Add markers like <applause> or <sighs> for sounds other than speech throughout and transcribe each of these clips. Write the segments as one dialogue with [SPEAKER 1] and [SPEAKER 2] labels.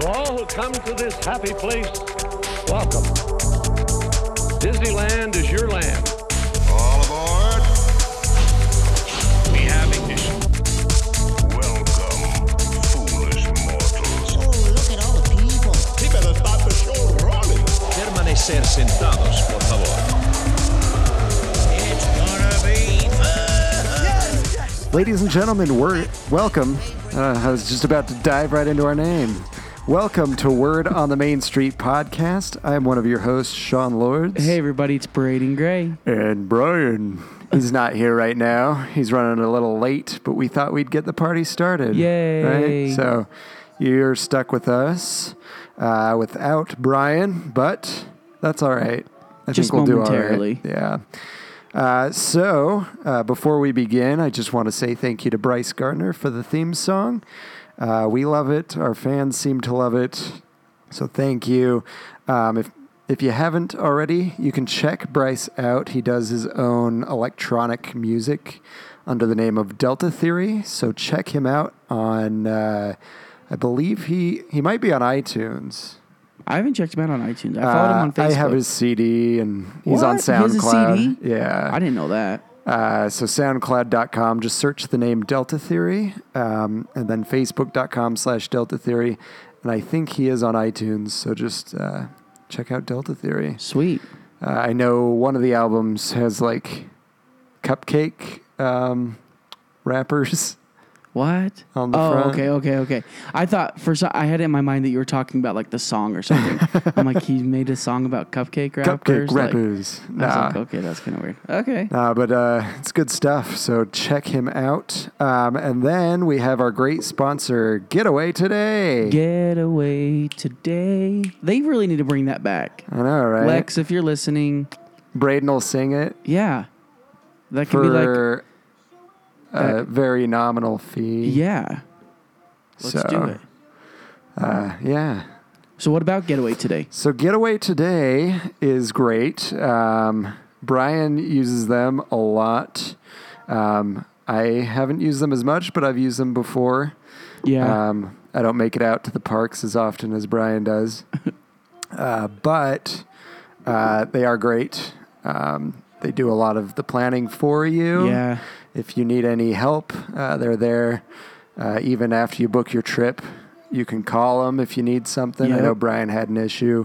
[SPEAKER 1] come to this happy place, welcome. Disneyland is your land.
[SPEAKER 2] All aboard.
[SPEAKER 3] We have ignition.
[SPEAKER 2] Welcome, foolish mortals.
[SPEAKER 4] Oh, look at all the people.
[SPEAKER 2] Keep it about the show rolling.
[SPEAKER 3] Permanecer sentados, por favor.
[SPEAKER 5] Ladies and gentlemen, we're welcome. Uh, I was just about to dive right into our name. Welcome to Word on the Main Street podcast. I'm one of your hosts, Sean Lords.
[SPEAKER 6] Hey everybody, it's Braden Gray.
[SPEAKER 5] And Brian. He's not here right now. He's running a little late, but we thought we'd get the party started.
[SPEAKER 6] Yay.
[SPEAKER 5] Right? So you're stuck with us uh, without Brian, but that's all right. I
[SPEAKER 6] Just
[SPEAKER 5] think we'll
[SPEAKER 6] momentarily.
[SPEAKER 5] do all right. Yeah. Uh, so uh, before we begin, I just want to say thank you to Bryce Gardner for the theme song. Uh, we love it. Our fans seem to love it. So thank you. Um, if if you haven't already, you can check Bryce out. He does his own electronic music under the name of Delta Theory. So check him out on. Uh, I believe he he might be on iTunes.
[SPEAKER 6] I haven't checked him out on iTunes. I followed him on
[SPEAKER 5] Uh,
[SPEAKER 6] Facebook.
[SPEAKER 5] I have his CD and he's on
[SPEAKER 6] What? He has a
[SPEAKER 5] SoundCloud.
[SPEAKER 6] CD?
[SPEAKER 5] Yeah.
[SPEAKER 6] I didn't know that.
[SPEAKER 5] Uh, so soundcloud.com, just search the name Delta Theory, um, and then facebook.com slash Delta Theory. And I think he is on iTunes, so just uh, check out Delta Theory.
[SPEAKER 6] Sweet.
[SPEAKER 5] Uh, I know one of the albums has like cupcake um, wrappers.
[SPEAKER 6] What?
[SPEAKER 5] On the
[SPEAKER 6] oh,
[SPEAKER 5] front.
[SPEAKER 6] okay, okay, okay. I thought for so I had it in my mind that you were talking about like the song
[SPEAKER 5] <laughs>
[SPEAKER 6] or something. I'm like, he made a song about cupcake <laughs> rappers.
[SPEAKER 5] Cupcake
[SPEAKER 6] like-
[SPEAKER 5] wrappers.
[SPEAKER 6] I was
[SPEAKER 5] Nah.
[SPEAKER 6] like, okay, that's kind of weird. Okay.
[SPEAKER 5] Uh, but uh, it's good stuff. So check him out. Um, and then we have our great sponsor, Getaway Today.
[SPEAKER 6] Get away today. They really need to bring that back.
[SPEAKER 5] I know, right?
[SPEAKER 6] Lex, if you're listening,
[SPEAKER 5] Braden will sing it
[SPEAKER 6] yeah, that could be like,
[SPEAKER 5] for a very nominal fee.
[SPEAKER 6] yeah, let's
[SPEAKER 5] so,
[SPEAKER 6] do it.
[SPEAKER 5] Uh, yeah.
[SPEAKER 6] So what about getaway today?
[SPEAKER 5] So Getaway Today is great. Um, Brian uses them a lot. Um, I haven't used them as much, but I've used them before.
[SPEAKER 6] Yeah.
[SPEAKER 5] Um, I don't make it out to the parks as often as Brian does,
[SPEAKER 6] <laughs>
[SPEAKER 5] uh, but uh, they are great. Um, they do a lot of the planning for you.
[SPEAKER 6] Yeah.
[SPEAKER 5] If you need any help, uh, they're there. Uh, even after you book your trip, you can call them if you need something. I
[SPEAKER 6] Yep.
[SPEAKER 5] know Brian had an issue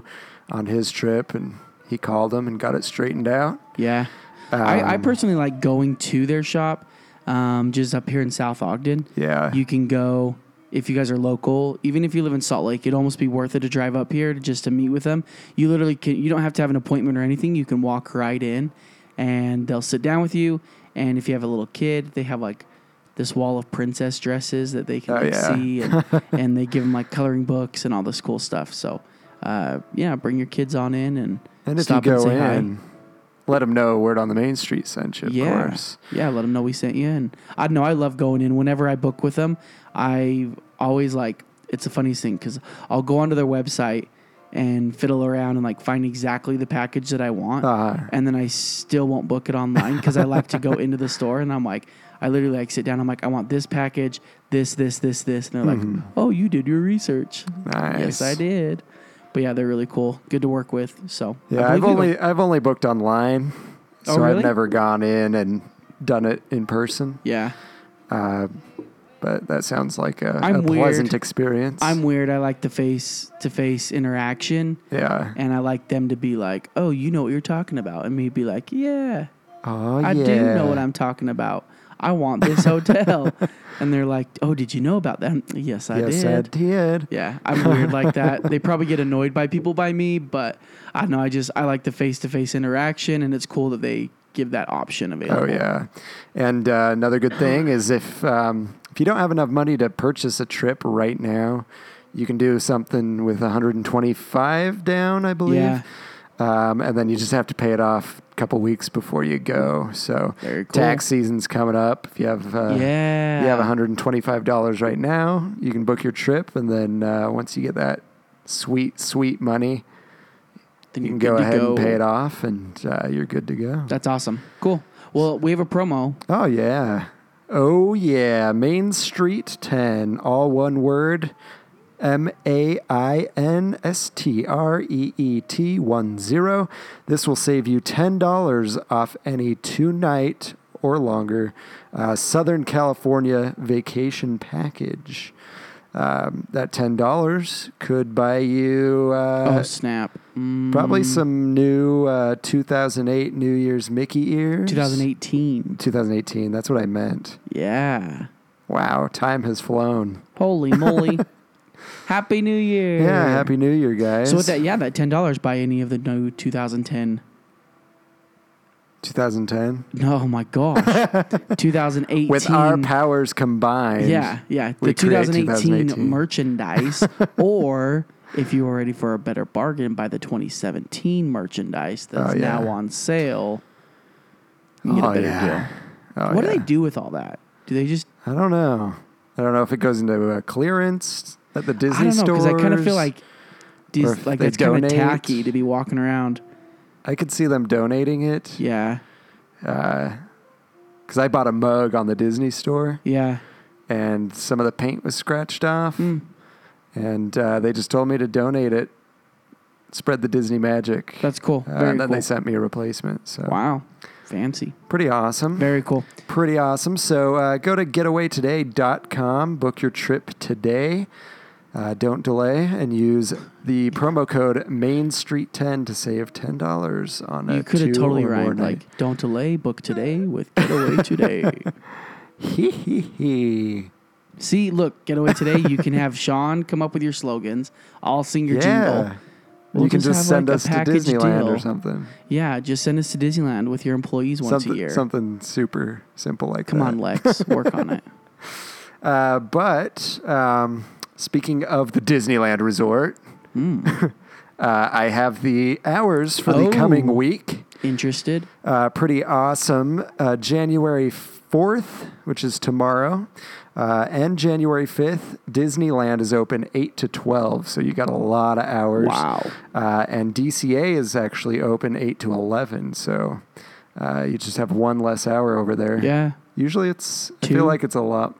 [SPEAKER 5] on his trip, and he called them and got it straightened out.
[SPEAKER 6] Yeah. I, I
[SPEAKER 5] Um,
[SPEAKER 6] personally like going to their shop, um, just up here in South Ogden.
[SPEAKER 5] Yeah.
[SPEAKER 6] You can go if you guys are local, even if you live in Salt Lake, it'd almost be worth it to drive up here to, just to meet with them. You literally can you don't have to have an appointment or anything. You can walk right in and they'll sit down with you. And if you have a little kid, they have like this wall of princess dresses that they can
[SPEAKER 5] Oh,
[SPEAKER 6] like,
[SPEAKER 5] yeah. <laughs>
[SPEAKER 6] see and, and they give them like coloring books and all this cool stuff. So uh, yeah, bring your kids on in and,
[SPEAKER 5] And if
[SPEAKER 6] stop
[SPEAKER 5] you
[SPEAKER 6] and
[SPEAKER 5] go
[SPEAKER 6] say hi.
[SPEAKER 5] in, let them know Word on the Main Street sent you, of
[SPEAKER 6] yeah.
[SPEAKER 5] course.
[SPEAKER 6] Yeah, let them know we sent you in. I know I love going in. Whenever I book with them, I always like it's the funniest thing because I'll go onto their website and fiddle around and like find exactly the package that I want,
[SPEAKER 5] Uh-huh.
[SPEAKER 6] and then I still won't book it online because I like to go into the <laughs> store and I'm like. I literally like sit down. I'm like, I want this package, this, this, this, this, and they're like, Oh, you did your research.
[SPEAKER 5] Mm-hmm. Nice.
[SPEAKER 6] Yes, I did. But yeah, they're really cool, good to work with. So I
[SPEAKER 5] Yeah, I've
[SPEAKER 6] believe you.
[SPEAKER 5] only I've only booked online, so
[SPEAKER 6] Oh,
[SPEAKER 5] I've
[SPEAKER 6] really?
[SPEAKER 5] never gone in and done it in person. Uh,
[SPEAKER 6] yeah.
[SPEAKER 5] But that sounds like a,
[SPEAKER 6] I'm
[SPEAKER 5] a pleasant
[SPEAKER 6] weird.
[SPEAKER 5] experience.
[SPEAKER 6] I'm weird. I like the face to face interaction,
[SPEAKER 5] yeah.
[SPEAKER 6] and I like them to be like, "Oh, you know what you're talking about," and me be like, "Yeah,
[SPEAKER 5] Oh
[SPEAKER 6] I do know what I'm talking about. I want
[SPEAKER 5] <laughs>
[SPEAKER 6] this hotel," and they're like, "Oh, did you know about that?" I'm, yes, I
[SPEAKER 5] Yes,
[SPEAKER 6] did.
[SPEAKER 5] I did.
[SPEAKER 6] Yeah, I'm
[SPEAKER 5] <laughs>
[SPEAKER 6] weird like that. They probably get annoyed by people by me, but I don't know. I just I like the face to face interaction, and it's cool that they give that option
[SPEAKER 5] Oh
[SPEAKER 6] available.
[SPEAKER 5] yeah. And uh, another good thing is if um, if you don't have enough money to purchase a trip right now, you can do something with 125 down, I believe.
[SPEAKER 6] Yeah.
[SPEAKER 5] Um, and then you just have to pay it off a couple weeks before you go. So
[SPEAKER 6] Very cool.
[SPEAKER 5] tax season's coming up. If you have uh,
[SPEAKER 6] Yeah.
[SPEAKER 5] you have $125 right now, you can book your trip, and then uh, once you get that sweet sweet money,
[SPEAKER 6] Then
[SPEAKER 5] you can go
[SPEAKER 6] you're good to
[SPEAKER 5] ahead and
[SPEAKER 6] go.
[SPEAKER 5] pay it off, and uh, you're good to go.
[SPEAKER 6] That's awesome. Cool. Well, we have a promo.
[SPEAKER 5] Oh, yeah. Oh, yeah. Main Street 10, all one word. M A I N S T R E E T 1 0. This will save you $10 off any two night or longer uh, Southern California vacation package. Um, that $10 could buy you uh,
[SPEAKER 6] oh snap! Mm,
[SPEAKER 5] probably some new uh, 2008 New Year's Mickey ears.
[SPEAKER 6] 2018.
[SPEAKER 5] 2018. That's what I meant.
[SPEAKER 6] Yeah.
[SPEAKER 5] Wow, time has flown. <laughs>
[SPEAKER 6] Holy moly! Happy New Year.
[SPEAKER 5] Yeah, Happy New Year, guys.
[SPEAKER 6] So with that, yeah, that ten dollars buy any of the new 2010.
[SPEAKER 5] 2010.
[SPEAKER 6] Oh
[SPEAKER 5] <laughs>
[SPEAKER 6] my gosh, 2018.
[SPEAKER 5] With our powers combined.
[SPEAKER 6] Yeah, yeah. The
[SPEAKER 5] we create
[SPEAKER 6] 2018,
[SPEAKER 5] 2018. <laughs>
[SPEAKER 6] merchandise, or if you were ready for a better bargain, by the 2017 merchandise that's
[SPEAKER 5] Oh, yeah.
[SPEAKER 6] now on sale. You get
[SPEAKER 5] Oh,
[SPEAKER 6] a better
[SPEAKER 5] yeah.
[SPEAKER 6] deal.
[SPEAKER 5] Oh,
[SPEAKER 6] what do
[SPEAKER 5] yeah.
[SPEAKER 6] they do with all that? Do they just?
[SPEAKER 5] I don't know. I don't know if it goes into uh, clearance at the Disney
[SPEAKER 6] I don't know
[SPEAKER 5] stores.
[SPEAKER 6] because I kind of feel like,
[SPEAKER 5] or
[SPEAKER 6] dis,
[SPEAKER 5] if
[SPEAKER 6] like
[SPEAKER 5] they
[SPEAKER 6] that's kind of
[SPEAKER 5] donate.
[SPEAKER 6] tacky to be walking around.
[SPEAKER 5] I could see them donating it because
[SPEAKER 6] Yeah,
[SPEAKER 5] I bought a mug on the Disney store
[SPEAKER 6] yeah.
[SPEAKER 5] and some of the paint was scratched off,
[SPEAKER 6] Hmm.
[SPEAKER 5] and uh, they just told me to donate it. Spread the Disney magic.
[SPEAKER 6] That's cool.
[SPEAKER 5] Uh,
[SPEAKER 6] Very
[SPEAKER 5] and then
[SPEAKER 6] cool.
[SPEAKER 5] they uh, sent me a replacement. So
[SPEAKER 6] Wow, fancy.
[SPEAKER 5] pretty awesome.
[SPEAKER 6] Very cool.
[SPEAKER 5] Pretty awesome. So uh, go to getawaytoday.com, book your trip today. Uh, don't delay and use the promo code Main Street 10 to save $10 on a
[SPEAKER 6] You could have
[SPEAKER 5] two
[SPEAKER 6] totally
[SPEAKER 5] or more
[SPEAKER 6] rhymed
[SPEAKER 5] night.
[SPEAKER 6] like "Don't delay, book today with getaway
[SPEAKER 5] <laughs>
[SPEAKER 6] today."
[SPEAKER 5] Hee hee hee.
[SPEAKER 6] See, look, getaway today. You can have Sean come up with your slogans. I'll sing your
[SPEAKER 5] Yeah.
[SPEAKER 6] jingle. We'll
[SPEAKER 5] you can just,
[SPEAKER 6] have,
[SPEAKER 5] send
[SPEAKER 6] like, a
[SPEAKER 5] us to
[SPEAKER 6] package
[SPEAKER 5] Disneyland or
[SPEAKER 6] deal.
[SPEAKER 5] something.
[SPEAKER 6] Yeah, just send us to Disneyland with your employees once
[SPEAKER 5] Something,
[SPEAKER 6] a year.
[SPEAKER 5] something super simple like
[SPEAKER 6] Come
[SPEAKER 5] that.
[SPEAKER 6] on, Lex, work
[SPEAKER 5] <laughs>
[SPEAKER 6] on it.
[SPEAKER 5] Uh, but um, speaking of the Disneyland Resort,
[SPEAKER 6] Hmm.
[SPEAKER 5] <laughs> uh, I have the hours for the
[SPEAKER 6] Oh.
[SPEAKER 5] coming week.
[SPEAKER 6] Interested?
[SPEAKER 5] uh, pretty awesome. Uh, January 4th, which is tomorrow, uh, and January 5th, Disneyland is open 8 to 12. So you got a lot of hours.
[SPEAKER 6] Wow.
[SPEAKER 5] Uh, and DCA is actually open 8 to 11. So uh, you just have one less hour over there.
[SPEAKER 6] Yeah.
[SPEAKER 5] Usually it's, I
[SPEAKER 6] Two.
[SPEAKER 5] feel like it's a lot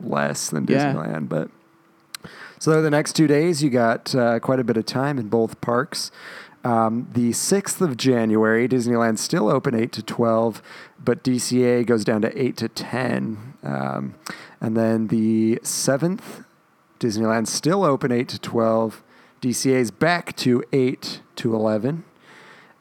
[SPEAKER 5] less than
[SPEAKER 6] Yeah.
[SPEAKER 5] Disneyland, but. So the next two days, you got uh, quite a bit of time in both parks. Um, the 6th of January, Disneyland's still open 8 to 12, but DCA goes down to 8 to 10. Um, and then the 7th, Disneyland's still open 8 to 12. DCA's back to 8 to 11.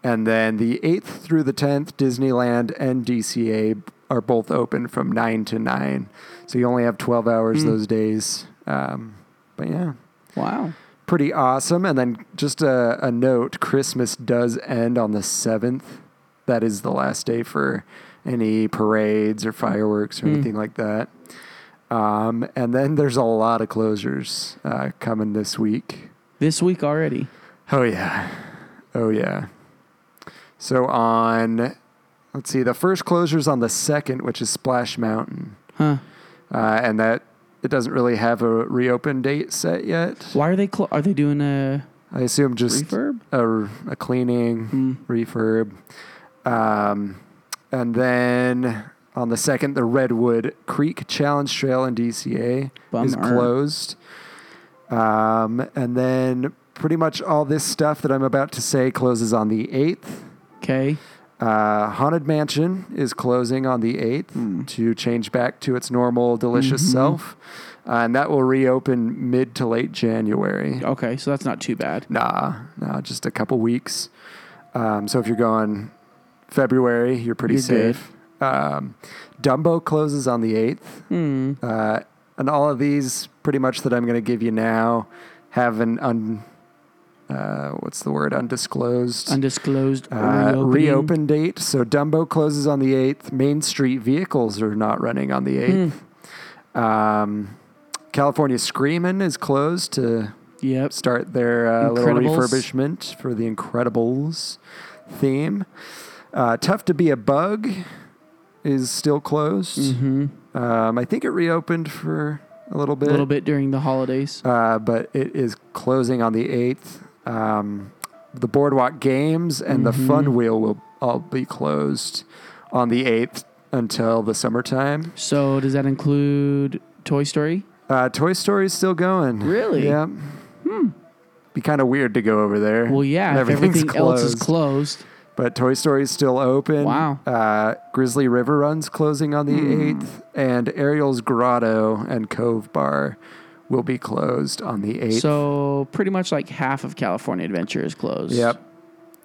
[SPEAKER 5] And then the 8th through the 10th, Disneyland and DCA are both open from 9 to 9. So you only have 12 hours those days. Um, but yeah,
[SPEAKER 6] Wow.
[SPEAKER 5] pretty awesome. And then just a, a note Christmas does end on the 7th. That is the last day for any parades or fireworks or anything like that. Um, and then there's a lot of closures uh, coming this week.
[SPEAKER 6] This week already.
[SPEAKER 5] Oh yeah. Oh yeah. So on let's see, the first closure's on the second, which is Splash Mountain.
[SPEAKER 6] Huh.
[SPEAKER 5] Uh, and that it doesn't really have a reopen date set yet.
[SPEAKER 6] Why are they clo- are they doing a
[SPEAKER 5] I assume just
[SPEAKER 6] Refurb?
[SPEAKER 5] a, a cleaning, refurb. Um, and then on the second, the Redwood Creek Challenge Trail in DCA is
[SPEAKER 6] Bummer.
[SPEAKER 5] closed. Um, and then pretty much all this stuff that I'm about to say closes on the 8th.
[SPEAKER 6] okay?
[SPEAKER 5] Uh, Haunted Mansion is closing on the 8th to change back to its normal delicious self. Uh, and that will reopen mid to late January.
[SPEAKER 6] Okay, so that's not too bad.
[SPEAKER 5] Nah, nah, just a couple weeks. Um, so if you're going February, you're pretty
[SPEAKER 6] You're good.
[SPEAKER 5] safe. Um, Dumbo closes on the 8th.
[SPEAKER 6] Hmm.
[SPEAKER 5] Uh, and all of these, pretty much, that I'm going to give you now have an un. Uh, what's the word? Undisclosed.
[SPEAKER 6] Undisclosed
[SPEAKER 5] Uh,
[SPEAKER 6] reopening.
[SPEAKER 5] reopen date. So Dumbo closes on the 8th. Main Street vehicles are not running on the 8th.
[SPEAKER 6] Hmm.
[SPEAKER 5] Um, California Screamin' is closed to
[SPEAKER 6] Yep.
[SPEAKER 5] start their uh, little
[SPEAKER 6] Incredibles.
[SPEAKER 5] refurbishment for the Incredibles theme. Uh, Tough to be a bug is still closed. Um, I think it reopened for a little bit,
[SPEAKER 6] A Mm-hmm. little bit during the holidays.
[SPEAKER 5] Uh, but it is closing on the eighth. Um, the Boardwalk Games and
[SPEAKER 6] Mm-hmm.
[SPEAKER 5] the Fun Wheel will all be closed on the eighth until the summertime.
[SPEAKER 6] So does that include Toy Story?
[SPEAKER 5] Uh, Toy Story's still going.
[SPEAKER 6] Really?
[SPEAKER 5] Yeah. Hmm. Be kind of weird to go over there.
[SPEAKER 6] Well, yeah, if
[SPEAKER 5] everything's
[SPEAKER 6] everything else is closed.
[SPEAKER 5] But Toy Story's still open.
[SPEAKER 6] Wow. Hmm.
[SPEAKER 5] Uh, Grizzly River Run's closing on the 8th, and Ariel's Grotto and Cove Bar will be closed on the 8th.
[SPEAKER 6] So pretty much like half of California Adventure is closed.
[SPEAKER 5] Yep.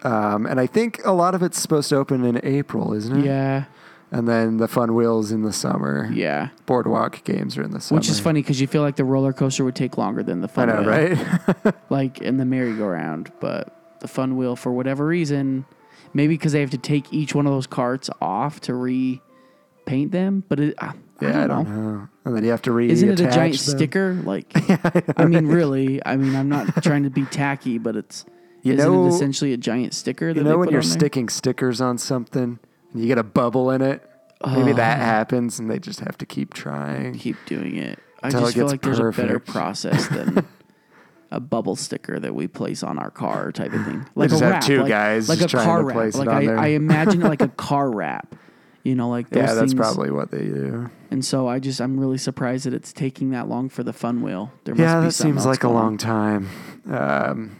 [SPEAKER 5] Um, and I think a lot of it's supposed to open in April, isn't it?
[SPEAKER 6] Yeah.
[SPEAKER 5] And then the Fun Wheels in the summer.
[SPEAKER 6] Yeah.
[SPEAKER 5] Boardwalk games are in the summer.
[SPEAKER 6] Which is funny because you feel like the roller coaster would take longer than the
[SPEAKER 5] I
[SPEAKER 6] fun
[SPEAKER 5] know,
[SPEAKER 6] wheel. <laughs>
[SPEAKER 5] right?
[SPEAKER 6] Like in the merry-go-round, but the fun wheel for whatever reason, maybe because they have to take each one of those carts off to repaint them. But it, I, I
[SPEAKER 5] yeah, <laughs>
[SPEAKER 6] don't know.
[SPEAKER 5] And then you have to read.
[SPEAKER 6] Isn't it a giant sticker?
[SPEAKER 5] <laughs>
[SPEAKER 6] Like, I mean, really? I mean, I'm not trying to be tacky, but it's
[SPEAKER 5] You
[SPEAKER 6] isn't
[SPEAKER 5] know-
[SPEAKER 6] it essentially a giant sticker? That
[SPEAKER 5] You
[SPEAKER 6] they
[SPEAKER 5] know when
[SPEAKER 6] put
[SPEAKER 5] you're
[SPEAKER 6] on there?
[SPEAKER 5] sticking stickers on something and you get a bubble in it? Maybe that
[SPEAKER 6] Oh.
[SPEAKER 5] happens and they just have to keep trying.
[SPEAKER 6] keep doing it. I
[SPEAKER 5] Until
[SPEAKER 6] just
[SPEAKER 5] it
[SPEAKER 6] feel
[SPEAKER 5] gets
[SPEAKER 6] like there's a better
[SPEAKER 5] perfect.
[SPEAKER 6] process
[SPEAKER 5] <laughs>
[SPEAKER 6] than a bubble sticker that we place on our car type of thing. Like
[SPEAKER 5] just
[SPEAKER 6] a
[SPEAKER 5] have
[SPEAKER 6] wrap,
[SPEAKER 5] two
[SPEAKER 6] like,
[SPEAKER 5] guys
[SPEAKER 6] like
[SPEAKER 5] just
[SPEAKER 6] a
[SPEAKER 5] trying
[SPEAKER 6] car
[SPEAKER 5] to
[SPEAKER 6] wrap.
[SPEAKER 5] place it
[SPEAKER 6] like
[SPEAKER 5] on
[SPEAKER 6] I,
[SPEAKER 5] there.
[SPEAKER 6] I imagine
[SPEAKER 5] <laughs>
[SPEAKER 6] it like a car wrap. You know, like those
[SPEAKER 5] yeah, that's
[SPEAKER 6] things.
[SPEAKER 5] probably what they do.
[SPEAKER 6] And so I just I'm really surprised that it's taking that long for the fun wheel. There must
[SPEAKER 5] Yeah,
[SPEAKER 6] be
[SPEAKER 5] that
[SPEAKER 6] something
[SPEAKER 5] seems
[SPEAKER 6] else
[SPEAKER 5] like a
[SPEAKER 6] going on.
[SPEAKER 5] long time. Um,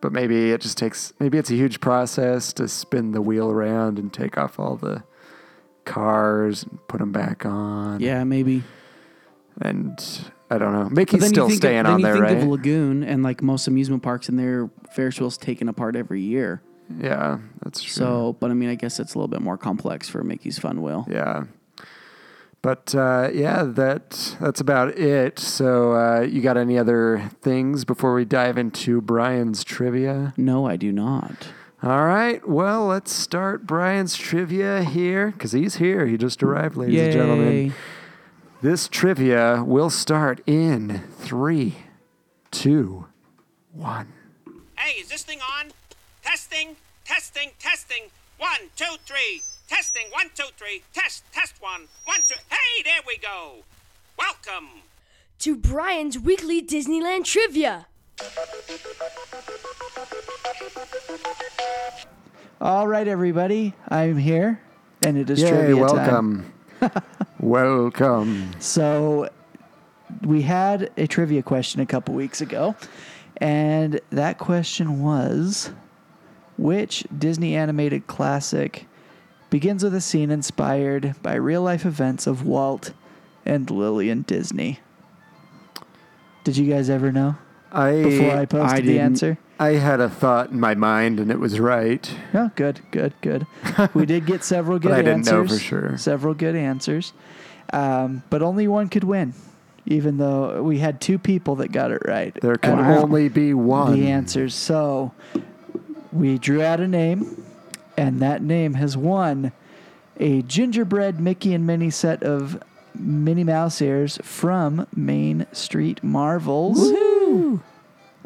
[SPEAKER 5] but maybe it just takes, maybe it's a huge process to spin the wheel around and take off all the cars and put them back on.
[SPEAKER 6] Yeah, maybe.
[SPEAKER 5] And I don't know.
[SPEAKER 6] But
[SPEAKER 5] Mickey's
[SPEAKER 6] then
[SPEAKER 5] still
[SPEAKER 6] you think
[SPEAKER 5] staying
[SPEAKER 6] of,
[SPEAKER 5] on
[SPEAKER 6] then
[SPEAKER 5] there,
[SPEAKER 6] you think
[SPEAKER 5] right?
[SPEAKER 6] of Lagoon and like most amusement parks and their Ferris wheels taken apart every year.
[SPEAKER 5] yeah, that's true.
[SPEAKER 6] So, but I mean, I guess it's a little bit more complex for Mickey's Fun Wheel.
[SPEAKER 5] Mm-hmm. Yeah. But uh, yeah, that that's about it. So uh, you got any other things before we dive into Brian's trivia?
[SPEAKER 6] No, I do not.
[SPEAKER 5] All right. Well, let's start Brian's trivia here because he's here. He just arrived, ladies and gentlemen.
[SPEAKER 6] Yay.
[SPEAKER 5] This trivia will start in three, two, one.
[SPEAKER 4] Hey, is this thing on? Testing, testing, testing. One, two, three. Testing, one, two, three. Test, test one, one, two. Hey, there we go. Welcome.
[SPEAKER 7] to Brian's weekly Disneyland trivia.
[SPEAKER 8] All right, everybody, I'm here, and it is
[SPEAKER 5] Yay!
[SPEAKER 8] trivia time.
[SPEAKER 5] Welcome. <laughs> welcome.
[SPEAKER 8] So, we had a trivia question a couple weeks ago, and that question was, which Disney animated classic begins with a scene inspired by real-life events of Walt and Lillian Disney? Did you guys ever know
[SPEAKER 5] Eh, I
[SPEAKER 8] before I posted the
[SPEAKER 6] didn't.
[SPEAKER 8] answer?
[SPEAKER 5] I had a thought in my mind, and it was right.
[SPEAKER 8] Oh, good, good,
[SPEAKER 5] <laughs>
[SPEAKER 8] good. We did get several good
[SPEAKER 5] I didn't
[SPEAKER 8] answers.
[SPEAKER 5] know for sure.
[SPEAKER 8] Several good answers. Um, but only one could win, even though we had two people that got it right.
[SPEAKER 5] There can
[SPEAKER 8] out of
[SPEAKER 5] only be one.
[SPEAKER 8] the answers. So we drew out a name, and that name has won a gingerbread Mickey and Minnie set of Minnie Mouse ears from Main Street Marvels.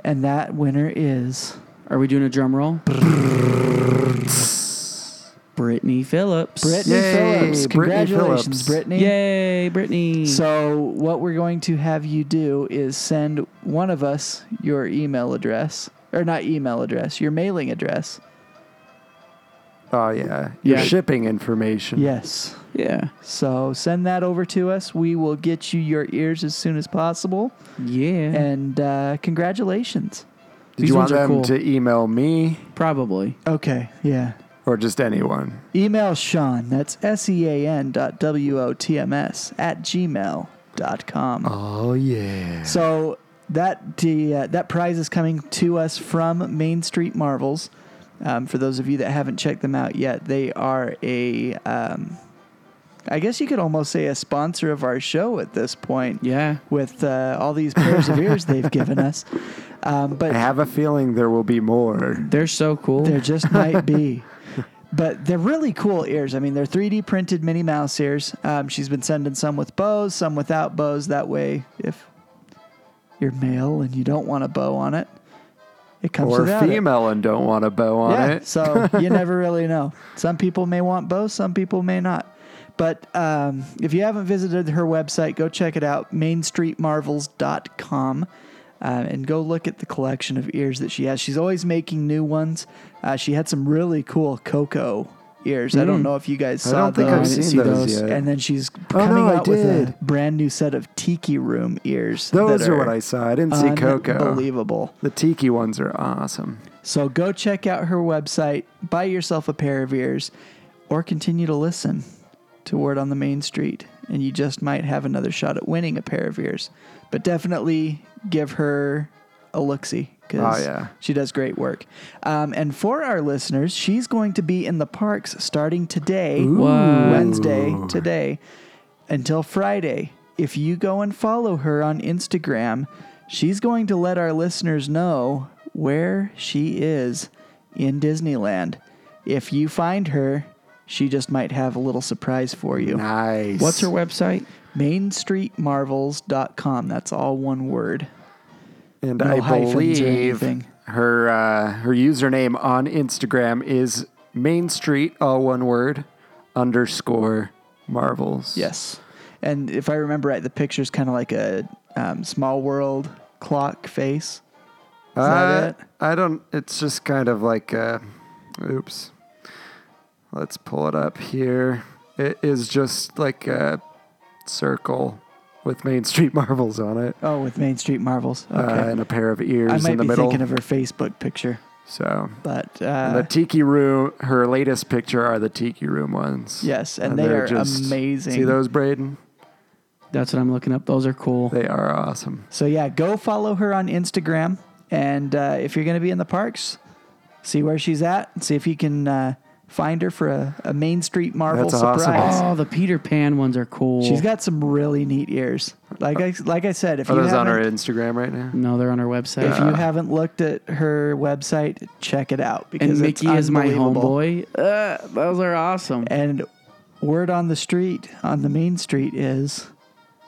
[SPEAKER 8] And that winner is
[SPEAKER 6] Are we doing a drum roll? Brittany Phillips.
[SPEAKER 8] Brittany
[SPEAKER 5] Yay,
[SPEAKER 8] Phillips.
[SPEAKER 5] Brittany
[SPEAKER 8] Congratulations,
[SPEAKER 5] Phillips.
[SPEAKER 8] Brittany.
[SPEAKER 6] Yay, Brittany.
[SPEAKER 8] So, what we're going to have you do is send one of us your email address, or not email address, your mailing address.
[SPEAKER 5] Oh yeah, your
[SPEAKER 6] Yeah.
[SPEAKER 5] shipping information.
[SPEAKER 8] Yes.
[SPEAKER 6] yeah.
[SPEAKER 8] So, send that over to us. We will get you your ears as soon as possible.
[SPEAKER 6] Yeah.
[SPEAKER 8] And uh, congratulations.
[SPEAKER 5] Did
[SPEAKER 6] These
[SPEAKER 5] you want
[SPEAKER 6] ones are
[SPEAKER 5] them
[SPEAKER 6] cool.
[SPEAKER 5] to email me
[SPEAKER 6] Probably.
[SPEAKER 8] Okay. Yeah.
[SPEAKER 5] or just anyone?
[SPEAKER 8] Email Sean. That's S E A N dot W O T M S at gmail dot com.
[SPEAKER 5] Oh yeah.
[SPEAKER 8] So that the uh, that prize is coming to us from Main Street Marvels. Um, for those of you that haven't checked them out yet, they are a, um, I guess you could almost say a sponsor of our show at this point.
[SPEAKER 6] Yeah.
[SPEAKER 8] With uh, all these pairs of ears they've given us, um,
[SPEAKER 5] I
[SPEAKER 8] but
[SPEAKER 5] have a feeling there will be more.
[SPEAKER 6] They're so cool.
[SPEAKER 8] there just might be. But they're really cool ears. I mean, they're 3D printed Minnie Mouse ears. Um, she's been sending some with bows, some without bows. That way, if you're male and you don't want a bow on it, it comes
[SPEAKER 5] Or
[SPEAKER 8] without it.
[SPEAKER 5] female and don't want a bow on
[SPEAKER 8] yeah,
[SPEAKER 5] it. <laughs>
[SPEAKER 8] so you never really know. Some people may want bows, some people may not. But um, if you haven't visited her website, go check it out, mainstreetmarvels.com, uh, and go look at the collection of ears that she has. She's always making new ones. Uh, she had some really cool cocoa years. I don't know if you guys
[SPEAKER 5] Hmm. I
[SPEAKER 8] saw
[SPEAKER 5] don't think
[SPEAKER 8] those.
[SPEAKER 5] I've seen
[SPEAKER 6] didn't see
[SPEAKER 5] those,
[SPEAKER 6] those.
[SPEAKER 5] yet.
[SPEAKER 8] And then she's
[SPEAKER 5] Oh,
[SPEAKER 8] coming
[SPEAKER 5] no, I
[SPEAKER 8] out with a
[SPEAKER 5] did.
[SPEAKER 8] brand new set of Tiki Room ears.
[SPEAKER 5] Those
[SPEAKER 8] that
[SPEAKER 5] are what I saw. I didn't see Coco.
[SPEAKER 8] Unbelievable.
[SPEAKER 5] The tiki ones are awesome.
[SPEAKER 8] So go check out her website, buy yourself a pair of ears, or continue to listen to Word on the Main Street, and you just might have another shot at winning a pair of ears. But definitely give her a look see.
[SPEAKER 5] Oh, yeah.
[SPEAKER 8] She does great work. Um, and for our listeners, she's going to be in the parks starting today, Wednesday, today, until Friday. If you go and follow her on Instagram, she's going to let our listeners know where she is in Disneyland. If you find her, she just might have a little surprise for you.
[SPEAKER 5] Nice.
[SPEAKER 6] What's her website?
[SPEAKER 8] MainStreetMarvels.com. That's all one word.
[SPEAKER 5] And
[SPEAKER 8] No
[SPEAKER 5] I
[SPEAKER 8] hyphens or
[SPEAKER 5] believe
[SPEAKER 8] anything.
[SPEAKER 5] her uh, her username on Instagram is Main Street, all one word, underscore Marvels.
[SPEAKER 8] Yes. And if I remember right, the picture's kind of like a um, small world clock face. Is that
[SPEAKER 5] Uh,
[SPEAKER 8] it?
[SPEAKER 5] I don't. It's just kind of like, uh, oops. Let's pull it up here. It is just like a circle with Main Street <laughs> Marvels on it,
[SPEAKER 8] Oh, with Main Street Marvels. Okay.
[SPEAKER 5] uh, and a pair of
[SPEAKER 8] I
[SPEAKER 5] ears
[SPEAKER 8] might
[SPEAKER 5] in the
[SPEAKER 8] be
[SPEAKER 5] middle.
[SPEAKER 8] thinking of her Facebook picture,
[SPEAKER 5] so
[SPEAKER 8] but
[SPEAKER 5] And the
[SPEAKER 8] uh,
[SPEAKER 5] tiki room. Her latest picture are the tiki room ones.
[SPEAKER 8] Yes, and they
[SPEAKER 5] they're
[SPEAKER 8] are amazing.
[SPEAKER 5] See those, Braden?
[SPEAKER 6] That's what I'm looking up. Those are cool.
[SPEAKER 5] They are awesome.
[SPEAKER 8] so yeah, go follow her on Instagram, and uh, if you're gonna be in the parks, see where she's at, and see if you can uh, find her for a, a Main Street Marvel
[SPEAKER 5] That's awesome.
[SPEAKER 8] surprise.
[SPEAKER 6] Oh, the Peter Pan ones are cool.
[SPEAKER 8] She's got some really neat ears. Like I like I said, if
[SPEAKER 5] Are
[SPEAKER 8] you
[SPEAKER 5] those on her
[SPEAKER 8] haven't-
[SPEAKER 5] Instagram right now?
[SPEAKER 6] No, they're on her website. Uh,
[SPEAKER 8] If
[SPEAKER 5] uh,
[SPEAKER 8] you haven't looked at her website, check it out because
[SPEAKER 6] and
[SPEAKER 8] it's
[SPEAKER 6] Mickey is my
[SPEAKER 8] unbelievable.
[SPEAKER 6] homeboy. Uh, those are awesome.
[SPEAKER 8] And word on the street, on the main street, is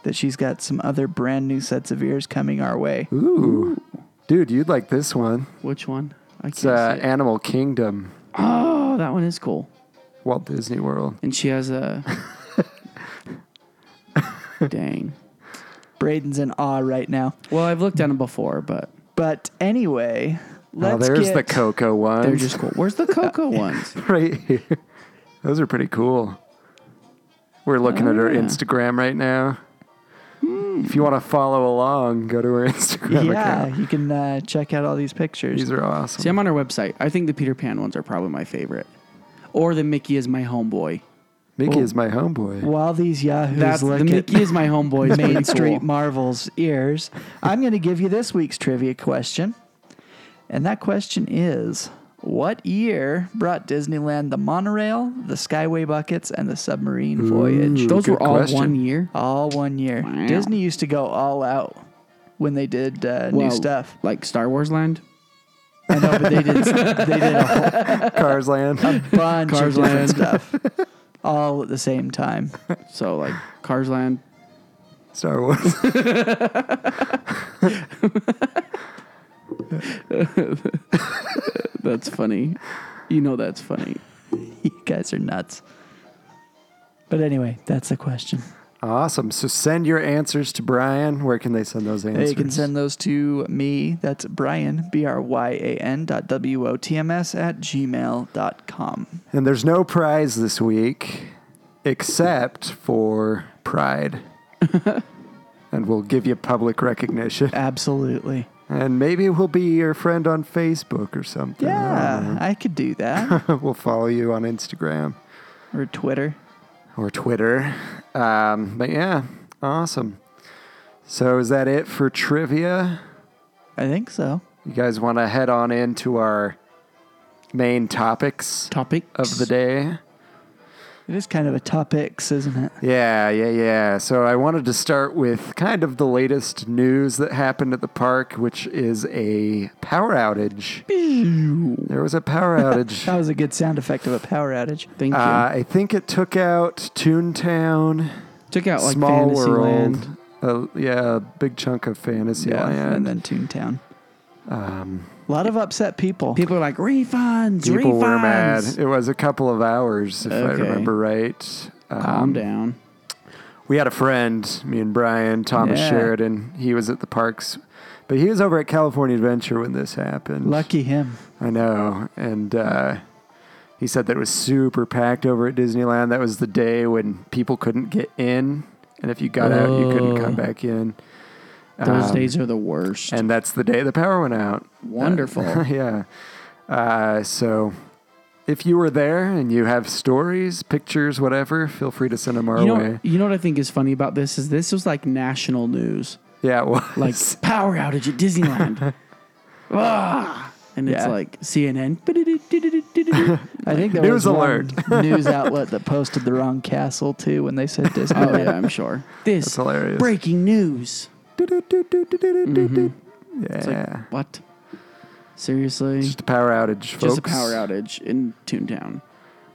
[SPEAKER 8] that she's got some other brand new sets of ears coming our way.
[SPEAKER 5] Ooh, dude, you'd like this one.
[SPEAKER 6] Which one? I can't
[SPEAKER 5] It's uh,
[SPEAKER 6] see it.
[SPEAKER 5] Animal Kingdom,
[SPEAKER 6] Oh, that one is cool.
[SPEAKER 5] Walt Disney World.
[SPEAKER 6] And she has
[SPEAKER 8] <laughs>
[SPEAKER 6] a. Dang.
[SPEAKER 8] Braden's in awe right now.
[SPEAKER 6] Well, I've looked at them before, but
[SPEAKER 8] But anyway,
[SPEAKER 5] Oh,
[SPEAKER 8] let's
[SPEAKER 5] there's
[SPEAKER 8] get
[SPEAKER 5] the Coco ones.
[SPEAKER 6] they're just cool. Where's the
[SPEAKER 8] <laughs>
[SPEAKER 6] cocoa ones?
[SPEAKER 5] right here. <laughs> Those are pretty cool. We're looking at her
[SPEAKER 6] yeah.
[SPEAKER 5] Instagram right now. If you want to follow along, go to her <laughs> Instagram
[SPEAKER 8] yeah.
[SPEAKER 5] account.
[SPEAKER 8] You can uh, check out all these pictures.
[SPEAKER 5] These are awesome.
[SPEAKER 6] See, I'm on her website. I think the Peter Pan ones are probably my favorite, or the Mickey is my homeboy.
[SPEAKER 5] Mickey is my homeboy.
[SPEAKER 8] While these
[SPEAKER 6] <laughs>
[SPEAKER 8] yahoos
[SPEAKER 6] That's
[SPEAKER 8] look
[SPEAKER 6] the
[SPEAKER 8] at
[SPEAKER 6] Mickey is my homeboy. is pretty
[SPEAKER 8] <laughs> Main Street
[SPEAKER 6] cool.
[SPEAKER 8] Marvel's ears, I'm going to give you this week's trivia question. And that question is What year brought Disneyland the monorail, the Skyway buckets, and the submarine voyage?
[SPEAKER 6] Those
[SPEAKER 5] good
[SPEAKER 6] were all
[SPEAKER 5] question.
[SPEAKER 6] one year.
[SPEAKER 8] All one year.
[SPEAKER 6] Wow.
[SPEAKER 8] Disney used to go all out when they did uh, new
[SPEAKER 6] Well, <laughs>
[SPEAKER 8] stuff.
[SPEAKER 6] like Star Wars Land.
[SPEAKER 8] I know, but they did, they did a whole
[SPEAKER 5] Cars Land.
[SPEAKER 8] <laughs> bunch
[SPEAKER 6] Cars
[SPEAKER 8] of different
[SPEAKER 6] Land.
[SPEAKER 8] stuff all at the same time.
[SPEAKER 6] So
[SPEAKER 8] <sighs>
[SPEAKER 6] like Cars Land.
[SPEAKER 5] Star Wars.
[SPEAKER 6] That's funny. You know that's funny.
[SPEAKER 8] <laughs> You guys are nuts. But anyway, that's the question.
[SPEAKER 5] awesome. So send your answers to Brian. Where can they send those answers?
[SPEAKER 8] They can send those to me. That's Brian, B R Y A N dot W O T M S at gmail dot com.
[SPEAKER 5] and there's no prize this week except for Pride. and we'll give you public recognition.
[SPEAKER 8] Absolutely.
[SPEAKER 5] And maybe we'll be your friend on Facebook or something. I don't
[SPEAKER 8] Yeah, I could
[SPEAKER 5] <laughs>
[SPEAKER 8] do that.
[SPEAKER 5] know. <laughs> we'll follow you on Instagram
[SPEAKER 8] or Twitter.
[SPEAKER 5] or Twitter. Um, but yeah, awesome. So is that it for trivia?
[SPEAKER 8] I think so.
[SPEAKER 5] You guys want to head on into our main topics
[SPEAKER 6] Topic
[SPEAKER 5] of the day?
[SPEAKER 8] It is kind of a topics, isn't it?
[SPEAKER 5] Yeah, yeah, yeah. So I wanted to start with kind of the latest news that happened at the park, which is a power outage. There was a power
[SPEAKER 8] <laughs>
[SPEAKER 5] outage.
[SPEAKER 8] That was a good sound effect of a power outage.
[SPEAKER 6] Thank you.
[SPEAKER 5] Uh, I think it took out Toontown,
[SPEAKER 6] Took out like
[SPEAKER 5] Small World.
[SPEAKER 6] Fantasyland.
[SPEAKER 5] Uh, yeah, a big chunk of Fantasyland.
[SPEAKER 8] and then Toontown. Um,
[SPEAKER 6] Um,
[SPEAKER 8] a lot of upset people.
[SPEAKER 6] People are like refunds,
[SPEAKER 5] People
[SPEAKER 6] refunds.
[SPEAKER 5] were mad. It was a couple of hours, if I
[SPEAKER 6] Okay. Uh,
[SPEAKER 5] remember right.
[SPEAKER 6] Calm
[SPEAKER 5] Um,
[SPEAKER 6] down.
[SPEAKER 5] We had a friend, me and Brian, Thomas
[SPEAKER 8] Yeah.
[SPEAKER 5] Sheridan. He was at the parks, but he was over at California Adventure when this happened.
[SPEAKER 8] Lucky him.
[SPEAKER 5] I know. And uh, He said that it was super packed over at Disneyland. That was the day when people couldn't get in, and if you got out, you couldn't come
[SPEAKER 6] Oh.
[SPEAKER 5] back in.
[SPEAKER 6] Those
[SPEAKER 5] Um,
[SPEAKER 6] days are the worst.
[SPEAKER 5] and that's the day the power went out.
[SPEAKER 6] Wonderful.
[SPEAKER 5] <laughs> yeah. Uh, so if you were there and you have stories, pictures, whatever, feel free to send them our
[SPEAKER 6] you know,
[SPEAKER 5] way.
[SPEAKER 6] you know what I think is funny about this is this was like national news,
[SPEAKER 5] Yeah, it was.
[SPEAKER 6] like
[SPEAKER 5] <laughs>
[SPEAKER 6] power outage at Disneyland. ah, and it's
[SPEAKER 8] Yeah.
[SPEAKER 6] like <laughs> CNN.
[SPEAKER 8] I think there
[SPEAKER 5] News
[SPEAKER 8] was one
[SPEAKER 6] <laughs>
[SPEAKER 5] alert. <laughs>
[SPEAKER 8] news outlet that posted the wrong castle too when they said Disney.
[SPEAKER 6] oh yeah, I'm sure. This
[SPEAKER 5] That's hilarious.
[SPEAKER 6] breaking news. Mm-hmm. It's like,
[SPEAKER 5] yeah.
[SPEAKER 6] what? Seriously?
[SPEAKER 5] Just a power outage, folks.
[SPEAKER 6] Just a power outage in Toontown.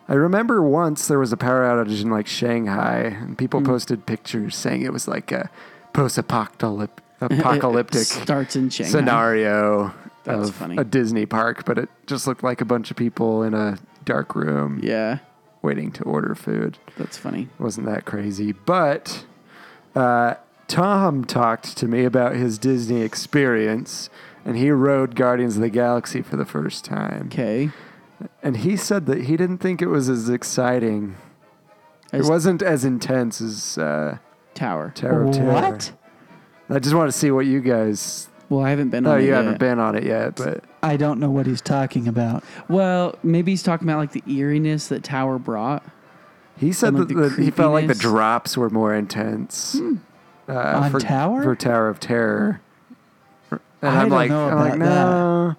[SPEAKER 5] I remember once there was a power outage in like Shanghai, and
[SPEAKER 6] Mm.
[SPEAKER 5] people posted pictures saying it was like a
[SPEAKER 6] <laughs>
[SPEAKER 5] post-apocalyptic
[SPEAKER 6] It
[SPEAKER 5] apocalyptic
[SPEAKER 6] starts in Shanghai.
[SPEAKER 5] scenario
[SPEAKER 6] That's
[SPEAKER 5] of
[SPEAKER 6] funny.
[SPEAKER 5] a Disney park, but it just looked like a bunch of people in a dark room
[SPEAKER 6] Yeah,
[SPEAKER 5] waiting to order food.
[SPEAKER 6] that's funny.
[SPEAKER 5] wasn't that crazy. But uh, Tom talked to me about his Disney experience, and he rode Guardians of the Galaxy for the first time.
[SPEAKER 6] Okay.
[SPEAKER 5] And he said that he didn't think it was as exciting.
[SPEAKER 6] As-
[SPEAKER 5] it wasn't as intense as uh,
[SPEAKER 6] Tower.
[SPEAKER 5] Tower of Terror.
[SPEAKER 8] What?
[SPEAKER 5] I just want to see what you guys.
[SPEAKER 6] Well, I haven't been
[SPEAKER 5] No,
[SPEAKER 6] on it
[SPEAKER 5] you
[SPEAKER 6] yet.
[SPEAKER 5] haven't been on it yet, but
[SPEAKER 8] I don't know what he's talking about.
[SPEAKER 6] Well, maybe he's talking about like the eeriness that Tower brought.
[SPEAKER 5] he said
[SPEAKER 6] And, like,
[SPEAKER 5] that
[SPEAKER 6] the
[SPEAKER 5] the- he felt like the
[SPEAKER 6] creepiness.
[SPEAKER 5] drops were more intense uh,
[SPEAKER 8] Hmm. On
[SPEAKER 5] for
[SPEAKER 8] Tower?
[SPEAKER 5] for Tower of Terror. And
[SPEAKER 8] I
[SPEAKER 5] am
[SPEAKER 8] don't
[SPEAKER 5] like,
[SPEAKER 8] know
[SPEAKER 5] I'm
[SPEAKER 8] about
[SPEAKER 5] like, no.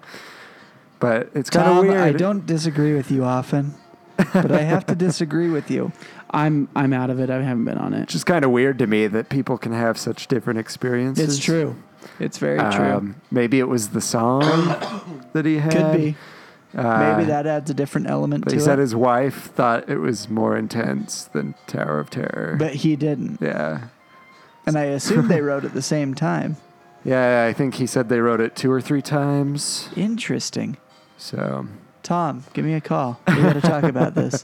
[SPEAKER 5] But it's kind of
[SPEAKER 8] Tom,
[SPEAKER 5] weird.
[SPEAKER 8] I don't disagree with you often, but
[SPEAKER 5] <laughs>
[SPEAKER 8] I have to disagree with you.
[SPEAKER 6] I'm I'm out of it. I haven't been on it.
[SPEAKER 5] It's just kind of weird to me that people can have such different experiences.
[SPEAKER 8] It's true. It's very true.
[SPEAKER 5] Um, maybe it was the song
[SPEAKER 8] <coughs>
[SPEAKER 5] that he had.
[SPEAKER 8] Could be.
[SPEAKER 5] Uh,
[SPEAKER 8] Maybe that adds a different element
[SPEAKER 5] But
[SPEAKER 8] to
[SPEAKER 5] he said
[SPEAKER 8] it.
[SPEAKER 5] his wife thought it was more intense than Tower of Terror.
[SPEAKER 8] But he didn't.
[SPEAKER 5] yeah.
[SPEAKER 8] And I assume they
[SPEAKER 5] <laughs>
[SPEAKER 8] wrote at the same time.
[SPEAKER 5] Yeah, I think he said they wrote it two or three times.
[SPEAKER 8] Interesting.
[SPEAKER 5] So,
[SPEAKER 8] Tom, give me a call. We got to talk about
[SPEAKER 5] <laughs>
[SPEAKER 8] this.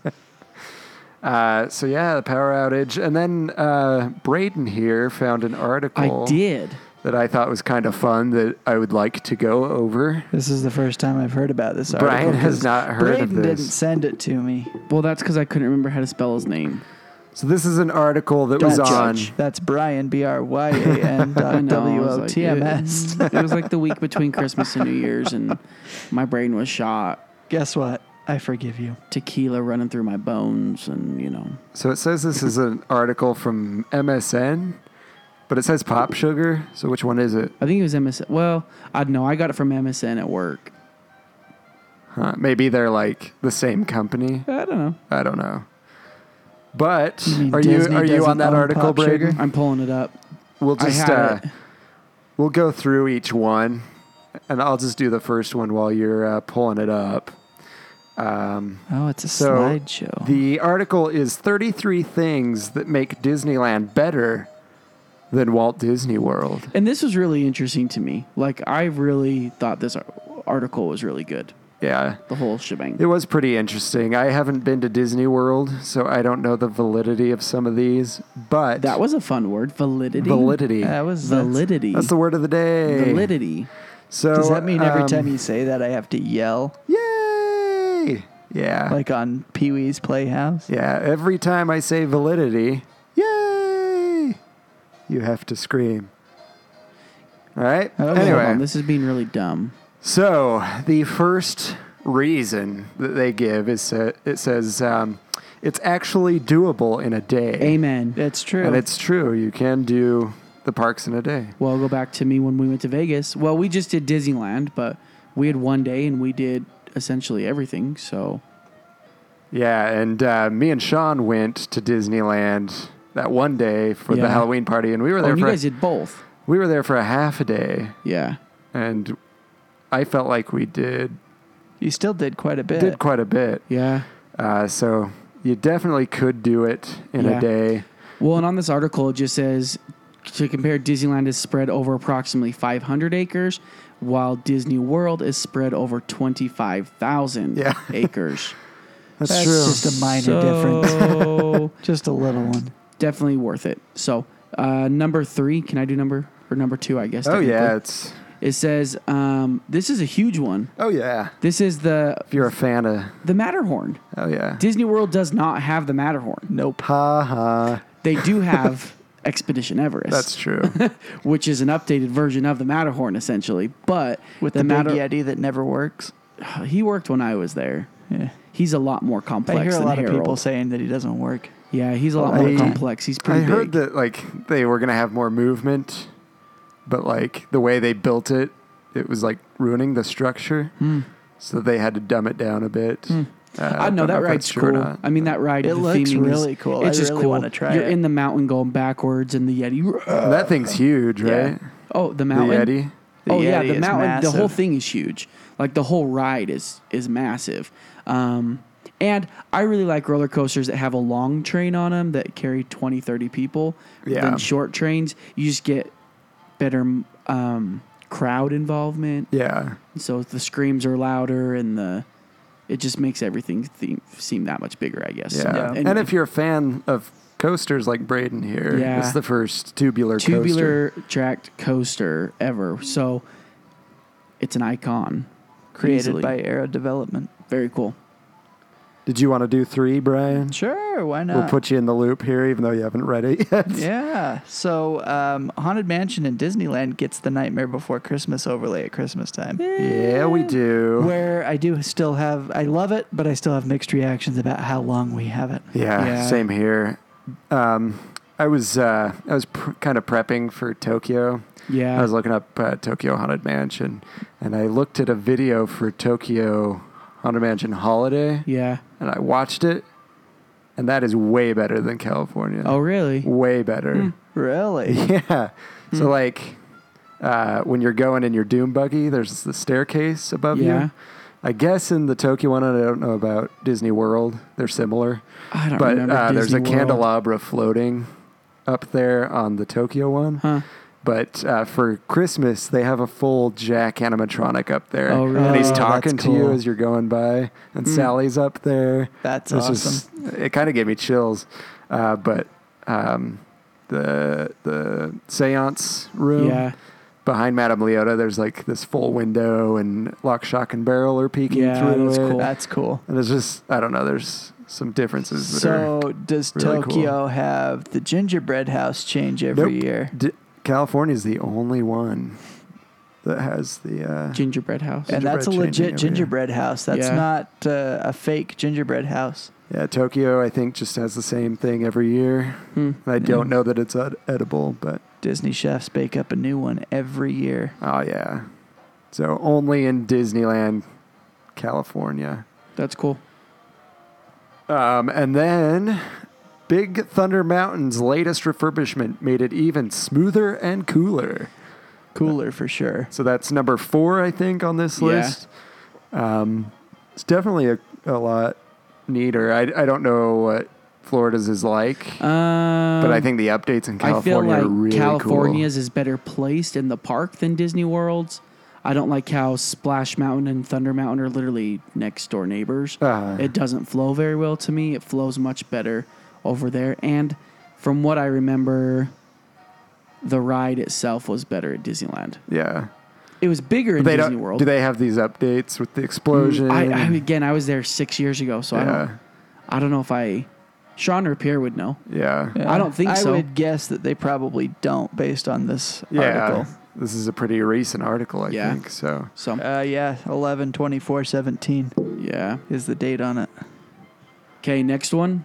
[SPEAKER 5] uh, so yeah, the power outage, and then uh, Braden here found an article
[SPEAKER 6] I did.
[SPEAKER 5] that I thought was kind of fun that I would like to go over.
[SPEAKER 8] This is the first time I've heard about this.
[SPEAKER 5] Brian
[SPEAKER 8] article
[SPEAKER 5] has
[SPEAKER 8] 'cause
[SPEAKER 5] not heard of
[SPEAKER 8] Braden didn't
[SPEAKER 5] this.
[SPEAKER 8] send it to me.
[SPEAKER 6] Well, that's because I couldn't remember how to spell his name.
[SPEAKER 5] So this is an article that was
[SPEAKER 8] That's-
[SPEAKER 5] on.
[SPEAKER 8] That's Brian B R Y A N
[SPEAKER 5] <laughs>
[SPEAKER 6] I
[SPEAKER 8] dot
[SPEAKER 6] know, I
[SPEAKER 8] Uh, W
[SPEAKER 6] was
[SPEAKER 8] O
[SPEAKER 6] like,
[SPEAKER 8] T M S.
[SPEAKER 6] It, it was like the week between Christmas and New Year's, and my brain was shot.
[SPEAKER 8] Guess what? I forgive you.
[SPEAKER 6] Tequila running through my bones, and you know,
[SPEAKER 5] So it says this is an article from MSN, but it says Pop Sugar. So which one is it?
[SPEAKER 6] I think it was MSN. Well, I don't know. I got it from MSN at work.
[SPEAKER 5] Huh, maybe they're like the same company.
[SPEAKER 6] I don't know.
[SPEAKER 5] I don't know. But
[SPEAKER 8] mean
[SPEAKER 5] are
[SPEAKER 8] Disney
[SPEAKER 5] you are you on
[SPEAKER 8] doesn't
[SPEAKER 5] that
[SPEAKER 8] own
[SPEAKER 5] article,
[SPEAKER 8] Pop
[SPEAKER 5] Braden?
[SPEAKER 8] Sugar?
[SPEAKER 6] I'm pulling it up.
[SPEAKER 5] We'll
[SPEAKER 6] I
[SPEAKER 5] just
[SPEAKER 6] had
[SPEAKER 5] uh,
[SPEAKER 6] it.
[SPEAKER 5] we'll go through each one, and I'll just do the first one while you're uh, pulling it up. Um,
[SPEAKER 8] Oh, it's a
[SPEAKER 5] so
[SPEAKER 8] slideshow.
[SPEAKER 5] the article is 33 things that make Disneyland better than Walt Disney World.
[SPEAKER 6] And this was really interesting to me. Like, I really thought this ar- article was really good.
[SPEAKER 5] Yeah.
[SPEAKER 6] The whole shebang.
[SPEAKER 5] It was pretty interesting. I haven't been to Disney World, so I don't know the validity of some of these, but
[SPEAKER 6] that was a fun word. Validity.
[SPEAKER 5] validity.
[SPEAKER 8] that was that's-
[SPEAKER 6] Validity.
[SPEAKER 5] That's the word of the day.
[SPEAKER 6] Validity.
[SPEAKER 5] So
[SPEAKER 8] Does that mean every
[SPEAKER 5] um,
[SPEAKER 8] time you say that I have to yell
[SPEAKER 5] Yay! Yeah.
[SPEAKER 8] like on Pee Wee's Playhouse?
[SPEAKER 5] yeah, every time I say validity, yay! You have to scream. All right?
[SPEAKER 8] Okay.
[SPEAKER 5] anyway,
[SPEAKER 6] Hold on, this is being really dumb.
[SPEAKER 5] so the first reason that they give is uh, it says um, it's actually doable in a day.
[SPEAKER 6] Amen.
[SPEAKER 8] It's true.
[SPEAKER 5] And it's true. You can do the parks in a day.
[SPEAKER 6] well, go back to me when we went to Vegas. Well, we just did Disneyland, but we had one day and we did essentially everything. So
[SPEAKER 5] Yeah, and uh, me and Sean went to Disneyland that one day for
[SPEAKER 6] Yeah.
[SPEAKER 5] the Halloween party, and we were
[SPEAKER 6] Oh,
[SPEAKER 5] there
[SPEAKER 6] and you
[SPEAKER 5] for
[SPEAKER 6] guys did both.
[SPEAKER 5] we were there for a half a day,
[SPEAKER 6] Yeah.
[SPEAKER 5] and I felt like we did
[SPEAKER 8] you still did quite a bit.
[SPEAKER 5] did quite a bit.
[SPEAKER 6] Yeah.
[SPEAKER 5] Uh, so you definitely could do it in
[SPEAKER 6] Yeah.
[SPEAKER 5] a day.
[SPEAKER 6] Well, and on this article, it just says to compare Disneyland is spread over approximately 500 acres, while Disney World is spread over 25,000
[SPEAKER 5] Yeah.
[SPEAKER 6] acres.
[SPEAKER 5] That's,
[SPEAKER 8] That's
[SPEAKER 5] true.
[SPEAKER 8] just a minor
[SPEAKER 6] <laughs>
[SPEAKER 8] difference. <laughs>
[SPEAKER 6] so
[SPEAKER 8] Just a little one.
[SPEAKER 6] definitely worth it. So uh, number three, can I do number or number two? I guess.
[SPEAKER 5] oh yeah,
[SPEAKER 6] technically,
[SPEAKER 5] it's
[SPEAKER 6] It says um, this is a huge one.
[SPEAKER 5] Oh yeah.
[SPEAKER 6] This is the
[SPEAKER 5] If you're a fan of
[SPEAKER 6] the Matterhorn.
[SPEAKER 5] oh yeah.
[SPEAKER 6] Disney World does not have the Matterhorn.
[SPEAKER 8] Nope.
[SPEAKER 5] Ha ha.
[SPEAKER 6] They
[SPEAKER 5] <laughs>
[SPEAKER 6] do have Expedition Everest,
[SPEAKER 5] That's true.
[SPEAKER 6] which is an updated version of the Matterhorn, essentially. But
[SPEAKER 8] With the, big Yeti that never works.
[SPEAKER 6] <sighs> he worked when I was there.
[SPEAKER 8] Yeah.
[SPEAKER 6] He's a lot more complex.
[SPEAKER 8] I hear a
[SPEAKER 6] than
[SPEAKER 8] lot of people
[SPEAKER 6] Harold.
[SPEAKER 8] saying that he doesn't work.
[SPEAKER 6] Yeah, he's a lot more
[SPEAKER 5] I-
[SPEAKER 6] complex. He's
[SPEAKER 5] I
[SPEAKER 6] <laughs> pretty.
[SPEAKER 5] heard
[SPEAKER 6] big.
[SPEAKER 5] that like they were gonna have more movement, but like the way they built it, it was like ruining the structure. So they had to dumb it down a bit. Uh,
[SPEAKER 6] Hmm. I know
[SPEAKER 5] don't
[SPEAKER 6] that
[SPEAKER 5] if
[SPEAKER 6] ride's
[SPEAKER 5] that's true or
[SPEAKER 6] cool.
[SPEAKER 5] not.
[SPEAKER 6] I mean, that ride.
[SPEAKER 8] It
[SPEAKER 6] the
[SPEAKER 8] looks
[SPEAKER 6] theming is-
[SPEAKER 8] really cool.
[SPEAKER 6] It's
[SPEAKER 8] I
[SPEAKER 6] just
[SPEAKER 8] really
[SPEAKER 6] cool.
[SPEAKER 8] wanna try
[SPEAKER 6] You're
[SPEAKER 8] it.
[SPEAKER 6] in the mountain going backwards, and the Yeti.
[SPEAKER 5] And that thing's huge, right?
[SPEAKER 6] Oh, the
[SPEAKER 5] The
[SPEAKER 6] mountain.
[SPEAKER 5] Yeti.
[SPEAKER 8] The
[SPEAKER 6] oh yeah,
[SPEAKER 8] Yeti
[SPEAKER 6] the
[SPEAKER 8] is
[SPEAKER 6] mountain. The whole
[SPEAKER 8] massive.
[SPEAKER 6] thing is huge. Like the whole ride is is massive. Um, and I really like roller coasters that have a long train on them that carry 20, 30 people.
[SPEAKER 5] Yeah.
[SPEAKER 6] Than short trains, you just get better um, crowd involvement.
[SPEAKER 5] Yeah.
[SPEAKER 6] So the screams are louder and the it just makes everything theme, seem that much bigger, I guess.
[SPEAKER 5] Yeah. And, if you're a fan of coasters like Braden here,
[SPEAKER 6] Yeah.
[SPEAKER 5] it's the first tubular, coaster.
[SPEAKER 6] tubular tracked coaster ever, so it's an icon
[SPEAKER 8] Created
[SPEAKER 6] Easily.
[SPEAKER 8] by Aero Development.
[SPEAKER 6] Very cool.
[SPEAKER 5] Did you want to do three, Brian?
[SPEAKER 8] Sure, why not?
[SPEAKER 5] We'll put you in the loop here, even though you haven't read it yet.
[SPEAKER 8] yeah. So, um, Haunted Mansion in Disneyland gets the Nightmare Before Christmas overlay at Christmas time.
[SPEAKER 5] Yeah, we do.
[SPEAKER 8] Where I do still have, I love it, but I still have mixed reactions about how long we have it.
[SPEAKER 5] Yeah,
[SPEAKER 6] Yeah.
[SPEAKER 5] same here. Um, I was uh, I was pr- kind of prepping for Tokyo.
[SPEAKER 6] Yeah.
[SPEAKER 5] I was looking up uh, Tokyo Haunted Mansion, and I looked at a video for Tokyo Haunted Mansion Holiday,
[SPEAKER 6] Yeah.
[SPEAKER 5] and I watched it, and that is way better than California.
[SPEAKER 6] Oh, really? Hmm.
[SPEAKER 5] way better.
[SPEAKER 8] Really?
[SPEAKER 5] <laughs> Yeah. So like uh, when you're going in your doom buggy, there's the staircase above
[SPEAKER 6] Yeah.
[SPEAKER 5] you. I guess in the Tokyo one, and I don't know about Disney World. They're similar,
[SPEAKER 6] I don't
[SPEAKER 5] but
[SPEAKER 6] remember.
[SPEAKER 5] uh, there's a
[SPEAKER 6] Disney World.
[SPEAKER 5] candelabra floating up there on the Tokyo one.
[SPEAKER 6] Huh.
[SPEAKER 5] But uh, for Christmas, they have a full Jack animatronic up there,
[SPEAKER 6] Oh, Hmm. really?
[SPEAKER 5] and he's
[SPEAKER 8] Oh, that's
[SPEAKER 5] talking to you
[SPEAKER 8] cool.
[SPEAKER 5] as you're going by, and Sally's up there.
[SPEAKER 8] That's
[SPEAKER 5] It's
[SPEAKER 8] awesome.
[SPEAKER 5] Just, it kind of gave me chills, uh, but um, the the seance room
[SPEAKER 6] Yeah.
[SPEAKER 5] behind Madame Leota, there's like this full window, and lock, shock, and barrel are peeking
[SPEAKER 6] Yeah,
[SPEAKER 5] through
[SPEAKER 6] that's
[SPEAKER 5] it.
[SPEAKER 6] cool.
[SPEAKER 8] That's cool.
[SPEAKER 5] And it's just I don't know. There's some differences. That
[SPEAKER 8] So,
[SPEAKER 5] are,
[SPEAKER 8] does
[SPEAKER 5] really cool.
[SPEAKER 8] Tokyo have the gingerbread house change every
[SPEAKER 5] Nope.
[SPEAKER 8] year?
[SPEAKER 5] D- California's the only one that has the uh,
[SPEAKER 6] Gingerbread house.
[SPEAKER 8] And that's a
[SPEAKER 5] Gingerbread changing
[SPEAKER 8] legit
[SPEAKER 5] every year.
[SPEAKER 8] gingerbread house. That's
[SPEAKER 6] Yeah.
[SPEAKER 8] not uh, a fake gingerbread house.
[SPEAKER 5] Yeah, Tokyo, I think, just has the same thing every year.
[SPEAKER 6] Hmm.
[SPEAKER 5] And I don't know that it's ed- edible, but
[SPEAKER 8] Disney chefs bake up a new one every year.
[SPEAKER 5] oh, yeah. So only in Disneyland, California.
[SPEAKER 6] That's cool.
[SPEAKER 5] Um, and then Big Thunder Mountain's latest refurbishment made it even smoother and cooler.
[SPEAKER 8] Cooler for sure.
[SPEAKER 5] So that's number four, I think, on this
[SPEAKER 6] Yeah.
[SPEAKER 5] list. Um, it's definitely a, a lot neater. I, I don't know what Florida's is like,
[SPEAKER 6] Um,
[SPEAKER 5] but I think the updates in
[SPEAKER 6] I feel
[SPEAKER 5] California
[SPEAKER 6] like
[SPEAKER 5] are really cool.
[SPEAKER 6] California's is better placed in the park than Disney World's. I don't like how Splash Mountain and Thunder Mountain are literally next door neighbors.
[SPEAKER 5] Uh-huh.
[SPEAKER 6] It doesn't flow very well to me. It flows much better over there. And from what I remember, the ride itself was better at Disneyland.
[SPEAKER 5] Yeah.
[SPEAKER 6] It was bigger in
[SPEAKER 5] They
[SPEAKER 6] Disney
[SPEAKER 5] don't,
[SPEAKER 6] World.
[SPEAKER 5] Do they have these updates with the explosion?
[SPEAKER 6] I, I again, I was there six years ago, so I
[SPEAKER 5] yeah.
[SPEAKER 6] don't. I don't know if I. Sean Rapier would know.
[SPEAKER 5] Yeah. Yeah.
[SPEAKER 6] I don't think
[SPEAKER 8] I
[SPEAKER 6] so.
[SPEAKER 8] would guess that they probably don't based on this article.
[SPEAKER 5] This is a pretty recent article, I
[SPEAKER 6] Yeah.
[SPEAKER 5] think. So
[SPEAKER 6] So
[SPEAKER 8] Uh, yeah, 11 24 17
[SPEAKER 6] yeah.
[SPEAKER 8] is the date on it.
[SPEAKER 6] Okay, next one.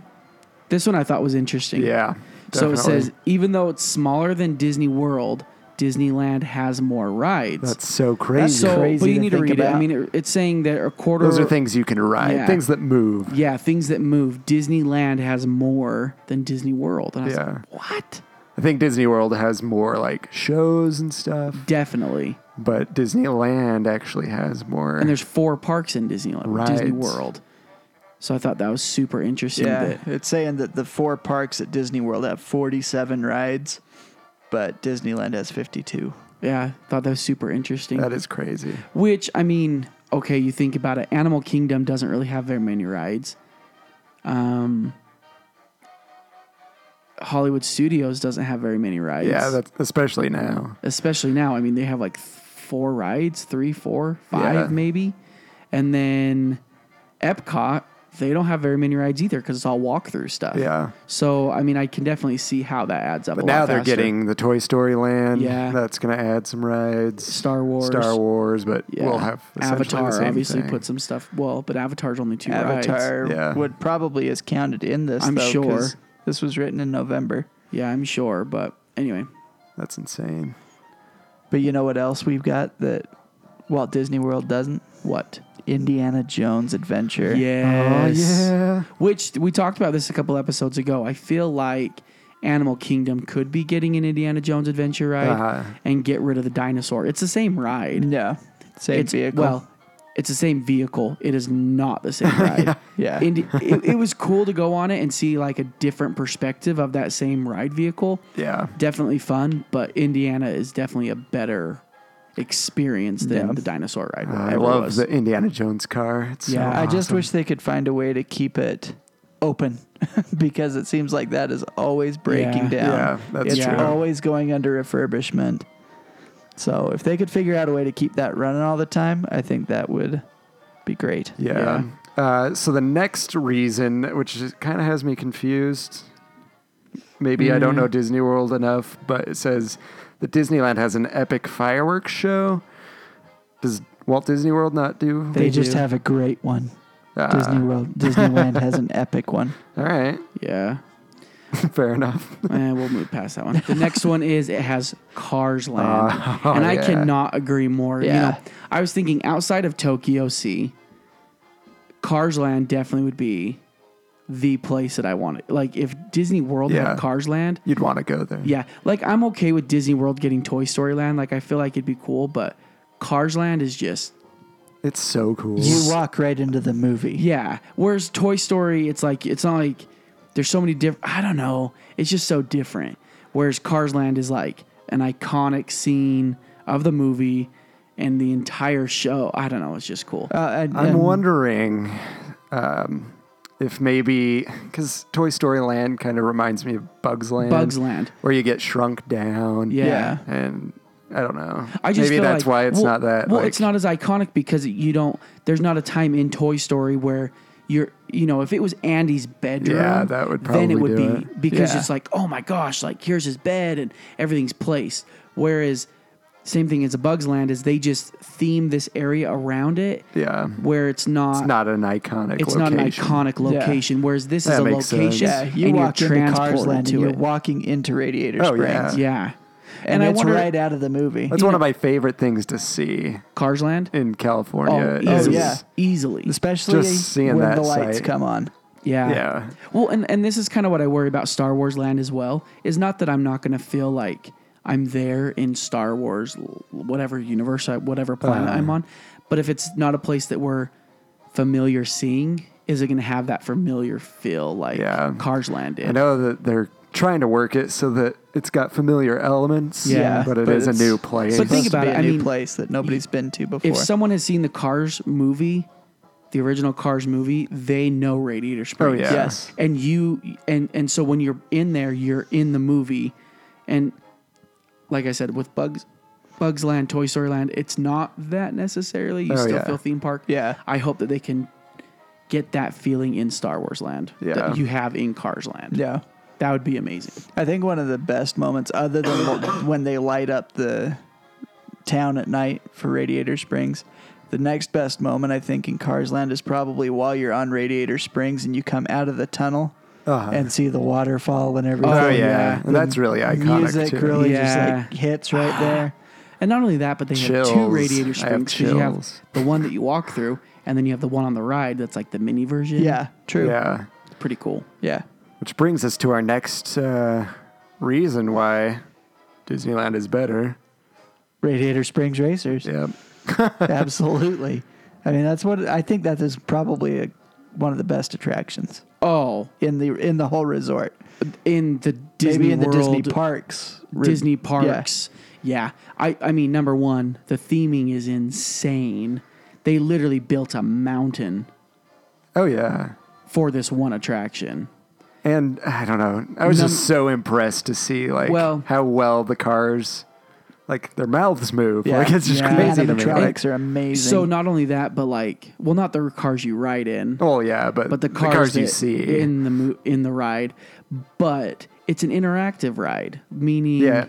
[SPEAKER 6] This one I thought was interesting.
[SPEAKER 5] yeah.
[SPEAKER 6] So
[SPEAKER 5] definitely.
[SPEAKER 6] it says even though it's smaller than Disney World, Disneyland has more rides.
[SPEAKER 5] that's so crazy.
[SPEAKER 6] so,
[SPEAKER 8] crazy
[SPEAKER 6] but you
[SPEAKER 8] to
[SPEAKER 6] need to
[SPEAKER 8] think
[SPEAKER 6] read it. I
[SPEAKER 8] about.
[SPEAKER 6] mean, it, it's saying that a quarter.
[SPEAKER 5] Those are things you can ride.
[SPEAKER 6] Yeah.
[SPEAKER 5] Things that move.
[SPEAKER 6] Yeah, things that move. Disneyland has more than Disney World. And I was
[SPEAKER 5] Yeah.
[SPEAKER 6] like, what?
[SPEAKER 5] I think Disney World has more like shows and stuff,
[SPEAKER 6] Definitely.
[SPEAKER 5] but Disneyland actually has more.
[SPEAKER 6] And there's four parks in Disneyland, Disney
[SPEAKER 5] Rides.
[SPEAKER 6] World. So I thought that was super interesting.
[SPEAKER 8] Yeah,
[SPEAKER 6] That,
[SPEAKER 8] it's saying that the four parks at Disney World have 47 rides, but Disneyland has 52.
[SPEAKER 6] yeah, thought that was super interesting.
[SPEAKER 5] that is crazy.
[SPEAKER 6] Which I mean, okay, you think about it. Animal Kingdom doesn't really have very many rides. Um, Hollywood Studios doesn't have very many rides.
[SPEAKER 5] Yeah, that's especially now.
[SPEAKER 6] especially now. I mean, they have like th- four rides, three, four, five,
[SPEAKER 5] Yeah.
[SPEAKER 6] maybe. And then Epcot, they don't have very many rides either because it's all walkthrough stuff.
[SPEAKER 5] Yeah.
[SPEAKER 6] So, I mean, I can definitely see how that adds up.
[SPEAKER 5] But
[SPEAKER 6] a
[SPEAKER 5] now
[SPEAKER 6] lot
[SPEAKER 5] they're
[SPEAKER 6] faster.
[SPEAKER 5] getting the Toy Story Land.
[SPEAKER 6] Yeah.
[SPEAKER 5] That's going to add some rides.
[SPEAKER 6] Star Wars.
[SPEAKER 5] Star Wars, but
[SPEAKER 6] Yeah.
[SPEAKER 5] we'll have essentially
[SPEAKER 6] Avatar.
[SPEAKER 5] the same
[SPEAKER 6] obviously,
[SPEAKER 5] thing.
[SPEAKER 6] put some stuff. Well, but Avatar's only two rides.
[SPEAKER 8] Avatar
[SPEAKER 5] Yeah.
[SPEAKER 8] would probably is counted in this.
[SPEAKER 6] I'm
[SPEAKER 8] though,
[SPEAKER 6] sure.
[SPEAKER 8] 'cause this was written in November.
[SPEAKER 6] Yeah, I'm sure. But anyway,
[SPEAKER 5] That's insane.
[SPEAKER 8] But you know what else we've got that Walt Disney World doesn't? What? Indiana Jones Adventure.
[SPEAKER 6] yes.
[SPEAKER 5] Oh, yeah.
[SPEAKER 6] Which we talked about this a couple episodes ago. I feel like Animal Kingdom could be getting an Indiana Jones adventure ride
[SPEAKER 5] Uh-huh.
[SPEAKER 6] and get rid of the dinosaur. It's the same ride.
[SPEAKER 8] No. Same
[SPEAKER 6] it's,
[SPEAKER 8] vehicle.
[SPEAKER 6] Well, it's the same vehicle. It is not
[SPEAKER 5] <laughs>
[SPEAKER 6] the same ride.
[SPEAKER 8] Yeah.
[SPEAKER 6] Indi- it, it was cool to go on it and see like a different perspective of that same ride vehicle.
[SPEAKER 5] Yeah.
[SPEAKER 6] Definitely fun, but Indiana is definitely a better experience than
[SPEAKER 8] Yeah.
[SPEAKER 6] the dinosaur ride.
[SPEAKER 5] I
[SPEAKER 6] ever
[SPEAKER 5] love
[SPEAKER 6] was.
[SPEAKER 5] the Indiana Jones car. It's so
[SPEAKER 8] yeah, I just
[SPEAKER 5] awesome.
[SPEAKER 8] wish they could find a way to keep it open <laughs> because it seems like that is always breaking
[SPEAKER 6] Yeah.
[SPEAKER 8] down.
[SPEAKER 5] Yeah, that's
[SPEAKER 8] it's
[SPEAKER 6] true.
[SPEAKER 8] always going under refurbishment. So if they could figure out a way to keep that running all the time, I think that would be great.
[SPEAKER 5] Yeah. Uh, so the next reason, which kind of has me confused, maybe I don't know Disney World enough, but it says that Disneyland has an epic fireworks show. Does Walt Disney World not do?
[SPEAKER 8] They,
[SPEAKER 6] They
[SPEAKER 8] just
[SPEAKER 6] do.
[SPEAKER 8] have a great one. Disney World, Disneyland has an epic one.
[SPEAKER 5] All right, <laughs>
[SPEAKER 6] yeah.
[SPEAKER 5] fair enough.
[SPEAKER 6] Eh, we'll move past that one. The next one is it has Cars Land,
[SPEAKER 5] <laughs> Oh,
[SPEAKER 6] and I
[SPEAKER 5] yeah.
[SPEAKER 6] cannot agree more. You
[SPEAKER 8] Yeah.
[SPEAKER 6] know, I was thinking outside of Tokyo Sea, Cars Land definitely would be the place that I wanted. Like if Disney World
[SPEAKER 5] Yeah.
[SPEAKER 6] had Cars Land,
[SPEAKER 5] You'd want to go there.
[SPEAKER 6] yeah, like I'm okay with Disney World getting Toy Story Land. Like I feel like it'd be cool, but Cars Land is just
[SPEAKER 5] it's so cool.
[SPEAKER 8] You walk right into the movie.
[SPEAKER 6] yeah. Whereas Toy Story, it's like it's not like there's so many different. I don't know. It's just so different. Whereas Cars Land is like an iconic scene of the movie and the entire show. I don't know. It's just cool.
[SPEAKER 8] Uh, and,
[SPEAKER 5] I'm
[SPEAKER 8] and
[SPEAKER 5] wondering um, if maybe because Toy Story Land kind of reminds me of Bugs Land.
[SPEAKER 6] Bugs Land.
[SPEAKER 5] where you get shrunk down.
[SPEAKER 6] Yeah.
[SPEAKER 8] Yeah.
[SPEAKER 5] and I don't know.
[SPEAKER 6] I just
[SPEAKER 5] maybe
[SPEAKER 6] feel
[SPEAKER 5] that's
[SPEAKER 6] like-
[SPEAKER 5] why it's
[SPEAKER 6] well-
[SPEAKER 5] not that.
[SPEAKER 6] Well,
[SPEAKER 5] like,
[SPEAKER 6] it's not as iconic because you don't. There's not a time in Toy Story where you're. You know, if it was Andy's bedroom,
[SPEAKER 5] Yeah, that would
[SPEAKER 6] then
[SPEAKER 5] probably
[SPEAKER 6] it
[SPEAKER 5] do
[SPEAKER 6] would be
[SPEAKER 5] it.
[SPEAKER 6] because
[SPEAKER 8] Yeah.
[SPEAKER 6] it's like, oh my gosh, like here's his bed and everything's placed. Whereas, same thing as a Bugs Land is they just theme this area around it.
[SPEAKER 5] Yeah.
[SPEAKER 6] where it's not.
[SPEAKER 5] It's not an iconic.
[SPEAKER 6] it's not
[SPEAKER 5] location.
[SPEAKER 6] an iconic location. Whereas this is
[SPEAKER 5] That
[SPEAKER 6] a
[SPEAKER 5] makes sense.
[SPEAKER 6] location,
[SPEAKER 8] Yeah, you
[SPEAKER 6] and
[SPEAKER 8] walk
[SPEAKER 6] you're
[SPEAKER 8] into Cars
[SPEAKER 6] transported
[SPEAKER 8] Land and
[SPEAKER 6] to
[SPEAKER 8] you're
[SPEAKER 6] it.
[SPEAKER 8] walking into Radiator
[SPEAKER 5] Oh,
[SPEAKER 8] Springs.
[SPEAKER 5] yeah.
[SPEAKER 6] yeah,
[SPEAKER 8] And, it's
[SPEAKER 6] wonder-
[SPEAKER 8] right out of the movie.
[SPEAKER 5] That's one of my favorite things to see
[SPEAKER 6] Cars Land.
[SPEAKER 5] in California.
[SPEAKER 6] oh,
[SPEAKER 5] is-
[SPEAKER 6] easily,
[SPEAKER 8] yeah.
[SPEAKER 6] easily.
[SPEAKER 8] Especially
[SPEAKER 5] Just seeing
[SPEAKER 8] when
[SPEAKER 5] that
[SPEAKER 8] the lights
[SPEAKER 5] sight.
[SPEAKER 8] come on.
[SPEAKER 6] Yeah.
[SPEAKER 5] Yeah.
[SPEAKER 6] Well, and, and this is kind of what I worry about Star Wars Land as well. Is not that I'm not going to feel like I'm there in Star Wars, l- whatever universe, I, whatever planet
[SPEAKER 5] Uh-huh.
[SPEAKER 6] I'm on. But if it's not a place that we're familiar seeing, is it going to have that familiar feel like
[SPEAKER 5] Yeah.
[SPEAKER 6] Cars Land did?
[SPEAKER 5] I know that they're trying to work it so that it's got familiar elements.
[SPEAKER 6] Yeah.
[SPEAKER 5] but it
[SPEAKER 8] But
[SPEAKER 5] is a
[SPEAKER 8] it's-
[SPEAKER 5] new place.
[SPEAKER 6] But think
[SPEAKER 8] Supposed to
[SPEAKER 6] about
[SPEAKER 8] be
[SPEAKER 6] it,
[SPEAKER 8] a
[SPEAKER 6] I
[SPEAKER 8] new
[SPEAKER 6] mean,
[SPEAKER 8] place that nobody's been to before.
[SPEAKER 6] If someone has seen the Cars movie, the original Cars movie, they know Radiator Springs.
[SPEAKER 5] Oh, yeah.
[SPEAKER 8] yes.
[SPEAKER 6] and you and and so when you're in there you're in the movie and like i said with bugs bugs land toy story land it's not that necessarily you
[SPEAKER 5] Oh,
[SPEAKER 6] still
[SPEAKER 5] yeah.
[SPEAKER 6] feel theme park
[SPEAKER 8] Yeah.
[SPEAKER 6] i hope that they can get that feeling in star wars land
[SPEAKER 5] Yeah.
[SPEAKER 6] that you have in cars land
[SPEAKER 8] Yeah.
[SPEAKER 6] that would be amazing
[SPEAKER 8] I think one of the best moments, other
[SPEAKER 5] <coughs>
[SPEAKER 8] than what- when they light up the town at night for Radiator Springs, the next best moment I think in Cars Land is probably while you're on Radiator Springs and you come out of the tunnel and see the waterfall and everything.
[SPEAKER 5] Oh yeah, And that's really iconic
[SPEAKER 8] Music
[SPEAKER 5] too.
[SPEAKER 8] really
[SPEAKER 6] Yeah.
[SPEAKER 8] just like hits
[SPEAKER 5] <sighs>
[SPEAKER 8] right there.
[SPEAKER 6] and not only that but they have
[SPEAKER 5] Chills.
[SPEAKER 6] two
[SPEAKER 5] I
[SPEAKER 6] radiator
[SPEAKER 5] have
[SPEAKER 6] springs 'cause you have
[SPEAKER 5] chills.
[SPEAKER 6] the one that you walk through and then you have the one on the ride that's like the mini version
[SPEAKER 8] Yeah, true.
[SPEAKER 5] Yeah,
[SPEAKER 6] it's pretty cool
[SPEAKER 8] yeah.
[SPEAKER 5] which brings us to our next uh, reason why Disneyland is better.
[SPEAKER 8] Radiator Springs Racers.
[SPEAKER 5] Yeah,
[SPEAKER 8] <laughs>
[SPEAKER 5] <laughs>
[SPEAKER 8] Absolutely. I mean, that's what I think that is probably a, one of the best attractions
[SPEAKER 6] oh
[SPEAKER 8] in the in the whole resort.
[SPEAKER 6] in the disney
[SPEAKER 8] Maybe in the Disney
[SPEAKER 6] World-
[SPEAKER 8] parks. re-
[SPEAKER 6] Disney
[SPEAKER 8] yeah.
[SPEAKER 6] parks. Yeah. I, I mean, number one, the theming is insane. They literally built a mountain
[SPEAKER 5] Oh yeah.
[SPEAKER 6] for this one attraction.
[SPEAKER 5] And I don't know. I was
[SPEAKER 6] Num-
[SPEAKER 5] just so impressed to see like
[SPEAKER 6] Well-
[SPEAKER 5] how well the cars like their mouths move.
[SPEAKER 8] Yeah.
[SPEAKER 5] Like it's just
[SPEAKER 6] Yeah.
[SPEAKER 5] crazy to me. Like,
[SPEAKER 8] Animatronics are amazing.
[SPEAKER 6] So not only that, but like, well, not the cars you ride in,
[SPEAKER 5] oh yeah, but,
[SPEAKER 6] but the cars,
[SPEAKER 5] you
[SPEAKER 6] that-
[SPEAKER 5] see.
[SPEAKER 6] in the mo- in the ride. But it's an interactive ride, meaning
[SPEAKER 5] Yeah.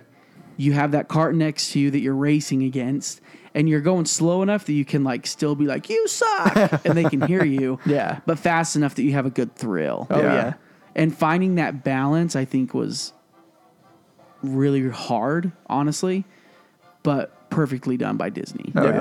[SPEAKER 6] you have that cart next to you that you're racing against, and you're going slow enough that you can like still be like, "You suck," and they can hear you.
[SPEAKER 8] Yeah.
[SPEAKER 6] but fast enough that you have a good thrill.
[SPEAKER 8] oh
[SPEAKER 5] Yeah.
[SPEAKER 8] yeah.
[SPEAKER 6] and finding that balance i think was really hard honestly but perfectly done by disney
[SPEAKER 5] oh
[SPEAKER 8] yeah.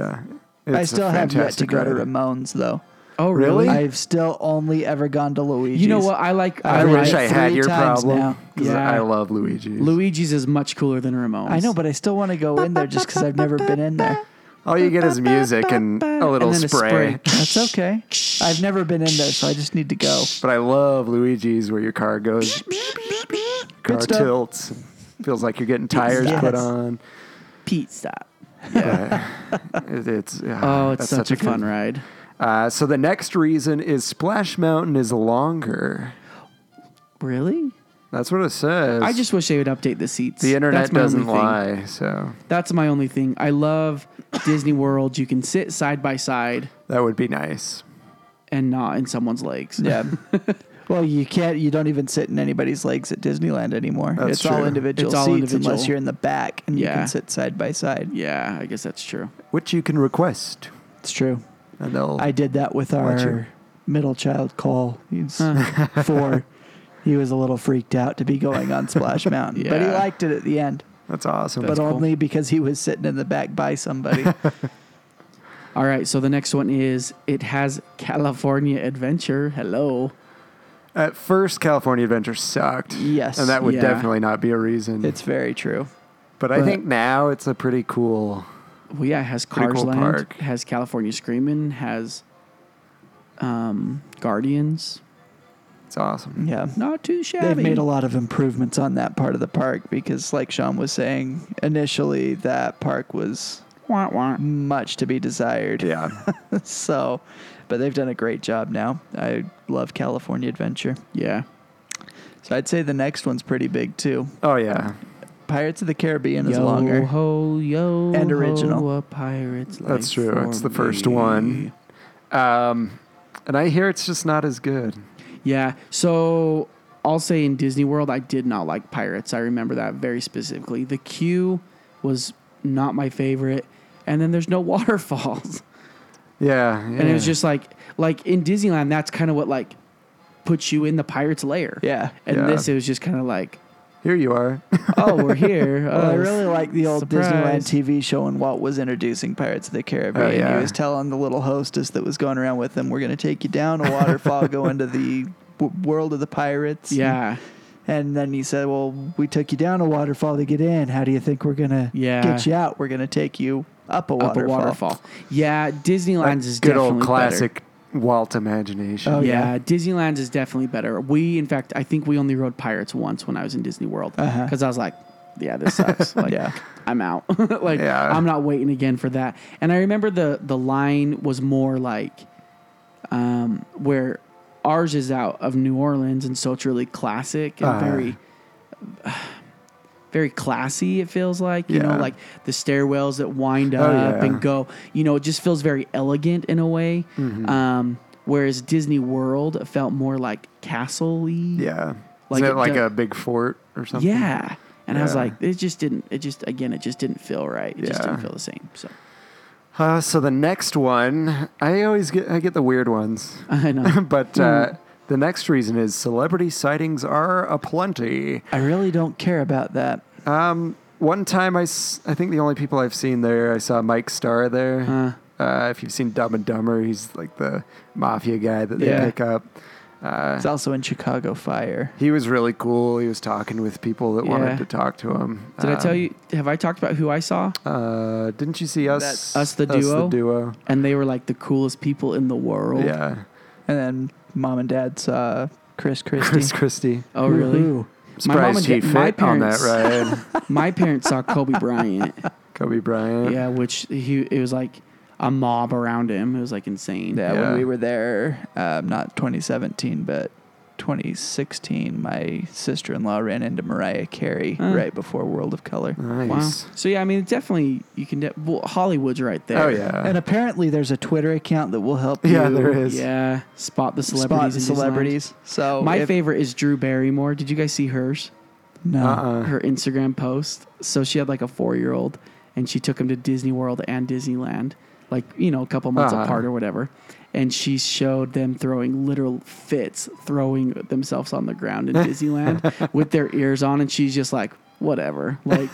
[SPEAKER 5] yeah.
[SPEAKER 8] I
[SPEAKER 5] It's a
[SPEAKER 8] still have yet to
[SPEAKER 5] fantastic
[SPEAKER 8] go to
[SPEAKER 5] ride.
[SPEAKER 8] Ramones though.
[SPEAKER 6] oh
[SPEAKER 5] really?
[SPEAKER 8] I've still only ever gone to Luigi's.
[SPEAKER 6] you know what i like i,
[SPEAKER 5] I
[SPEAKER 6] like
[SPEAKER 5] wish I had
[SPEAKER 8] three
[SPEAKER 5] your
[SPEAKER 8] times
[SPEAKER 5] problem
[SPEAKER 8] now.
[SPEAKER 5] 'cause
[SPEAKER 6] Yeah.
[SPEAKER 5] I love Luigi.
[SPEAKER 6] luigi's is much cooler than ramones
[SPEAKER 8] I know, but I still want to go in there just because I've never been in there.
[SPEAKER 5] All you get is music and a little
[SPEAKER 6] And then a
[SPEAKER 5] spray.
[SPEAKER 6] spray.
[SPEAKER 8] That's <laughs> okay. I've never been in there, so I just need to go.
[SPEAKER 5] But I love Luigi's where your car goes, car
[SPEAKER 8] stuff.
[SPEAKER 5] tilts. Feels like you're getting tires
[SPEAKER 8] Yes.
[SPEAKER 5] put on.
[SPEAKER 6] pizza
[SPEAKER 5] It- It's
[SPEAKER 6] oh
[SPEAKER 5] that's
[SPEAKER 6] it's such, a
[SPEAKER 5] good-
[SPEAKER 6] fun ride
[SPEAKER 5] Uh, so the next reason is Splash Mountain is longer.
[SPEAKER 6] really
[SPEAKER 5] That's what it says.
[SPEAKER 6] i just wish they would update the seats
[SPEAKER 5] the internet
[SPEAKER 6] That's my only
[SPEAKER 5] doesn't
[SPEAKER 6] thing.
[SPEAKER 5] lie. So
[SPEAKER 6] that's my only thing i love disney world you can sit side by side
[SPEAKER 5] that would be nice.
[SPEAKER 6] and not in someone's legs
[SPEAKER 8] Yeah. well, you can't. You don't even sit in anybody's legs at Disneyland anymore.
[SPEAKER 5] That's
[SPEAKER 8] it's all
[SPEAKER 5] true.
[SPEAKER 8] individual
[SPEAKER 6] It's all
[SPEAKER 8] seats
[SPEAKER 6] individual.
[SPEAKER 8] unless you're in the back and you
[SPEAKER 6] Yeah.
[SPEAKER 8] can sit side by side.
[SPEAKER 6] <laughs> yeah i guess that's true
[SPEAKER 5] Which you can request,
[SPEAKER 8] It's true.
[SPEAKER 5] and they'll.
[SPEAKER 8] I did that with
[SPEAKER 5] Why don't
[SPEAKER 8] our middle child Cole. He's
[SPEAKER 6] <laughs>
[SPEAKER 8] four. He was a little freaked out to be going on
[SPEAKER 6] <laughs>
[SPEAKER 8] Splash Mountain, but he
[SPEAKER 6] Yeah.
[SPEAKER 8] liked it at the end.
[SPEAKER 5] that's awesome.
[SPEAKER 8] but
[SPEAKER 6] cool.
[SPEAKER 8] only because he was sitting in the back by
[SPEAKER 6] <laughs>
[SPEAKER 8] somebody.
[SPEAKER 6] All right, so the next one is it has California Adventure. Hello.
[SPEAKER 5] At first, California Adventure sucked.
[SPEAKER 8] Yes.
[SPEAKER 5] and that would
[SPEAKER 6] Yeah.
[SPEAKER 5] definitely not be a reason.
[SPEAKER 8] it's very true.
[SPEAKER 5] but, I think now it's a pretty cool.
[SPEAKER 6] Well, yeah, it has Cars
[SPEAKER 5] cool
[SPEAKER 6] Land,
[SPEAKER 5] park.
[SPEAKER 6] has California Screaming, has um, Guardians.
[SPEAKER 5] It's awesome.
[SPEAKER 8] Yeah.
[SPEAKER 6] Not too shabby.
[SPEAKER 8] They've made a lot of improvements on that part of the park because, like Sean was saying, initially that park was
[SPEAKER 6] Wah, wah.
[SPEAKER 8] much to be desired.
[SPEAKER 5] Yeah,
[SPEAKER 8] <laughs> so, but they've done a great job now. I love California Adventure.
[SPEAKER 6] Yeah.
[SPEAKER 8] So I'd say the next one's pretty big too.
[SPEAKER 5] oh yeah,
[SPEAKER 8] Pirates of the Caribbean is
[SPEAKER 6] yo
[SPEAKER 8] longer.
[SPEAKER 6] ho yo
[SPEAKER 8] And original.
[SPEAKER 6] ho, a pirate's life
[SPEAKER 5] that's true.
[SPEAKER 6] for
[SPEAKER 5] It's the first
[SPEAKER 6] me.
[SPEAKER 5] one, um, and I hear it's just not as good.
[SPEAKER 6] Yeah. So I'll say in Disney World, I did not like Pirates. I remember that very specifically. The queue was not my favorite, and then there's no <laughs> waterfalls.
[SPEAKER 5] Yeah,
[SPEAKER 6] and it was
[SPEAKER 5] yeah.
[SPEAKER 6] just like like in Disneyland, that's kind of what like puts you in the pirate's lair.
[SPEAKER 8] Yeah.
[SPEAKER 6] And
[SPEAKER 5] Yeah.
[SPEAKER 6] this, it was just kind of like,
[SPEAKER 5] here you
[SPEAKER 6] <laughs>
[SPEAKER 5] are.
[SPEAKER 6] oh, we're here.
[SPEAKER 8] Well, I
[SPEAKER 6] Oh,
[SPEAKER 8] really like the old
[SPEAKER 6] surprise.
[SPEAKER 8] Disneyland TV show when Walt was introducing Pirates of the Caribbean.
[SPEAKER 5] Oh, yeah.
[SPEAKER 8] He was telling the little hostess that was going around with him, "We're going to take you down a waterfall, go into the w- world of the pirates."
[SPEAKER 6] Yeah.
[SPEAKER 8] And then he said, "Well, we took you down a waterfall to get in. How do you think we're going to
[SPEAKER 6] Yeah.
[SPEAKER 8] get you out? We're going to take you up a
[SPEAKER 6] Up a
[SPEAKER 8] waterfall."
[SPEAKER 6] waterfall. Yeah. Disneyland's is
[SPEAKER 5] good
[SPEAKER 6] definitely
[SPEAKER 5] old classic Walt imagination.
[SPEAKER 8] Oh,
[SPEAKER 6] Better.
[SPEAKER 8] yeah.
[SPEAKER 6] Yeah, Disneyland's is definitely better. We, in fact, I think we only rode Pirates once when I was in Disney World
[SPEAKER 8] Uh-huh.
[SPEAKER 6] because I was like, yeah,
[SPEAKER 5] <laughs>
[SPEAKER 6] this sucks. Like,
[SPEAKER 8] Yeah.
[SPEAKER 6] I'm out. <laughs> like,
[SPEAKER 5] Yeah.
[SPEAKER 6] I'm not waiting again for that. And I remember the the line was more like, um, where ours is out of New Orleans, and so it's really classic and
[SPEAKER 5] Uh-huh.
[SPEAKER 6] very. <sighs> Very classy, it feels like. You
[SPEAKER 5] Yeah.
[SPEAKER 6] know, like the stairwells that wind
[SPEAKER 5] Oh,
[SPEAKER 6] up
[SPEAKER 5] yeah.
[SPEAKER 6] and go. You know, it just feels very elegant in a way.
[SPEAKER 5] Mm-hmm.
[SPEAKER 6] Um, whereas Disney World felt more like castle y.
[SPEAKER 5] yeah,
[SPEAKER 6] Like
[SPEAKER 5] is
[SPEAKER 6] it
[SPEAKER 5] it like
[SPEAKER 6] do-
[SPEAKER 5] a big fort or something?
[SPEAKER 6] Yeah. And I was
[SPEAKER 5] Yeah.
[SPEAKER 6] like, it just didn't, it just, again, it just didn't feel right. It just
[SPEAKER 5] Yeah.
[SPEAKER 6] didn't feel the same. So <laughs>
[SPEAKER 5] Uh, so the next one, I always get I get the weird ones, <laughs>
[SPEAKER 6] I know.
[SPEAKER 5] but
[SPEAKER 6] Hmm.
[SPEAKER 5] uh, the next reason is celebrity sightings are aplenty. Um,
[SPEAKER 8] I really don't care about that.
[SPEAKER 5] One time, I, s- I think the only people I've seen there, I saw Mike Starr there. Uh, if you've seen Dumb and Dumber, he's like the mafia guy that they
[SPEAKER 8] Yeah.
[SPEAKER 5] pick up.
[SPEAKER 8] it's also in Chicago Fire.
[SPEAKER 5] He was really cool. He was talking with people that
[SPEAKER 6] Yeah.
[SPEAKER 5] wanted to talk to him. Um,
[SPEAKER 6] Did I
[SPEAKER 8] Um,
[SPEAKER 6] tell you, have I talked about who I saw?
[SPEAKER 5] Uh, didn't you see us?
[SPEAKER 8] That-
[SPEAKER 6] Us the Duo?
[SPEAKER 5] duo.
[SPEAKER 6] And they were like the coolest people in the world.
[SPEAKER 5] Yeah.
[SPEAKER 8] And then mom and dad saw Chris <laughs> Christie.
[SPEAKER 5] Chris Christie.
[SPEAKER 6] Oh, really?
[SPEAKER 8] Woohoo.
[SPEAKER 6] My mom
[SPEAKER 5] Surprised
[SPEAKER 6] and
[SPEAKER 5] he
[SPEAKER 6] da- my
[SPEAKER 5] fit on that
[SPEAKER 6] parents-
[SPEAKER 5] ride.
[SPEAKER 6] <laughs> My parents saw Kobe Bryant.
[SPEAKER 5] Kobe Bryant.
[SPEAKER 6] yeah. Which he, it was like a mob around him. It was like insane.
[SPEAKER 8] Yeah,
[SPEAKER 5] Yeah.
[SPEAKER 8] when we were there, um, not 2017, but 2016, my sister in law ran into Mariah Carey right before World of Color.
[SPEAKER 5] Nice.
[SPEAKER 6] Wow. So yeah, I mean, definitely you can. De- well, Hollywood's right there.
[SPEAKER 5] Oh yeah.
[SPEAKER 8] And apparently, there's a Twitter account that will help
[SPEAKER 5] yeah,
[SPEAKER 8] you
[SPEAKER 5] there is.
[SPEAKER 6] Yeah, spot the
[SPEAKER 8] spot
[SPEAKER 6] celebrities. in these lines.
[SPEAKER 8] celebrities. So
[SPEAKER 6] My
[SPEAKER 5] Oh,
[SPEAKER 8] if-
[SPEAKER 6] favorite is Drew Barrymore. Did you guys see hers?
[SPEAKER 8] No,
[SPEAKER 5] Uh-uh. Uh.
[SPEAKER 6] Her Instagram post. So she had like a four year old, and she took him to Disney World and Disneyland, like you know, a couple months
[SPEAKER 5] Uh-huh.
[SPEAKER 6] apart or whatever. And she showed them throwing literal fits, throwing themselves on the
[SPEAKER 5] <laughs>
[SPEAKER 6] ground in Disneyland with their ears on, and she's just like, whatever,
[SPEAKER 5] <laughs>
[SPEAKER 6] like.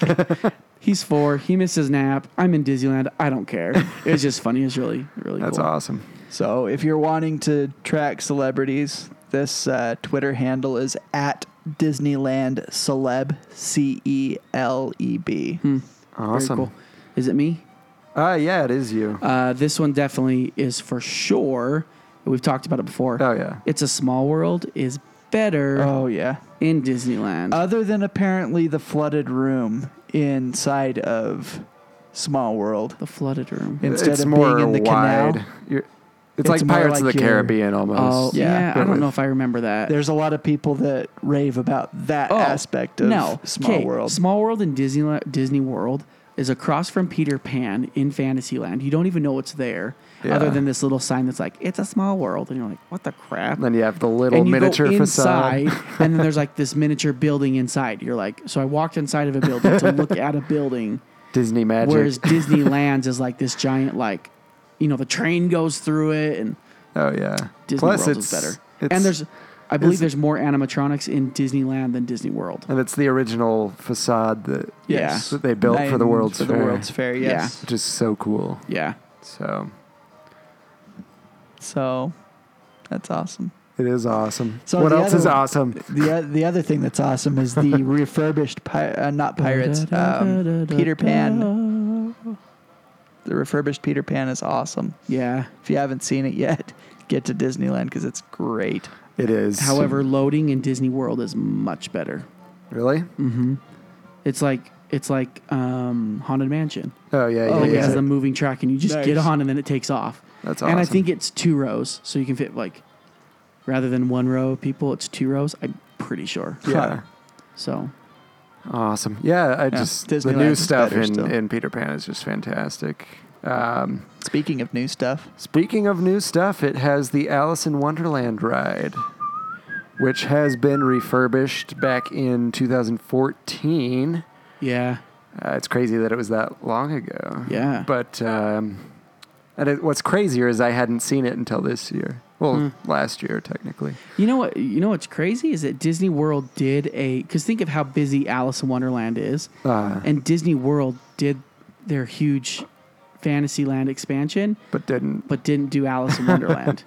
[SPEAKER 6] He's four. He missed his nap. I'm in Disneyland. I don't care. It was just funny. It was really, really
[SPEAKER 5] That's
[SPEAKER 6] cool.
[SPEAKER 5] awesome.
[SPEAKER 8] So if you're wanting to track celebrities, this uh, Twitter handle is at Disneyland Celeb C E L E B.
[SPEAKER 6] Very
[SPEAKER 5] Awesome.
[SPEAKER 6] cool. Is it me?
[SPEAKER 5] Ah, yeah, it is you.
[SPEAKER 6] Uh, this one definitely is for sure. We've talked about it before.
[SPEAKER 5] Oh, yeah.
[SPEAKER 6] It's a small world is better
[SPEAKER 8] Oh yeah.
[SPEAKER 6] in Disneyland.
[SPEAKER 8] Other than apparently the flooded room inside of Small World.
[SPEAKER 6] the flooded room.
[SPEAKER 8] Instead of being in the canal,
[SPEAKER 5] You're,
[SPEAKER 8] It's
[SPEAKER 5] it's, like
[SPEAKER 8] more
[SPEAKER 5] Pirates of
[SPEAKER 8] like
[SPEAKER 5] the
[SPEAKER 8] your-
[SPEAKER 5] Caribbean
[SPEAKER 6] oh
[SPEAKER 5] almost.
[SPEAKER 6] yeah,
[SPEAKER 8] yeah.
[SPEAKER 6] I don't know if I remember that.
[SPEAKER 8] there's a lot of people that rave about that
[SPEAKER 6] Oh,
[SPEAKER 8] aspect of
[SPEAKER 6] no.
[SPEAKER 8] Small
[SPEAKER 6] 'Kay,
[SPEAKER 8] World.
[SPEAKER 6] Small World in Disneyland, Disney World is across from Peter Pan in Fantasyland. You don't even know it's there, other
[SPEAKER 5] Yeah.
[SPEAKER 6] than this little sign that's like "It's a small world," and you're like, "What the crap?"
[SPEAKER 5] Then you have the little
[SPEAKER 6] and you
[SPEAKER 5] miniature
[SPEAKER 6] go
[SPEAKER 5] facade.
[SPEAKER 6] inside, and then there's like this miniature building inside. You're like, so I walked inside of a building to look at a building,
[SPEAKER 5] Disney magic.
[SPEAKER 6] whereas Disneyland's is like this giant, like, you know, the train goes through it, and
[SPEAKER 5] oh yeah.
[SPEAKER 6] Disney
[SPEAKER 5] Plus
[SPEAKER 6] World
[SPEAKER 5] it's
[SPEAKER 6] is better.
[SPEAKER 5] It's,
[SPEAKER 6] and there's, I believe
[SPEAKER 5] it's-
[SPEAKER 6] there's more animatronics in Disneyland than Disney World.
[SPEAKER 5] and it's the original facade that
[SPEAKER 6] Yes.
[SPEAKER 5] that they built for the
[SPEAKER 8] Named
[SPEAKER 5] World's
[SPEAKER 8] for the
[SPEAKER 5] Fair.
[SPEAKER 8] World's Fair,
[SPEAKER 6] Yeah.
[SPEAKER 8] yes.
[SPEAKER 5] Which is so cool.
[SPEAKER 6] Yeah,
[SPEAKER 5] So
[SPEAKER 8] So that's awesome.
[SPEAKER 5] it is awesome.
[SPEAKER 8] So
[SPEAKER 5] what
[SPEAKER 8] the
[SPEAKER 5] else
[SPEAKER 8] other
[SPEAKER 5] is
[SPEAKER 8] one-
[SPEAKER 5] awesome?
[SPEAKER 8] the uh, the other thing that's awesome
[SPEAKER 6] <laughs>
[SPEAKER 8] is the refurbished pi- uh, not pirates um, Peter Pan. The refurbished Peter Pan is awesome.
[SPEAKER 6] yeah.
[SPEAKER 8] If you haven't seen it yet, <laughs> get to Disneyland because it's great.
[SPEAKER 5] It is.
[SPEAKER 6] However, loading in Disney World is much better.
[SPEAKER 5] really?
[SPEAKER 6] It's like it's like um, Haunted Mansion.
[SPEAKER 5] Oh yeah, yeah,
[SPEAKER 6] like it
[SPEAKER 5] yeah.
[SPEAKER 6] has the moving track and you just get
[SPEAKER 8] Nice.
[SPEAKER 6] on and then it takes off.
[SPEAKER 5] That's
[SPEAKER 6] And I
[SPEAKER 5] awesome.
[SPEAKER 6] think it's two rows, so you can fit like rather than one row of people, it's two rows. I'm pretty sure.
[SPEAKER 5] yeah.
[SPEAKER 6] So
[SPEAKER 5] Awesome. Yeah, I just the
[SPEAKER 8] Disneyland
[SPEAKER 5] new
[SPEAKER 8] is
[SPEAKER 5] stuff
[SPEAKER 8] better
[SPEAKER 5] in,
[SPEAKER 8] still.
[SPEAKER 5] in Peter Pan is just fantastic. Um,
[SPEAKER 8] Speaking of new stuff,
[SPEAKER 5] Speaking of new stuff, it has the Alice in Wonderland ride, which has been refurbished back in 2014.
[SPEAKER 6] yeah,
[SPEAKER 5] Uh, it's crazy that it was that long ago.
[SPEAKER 6] Yeah.
[SPEAKER 5] But um, and it, what's crazier is I hadn't seen it until this year. Well,
[SPEAKER 6] Hmm.
[SPEAKER 5] last year technically.
[SPEAKER 6] you know what? You know what's crazy is that Disney World did a because think of how busy Alice in Wonderland is,
[SPEAKER 5] Uh,
[SPEAKER 6] and Disney World did their huge Fantasyland expansion,
[SPEAKER 5] but didn't.
[SPEAKER 6] but didn't do Alice in
[SPEAKER 5] <laughs>
[SPEAKER 6] Wonderland.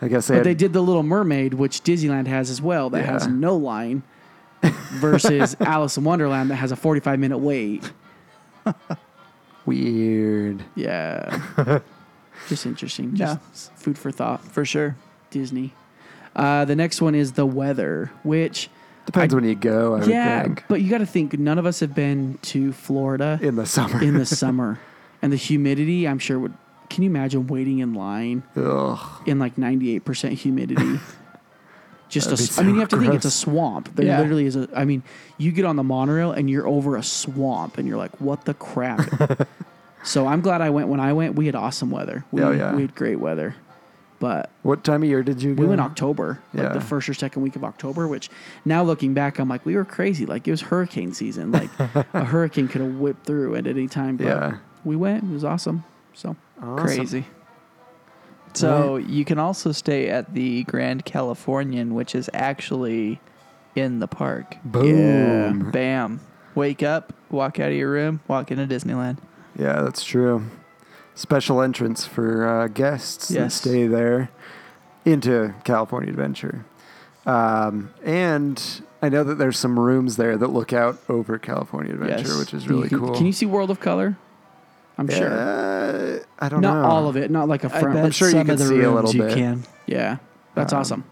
[SPEAKER 5] I guess they,
[SPEAKER 6] But
[SPEAKER 5] had,
[SPEAKER 6] they did the Little Mermaid, which Disneyland has as well. That has
[SPEAKER 5] Yeah.
[SPEAKER 6] no line,
[SPEAKER 5] <laughs>
[SPEAKER 6] versus Alice in Wonderland that has a forty-five minute wait.
[SPEAKER 5] weird.
[SPEAKER 6] Yeah,
[SPEAKER 5] <laughs>
[SPEAKER 6] just interesting. Just
[SPEAKER 8] Yeah.
[SPEAKER 6] s- food for thought.
[SPEAKER 8] for sure.
[SPEAKER 6] Disney. Uh, the next one is the weather, which
[SPEAKER 5] Depends when you go. I
[SPEAKER 6] yeah,
[SPEAKER 5] would think.
[SPEAKER 6] but you got to think none of us have been to Florida
[SPEAKER 5] <laughs> in the summer.
[SPEAKER 6] in the summer, and the humidity. I'm sure would. Can you imagine waiting in line
[SPEAKER 5] <laughs> Ugh.
[SPEAKER 6] in like 98%
[SPEAKER 5] <laughs>
[SPEAKER 6] humidity. Just a,
[SPEAKER 5] That'd be
[SPEAKER 6] s- I mean, you have to think it's a
[SPEAKER 5] gross.
[SPEAKER 6] swamp. There
[SPEAKER 8] Yeah.
[SPEAKER 6] literally is a. I mean, you get on the monorail and you're over a swamp, and you're like, "What
[SPEAKER 5] <laughs>
[SPEAKER 6] the crap?" so I'm glad I went when I went. We had awesome weather. We,
[SPEAKER 5] Oh, yeah.
[SPEAKER 6] we had great weather, but
[SPEAKER 5] What time of year did you go?
[SPEAKER 6] we went October, like
[SPEAKER 5] Yeah.
[SPEAKER 6] the first or second week of October. Which now looking back, I'm like, we were crazy. Like it was hurricane season. Like
[SPEAKER 5] <laughs>
[SPEAKER 6] a hurricane could have whipped through at any time. But
[SPEAKER 5] Yeah.
[SPEAKER 6] we went. It was awesome. So
[SPEAKER 8] Crazy. So you can also stay at the Grand Californian, which is actually in the park.
[SPEAKER 5] Boom.
[SPEAKER 6] Yeah.
[SPEAKER 8] Bam. Wake up, walk out of your room, walk into Disneyland.
[SPEAKER 5] Yeah, that's true. Special entrance for uh, guests that
[SPEAKER 8] Yes.
[SPEAKER 5] stay there into California Adventure. Um, and I know that there's some rooms there that look out over California Adventure,
[SPEAKER 8] Yes.
[SPEAKER 5] which is really
[SPEAKER 6] can,
[SPEAKER 5] cool.
[SPEAKER 6] Can you see World of Color? I'm sure.
[SPEAKER 5] Uh, I don't
[SPEAKER 6] Not
[SPEAKER 5] know.
[SPEAKER 6] all of it, not like a front.
[SPEAKER 5] bet- sure you
[SPEAKER 8] some
[SPEAKER 5] can
[SPEAKER 8] of the
[SPEAKER 5] see a
[SPEAKER 8] rooms
[SPEAKER 5] little
[SPEAKER 8] you
[SPEAKER 5] bit.
[SPEAKER 8] can.
[SPEAKER 6] Yeah, that's awesome.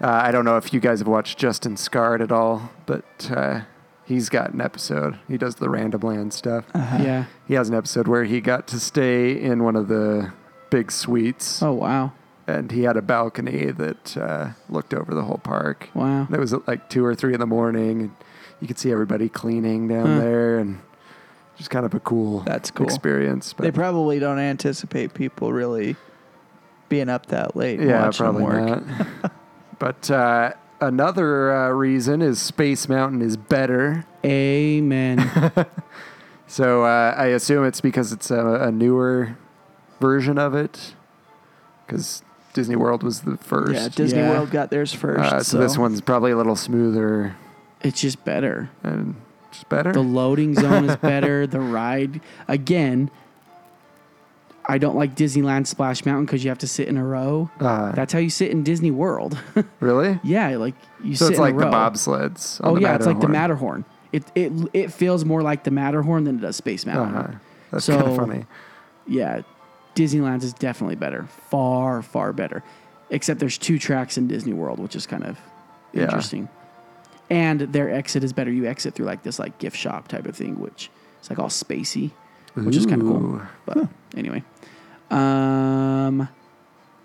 [SPEAKER 5] Uh, I don't know if you guys have watched Justin Scarred at all, but uh, he's got an episode. He does the Random Land stuff. <laughs>
[SPEAKER 6] Yeah.
[SPEAKER 5] He has an episode where he got to stay in one of the big suites.
[SPEAKER 6] Oh wow.
[SPEAKER 5] and he had a balcony that uh, looked over the whole park.
[SPEAKER 6] Wow.
[SPEAKER 5] And It was at like two or three in the morning, and you could see everybody cleaning down
[SPEAKER 6] Huh.
[SPEAKER 5] there, and just kind of a cool
[SPEAKER 8] Hmm. That's cool.
[SPEAKER 5] experience. But
[SPEAKER 8] They probably don't anticipate people really being up that late. and
[SPEAKER 5] yeah,
[SPEAKER 8] watching
[SPEAKER 5] probably
[SPEAKER 8] them work.
[SPEAKER 5] not.
[SPEAKER 8] <laughs>
[SPEAKER 5] but uh, another uh, reason is Space Mountain is better. <laughs>
[SPEAKER 6] Amen.
[SPEAKER 5] So uh, I assume it's because it's a, a newer version of it, because Disney World was the first.
[SPEAKER 8] Yeah, Disney
[SPEAKER 6] Yeah.
[SPEAKER 8] World got theirs first.
[SPEAKER 5] Uh, so,
[SPEAKER 8] so
[SPEAKER 5] this one's probably a little smoother
[SPEAKER 6] it's just better.
[SPEAKER 5] and just better.
[SPEAKER 6] The loading zone is better. The ride, again, I don't like Disneyland Splash Mountain because you have to sit in a row.
[SPEAKER 5] Uh,
[SPEAKER 6] That's how you sit in Disney World. <laughs>
[SPEAKER 5] really?
[SPEAKER 6] yeah, like you
[SPEAKER 5] So
[SPEAKER 6] sit
[SPEAKER 5] it's
[SPEAKER 6] in
[SPEAKER 5] like
[SPEAKER 6] a
[SPEAKER 5] the
[SPEAKER 6] row.
[SPEAKER 5] bobsleds. On
[SPEAKER 6] Oh
[SPEAKER 5] the
[SPEAKER 6] yeah, it's like the
[SPEAKER 5] Matterhorn.
[SPEAKER 6] Matterhorn. It it it feels more like the Matterhorn than it does Space Mountain.
[SPEAKER 5] Uh-huh. That's
[SPEAKER 6] So-
[SPEAKER 5] kind of funny.
[SPEAKER 6] Yeah, Disneyland is definitely better, far far better. Except there's two tracks in Disney World, which is kind of
[SPEAKER 5] Yeah.
[SPEAKER 6] interesting. And their exit is better. You exit through like this like gift shop type of thing, which is like all spacey, which is kind of cool.
[SPEAKER 5] Ooh.
[SPEAKER 6] But anyway, um,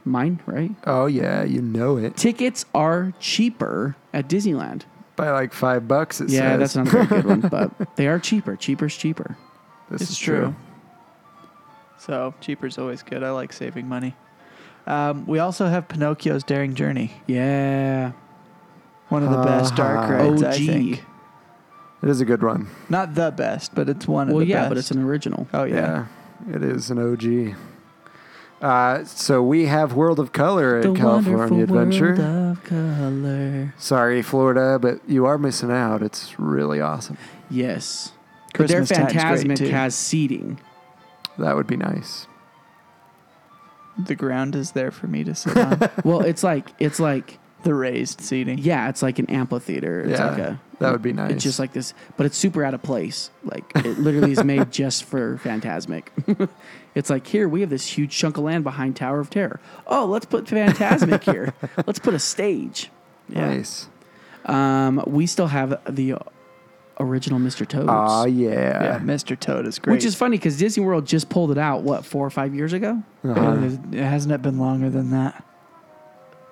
[SPEAKER 6] mine right?
[SPEAKER 5] Oh yeah, you know it
[SPEAKER 6] Tickets are cheaper at Disneyland.
[SPEAKER 5] by like five bucks. It
[SPEAKER 6] Yeah,
[SPEAKER 5] says. <laughs>
[SPEAKER 6] that's not a very good one, but they are cheaper. Cheaper's cheaper.
[SPEAKER 5] This
[SPEAKER 8] It's
[SPEAKER 5] is true.
[SPEAKER 8] true. So cheaper's always good. I like saving money. Um, we also have Pinocchio's Daring Journey,
[SPEAKER 6] Yeah.
[SPEAKER 8] one of the best dark
[SPEAKER 5] Ha ha.
[SPEAKER 8] rides. I
[SPEAKER 6] OG.
[SPEAKER 8] think
[SPEAKER 5] It is a good one.
[SPEAKER 8] not the best, but it's one of
[SPEAKER 6] Well,
[SPEAKER 8] the
[SPEAKER 6] yeah,
[SPEAKER 8] best.
[SPEAKER 6] but it's an original.
[SPEAKER 8] oh yeah.
[SPEAKER 5] Yeah, it is an OG. Uh, so we have World of Color at
[SPEAKER 6] the
[SPEAKER 5] California
[SPEAKER 6] wonderful
[SPEAKER 5] Adventure.
[SPEAKER 6] world of color.
[SPEAKER 5] Sorry, Florida, but you are missing out. It's really awesome.
[SPEAKER 6] Yes.
[SPEAKER 8] Christmas
[SPEAKER 6] but their
[SPEAKER 8] time's
[SPEAKER 6] Fantasmic
[SPEAKER 8] great, too.
[SPEAKER 6] has seating.
[SPEAKER 5] That would be nice.
[SPEAKER 8] The ground is there for me to
[SPEAKER 6] <laughs>
[SPEAKER 8] sit on.
[SPEAKER 6] Well, it's like it's like
[SPEAKER 8] the raised seating.
[SPEAKER 6] yeah, it's like an amphitheater. It's
[SPEAKER 5] Yeah,
[SPEAKER 6] like a
[SPEAKER 5] that would be nice.
[SPEAKER 6] It's just like this, but it's super out of place. Like it literally is made <laughs> just for Fantasmic. <laughs> it's like here we have this huge chunk of land behind Tower of Terror. Oh, let's put
[SPEAKER 5] <laughs>
[SPEAKER 6] Fantasmic here. Let's put a stage.
[SPEAKER 5] Nice.
[SPEAKER 6] Um, we still have the original Mr. Toads,
[SPEAKER 5] Aw, yeah.
[SPEAKER 8] Yeah, Mr. Toad is great.
[SPEAKER 6] which is funny because Disney World just pulled it out. What four or five years ago?
[SPEAKER 5] Uh-huh.
[SPEAKER 8] It hasn't it been longer than that?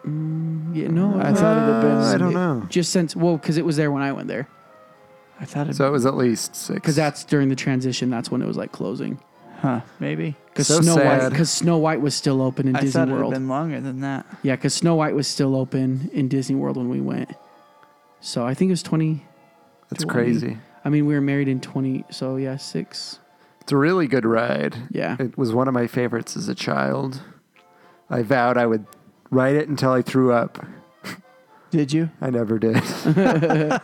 [SPEAKER 6] Yeah, no,
[SPEAKER 8] I thought it had been.
[SPEAKER 5] Uh, I don't know.
[SPEAKER 6] just since well, because it was there when I went there.
[SPEAKER 8] I thought it.
[SPEAKER 5] So it was at least six.
[SPEAKER 6] Because that's during the transition. That's when it was like closing.
[SPEAKER 8] huh? Maybe.
[SPEAKER 6] Because
[SPEAKER 5] So
[SPEAKER 6] Snow White,
[SPEAKER 5] sad.
[SPEAKER 6] because Snow White was still open in
[SPEAKER 8] I
[SPEAKER 6] Disney
[SPEAKER 8] thought it
[SPEAKER 6] World.
[SPEAKER 8] had been longer than that.
[SPEAKER 6] Yeah, because Snow White was still open in Disney World when we went. So I think it was twenty.
[SPEAKER 5] that's
[SPEAKER 6] 20.
[SPEAKER 5] crazy.
[SPEAKER 6] I mean, we were married in twenty. So yeah, six.
[SPEAKER 5] It's a really good ride.
[SPEAKER 6] Yeah.
[SPEAKER 5] It was one of my favorites as a child. I vowed I would ride it until I threw up.
[SPEAKER 8] Did you?
[SPEAKER 5] I never did. <laughs> uh,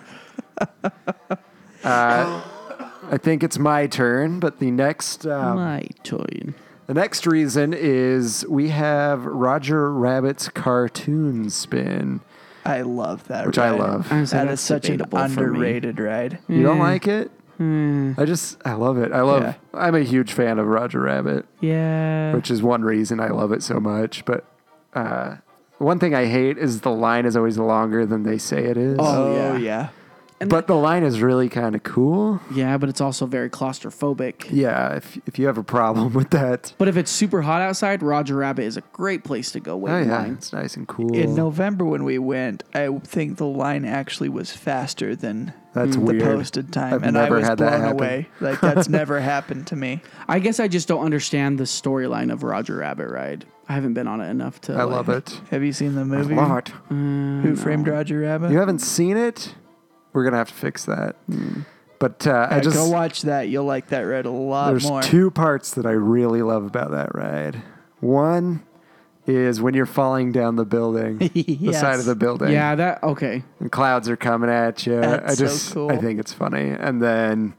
[SPEAKER 5] I think it's my turn, but the next um,
[SPEAKER 6] My turn.
[SPEAKER 5] the next reason is we have Roger Rabbit's cartoon spin.
[SPEAKER 8] I love that.
[SPEAKER 5] Which I
[SPEAKER 8] ride.
[SPEAKER 5] love.
[SPEAKER 6] Honestly,
[SPEAKER 8] that
[SPEAKER 6] that's
[SPEAKER 8] is such an
[SPEAKER 6] debatable for me.
[SPEAKER 8] underrated ride.
[SPEAKER 5] You don't like it? I just I love it. I love.
[SPEAKER 8] Yeah.
[SPEAKER 5] I'm a huge fan of Roger Rabbit,
[SPEAKER 6] Yeah.
[SPEAKER 5] which is one reason I love it so much. But uh, one thing I hate is the line is always longer than they say it is.
[SPEAKER 6] Oh,
[SPEAKER 8] Oh,
[SPEAKER 6] yeah.
[SPEAKER 8] yeah.
[SPEAKER 5] but the line is really kind of cool.
[SPEAKER 6] Yeah, but it's also very claustrophobic.
[SPEAKER 5] Yeah, if if you have a problem with that,
[SPEAKER 6] But if it's super hot outside, Roger Rabbit is a great place to go wait
[SPEAKER 5] oh
[SPEAKER 6] in
[SPEAKER 5] yeah,
[SPEAKER 6] line.
[SPEAKER 5] it's nice and cool.
[SPEAKER 8] In November when we went, I think the line actually was faster than
[SPEAKER 5] That's
[SPEAKER 8] the
[SPEAKER 6] Hmm.
[SPEAKER 5] weird.
[SPEAKER 8] posted time,
[SPEAKER 5] I've
[SPEAKER 8] and I
[SPEAKER 5] never
[SPEAKER 8] was
[SPEAKER 5] had that
[SPEAKER 8] blown
[SPEAKER 5] happen.
[SPEAKER 8] away. Like
[SPEAKER 6] <laughs>
[SPEAKER 8] that's never happened to me.
[SPEAKER 6] I guess I just don't understand the storyline of Roger Rabbit Ride. I haven't been on it enough to.
[SPEAKER 5] I love
[SPEAKER 8] <laughs>
[SPEAKER 5] it.
[SPEAKER 8] Have you seen the movie
[SPEAKER 5] Lot. Mm-hmm.
[SPEAKER 8] Who Framed Roger Rabbit?
[SPEAKER 5] You haven't seen it? We're gonna have to fix that. But uh, I
[SPEAKER 8] Yeah,
[SPEAKER 5] just
[SPEAKER 8] go watch that. You'll like that ride a lot
[SPEAKER 5] There's
[SPEAKER 8] more.
[SPEAKER 5] two parts that I really love about that ride. One is when you're falling down the
[SPEAKER 8] <laughs>
[SPEAKER 5] building, the side of
[SPEAKER 8] Yes.
[SPEAKER 5] the building,
[SPEAKER 6] Yeah, that okay.
[SPEAKER 5] and clouds are coming at you.
[SPEAKER 8] That's
[SPEAKER 5] I
[SPEAKER 8] so
[SPEAKER 5] just,
[SPEAKER 8] cool.
[SPEAKER 5] I think it's funny. And then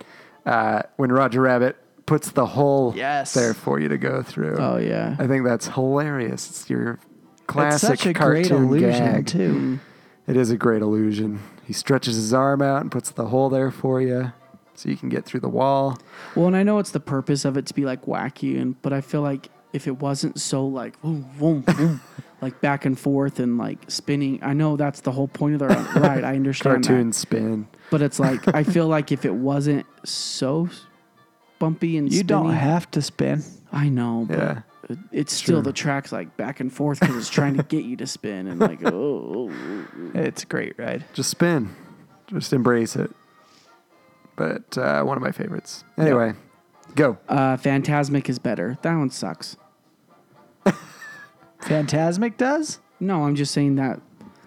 [SPEAKER 5] uh, when Roger Rabbit puts the hole
[SPEAKER 8] Yes.
[SPEAKER 5] there for you to go through.
[SPEAKER 6] Oh yeah,
[SPEAKER 5] I think that's hilarious. It's your
[SPEAKER 8] It's
[SPEAKER 5] classic
[SPEAKER 8] such a
[SPEAKER 5] cartoon Mm-hmm.
[SPEAKER 8] great illusion
[SPEAKER 5] gag.
[SPEAKER 8] too.
[SPEAKER 5] It is a great illusion. He stretches his arm out and puts the hole there for you, so you can get through the wall.
[SPEAKER 6] Well, and I know it's the purpose of it to be like wacky, and but I feel like if it wasn't so like vroom, vroom, vroom, <laughs> like back and forth and like spinning, I know that's the whole point of
[SPEAKER 8] <laughs>
[SPEAKER 6] the ri- ride. I understand
[SPEAKER 5] Cartoon
[SPEAKER 6] that,
[SPEAKER 5] spin.
[SPEAKER 6] but it's like I feel like if it wasn't so bumpy and
[SPEAKER 8] You don't
[SPEAKER 6] spinny-
[SPEAKER 8] have to spin.
[SPEAKER 6] I know, but
[SPEAKER 5] Yeah.
[SPEAKER 6] it's still the track's like back and forth because it's trying to get you to spin and
[SPEAKER 8] <laughs>
[SPEAKER 6] like oh, oh, oh.
[SPEAKER 8] It's a great ride.
[SPEAKER 5] Just spin, just embrace it. But uh, one of my favorites. Anyway, go.
[SPEAKER 6] Uh, Phantasmic is better. That one sucks.
[SPEAKER 8] Phantasmic does?
[SPEAKER 6] No, I'm just saying that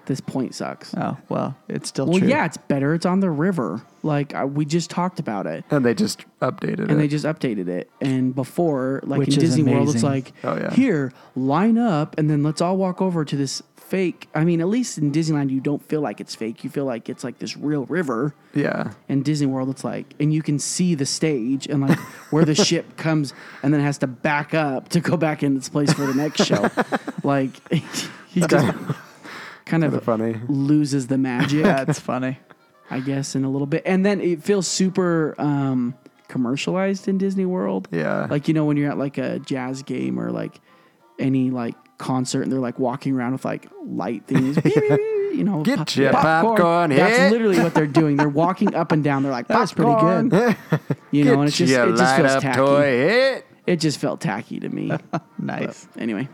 [SPEAKER 6] this point sucks.
[SPEAKER 8] Oh, well, it's still
[SPEAKER 6] well,
[SPEAKER 8] true.
[SPEAKER 6] yeah, it's better. It's on the river. Like I, we just talked about it,
[SPEAKER 5] and they just updated it.
[SPEAKER 6] and they just updated it. And before, like
[SPEAKER 8] Which
[SPEAKER 6] in
[SPEAKER 8] is
[SPEAKER 6] Disney World, it's
[SPEAKER 8] amazing.
[SPEAKER 6] like
[SPEAKER 5] Oh, yeah.
[SPEAKER 6] here, line up, and then let's all walk over to this fake. I mean, at least in Disneyland, you don't feel like it's fake. You feel like it's like this real river.
[SPEAKER 5] yeah.
[SPEAKER 6] in Disney World, it's like, and you can see the stage and
[SPEAKER 8] <laughs>
[SPEAKER 6] like where the ship comes and then has to back up to go back in its place for the next
[SPEAKER 8] <laughs>
[SPEAKER 6] show. like, <laughs> he just kind of,
[SPEAKER 5] funny.
[SPEAKER 6] loses the magic,
[SPEAKER 8] yeah,
[SPEAKER 6] <laughs>
[SPEAKER 8] it's funny.
[SPEAKER 6] I guess, in a little bit. And then it feels super um, commercialized in Disney World.
[SPEAKER 5] Yeah.
[SPEAKER 6] Like, you know, when you're at like a jazz game or like any like concert and they're like walking around with like light
[SPEAKER 5] <laughs>
[SPEAKER 6] things. You know,
[SPEAKER 5] Get
[SPEAKER 6] pop-
[SPEAKER 5] your popcorn
[SPEAKER 6] That's
[SPEAKER 5] hit.
[SPEAKER 6] literally what they're
[SPEAKER 5] <laughs>
[SPEAKER 6] doing. They're walking up and down. They're like,
[SPEAKER 8] That's
[SPEAKER 6] "That's
[SPEAKER 8] pretty
[SPEAKER 6] pretty good."
[SPEAKER 8] good.
[SPEAKER 6] You know, and it just
[SPEAKER 5] your
[SPEAKER 6] it just
[SPEAKER 5] light
[SPEAKER 6] feels
[SPEAKER 5] up
[SPEAKER 6] tacky.
[SPEAKER 5] toy hit.
[SPEAKER 6] It just felt tacky
[SPEAKER 5] <laughs>
[SPEAKER 6] to me.
[SPEAKER 8] nice.
[SPEAKER 6] anyway,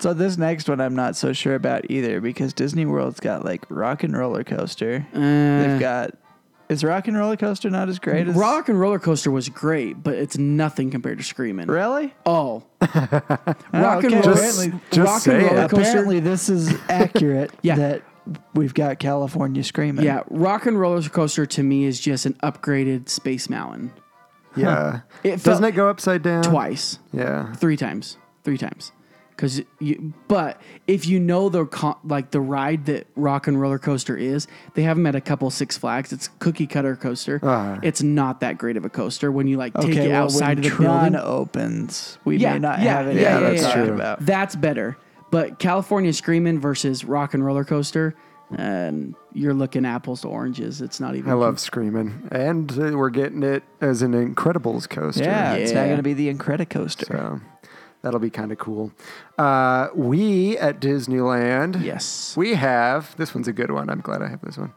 [SPEAKER 8] So this next one I'm not so sure about either because Disney World's got like Rock and Roller Coaster. They've got is Rock and Roller Coaster not as great as
[SPEAKER 6] Uh. Rock and Roller Coaster was great, but it's nothing compared to Screaming.
[SPEAKER 8] Really?
[SPEAKER 5] <laughs>
[SPEAKER 6] Oh, Rock
[SPEAKER 8] okay.
[SPEAKER 6] and Roller,
[SPEAKER 8] Just-
[SPEAKER 5] just
[SPEAKER 6] Rock and
[SPEAKER 5] say
[SPEAKER 6] Roller
[SPEAKER 5] it.
[SPEAKER 6] Coaster.
[SPEAKER 8] Apparently
[SPEAKER 6] <laughs>
[SPEAKER 8] this is accurate
[SPEAKER 6] Yeah.
[SPEAKER 8] that we've got California screaming.
[SPEAKER 6] yeah, Rock and Roller Coaster to me is just an upgraded Space Mountain.
[SPEAKER 5] Yeah.
[SPEAKER 6] It
[SPEAKER 5] Doesn't
[SPEAKER 6] felt-
[SPEAKER 5] it go upside down?
[SPEAKER 6] Twice.
[SPEAKER 5] Yeah.
[SPEAKER 6] three times three times because you but if you know the con- like the ride that rock and roller coaster is they have them at a couple six flags it's cookie cutter coaster
[SPEAKER 5] Ah.
[SPEAKER 6] it's not that great of a coaster when you like take
[SPEAKER 8] Okay,
[SPEAKER 6] it
[SPEAKER 8] well,
[SPEAKER 6] outside
[SPEAKER 8] when
[SPEAKER 6] of the
[SPEAKER 8] Tron
[SPEAKER 6] building
[SPEAKER 8] opens, we
[SPEAKER 6] yeah
[SPEAKER 8] may not
[SPEAKER 6] yeah
[SPEAKER 8] have
[SPEAKER 6] yeah,
[SPEAKER 8] it.
[SPEAKER 6] yeah,
[SPEAKER 5] that's
[SPEAKER 6] yeah,
[SPEAKER 5] true.
[SPEAKER 6] yeah.
[SPEAKER 8] about.
[SPEAKER 6] that's better but california screaming versus rock and roller coaster and you're looking apples to oranges it's not even
[SPEAKER 5] I love Screaming. And uh, we're getting it as an Incredibles coaster.
[SPEAKER 8] Yeah, it's not
[SPEAKER 6] Yeah.
[SPEAKER 8] going to be the Incredicoaster.
[SPEAKER 5] So that'll be kind of cool. Uh, we at Disneyland.
[SPEAKER 6] Yes.
[SPEAKER 5] We have, this one's a good one. I'm glad I have this one.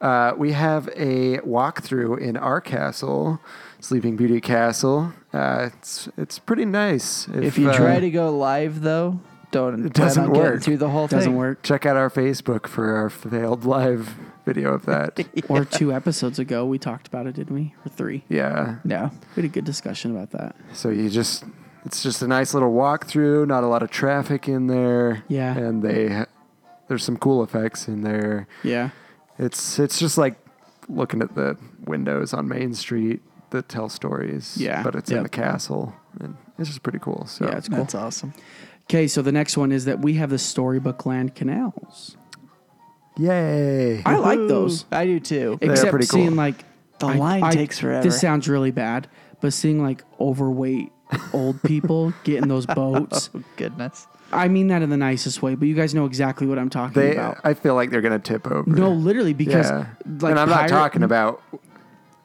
[SPEAKER 5] Uh, we have a walkthrough in our castle, Sleeping Beauty Castle. Uh, it's, it's pretty nice.
[SPEAKER 8] If you try
[SPEAKER 5] uh,
[SPEAKER 8] to go live though, don't it
[SPEAKER 5] doesn't work.
[SPEAKER 8] through the whole
[SPEAKER 6] doesn't
[SPEAKER 8] thing.
[SPEAKER 6] work
[SPEAKER 5] Check out our Facebook for our failed live video of
[SPEAKER 6] <laughs>
[SPEAKER 5] that.
[SPEAKER 6] or two episodes ago we talked about it didn't we or three
[SPEAKER 5] yeah.
[SPEAKER 8] No.
[SPEAKER 6] we had a good discussion about that
[SPEAKER 5] So you just, it's just a nice little walkthrough. Not a lot of traffic in there.
[SPEAKER 6] Yeah.
[SPEAKER 5] And they, there's some cool effects in there.
[SPEAKER 6] yeah
[SPEAKER 5] It's it's just like looking at the windows on Main Street that tell stories.
[SPEAKER 6] Yeah.
[SPEAKER 5] But it's
[SPEAKER 6] Yep.
[SPEAKER 5] in the castle. And it's just pretty cool. So
[SPEAKER 6] Yeah, it's cool.
[SPEAKER 8] That's awesome.
[SPEAKER 6] Okay, so the next one is that we have the Storybook Land canals.
[SPEAKER 5] Yay.
[SPEAKER 6] I like those,
[SPEAKER 8] I do too.
[SPEAKER 6] except
[SPEAKER 5] pretty cool.
[SPEAKER 6] seeing like
[SPEAKER 8] The line takes forever.
[SPEAKER 6] This sounds really bad, but seeing like overweight old people get in those boats.
[SPEAKER 8] oh goodness.
[SPEAKER 6] I mean that in the nicest way, but you guys know exactly what I'm talking
[SPEAKER 5] they
[SPEAKER 6] about.
[SPEAKER 5] I feel like they're going to tip over.
[SPEAKER 6] no, literally, because
[SPEAKER 5] Yeah.
[SPEAKER 6] like
[SPEAKER 5] and I'm not
[SPEAKER 6] pirate-
[SPEAKER 5] talking about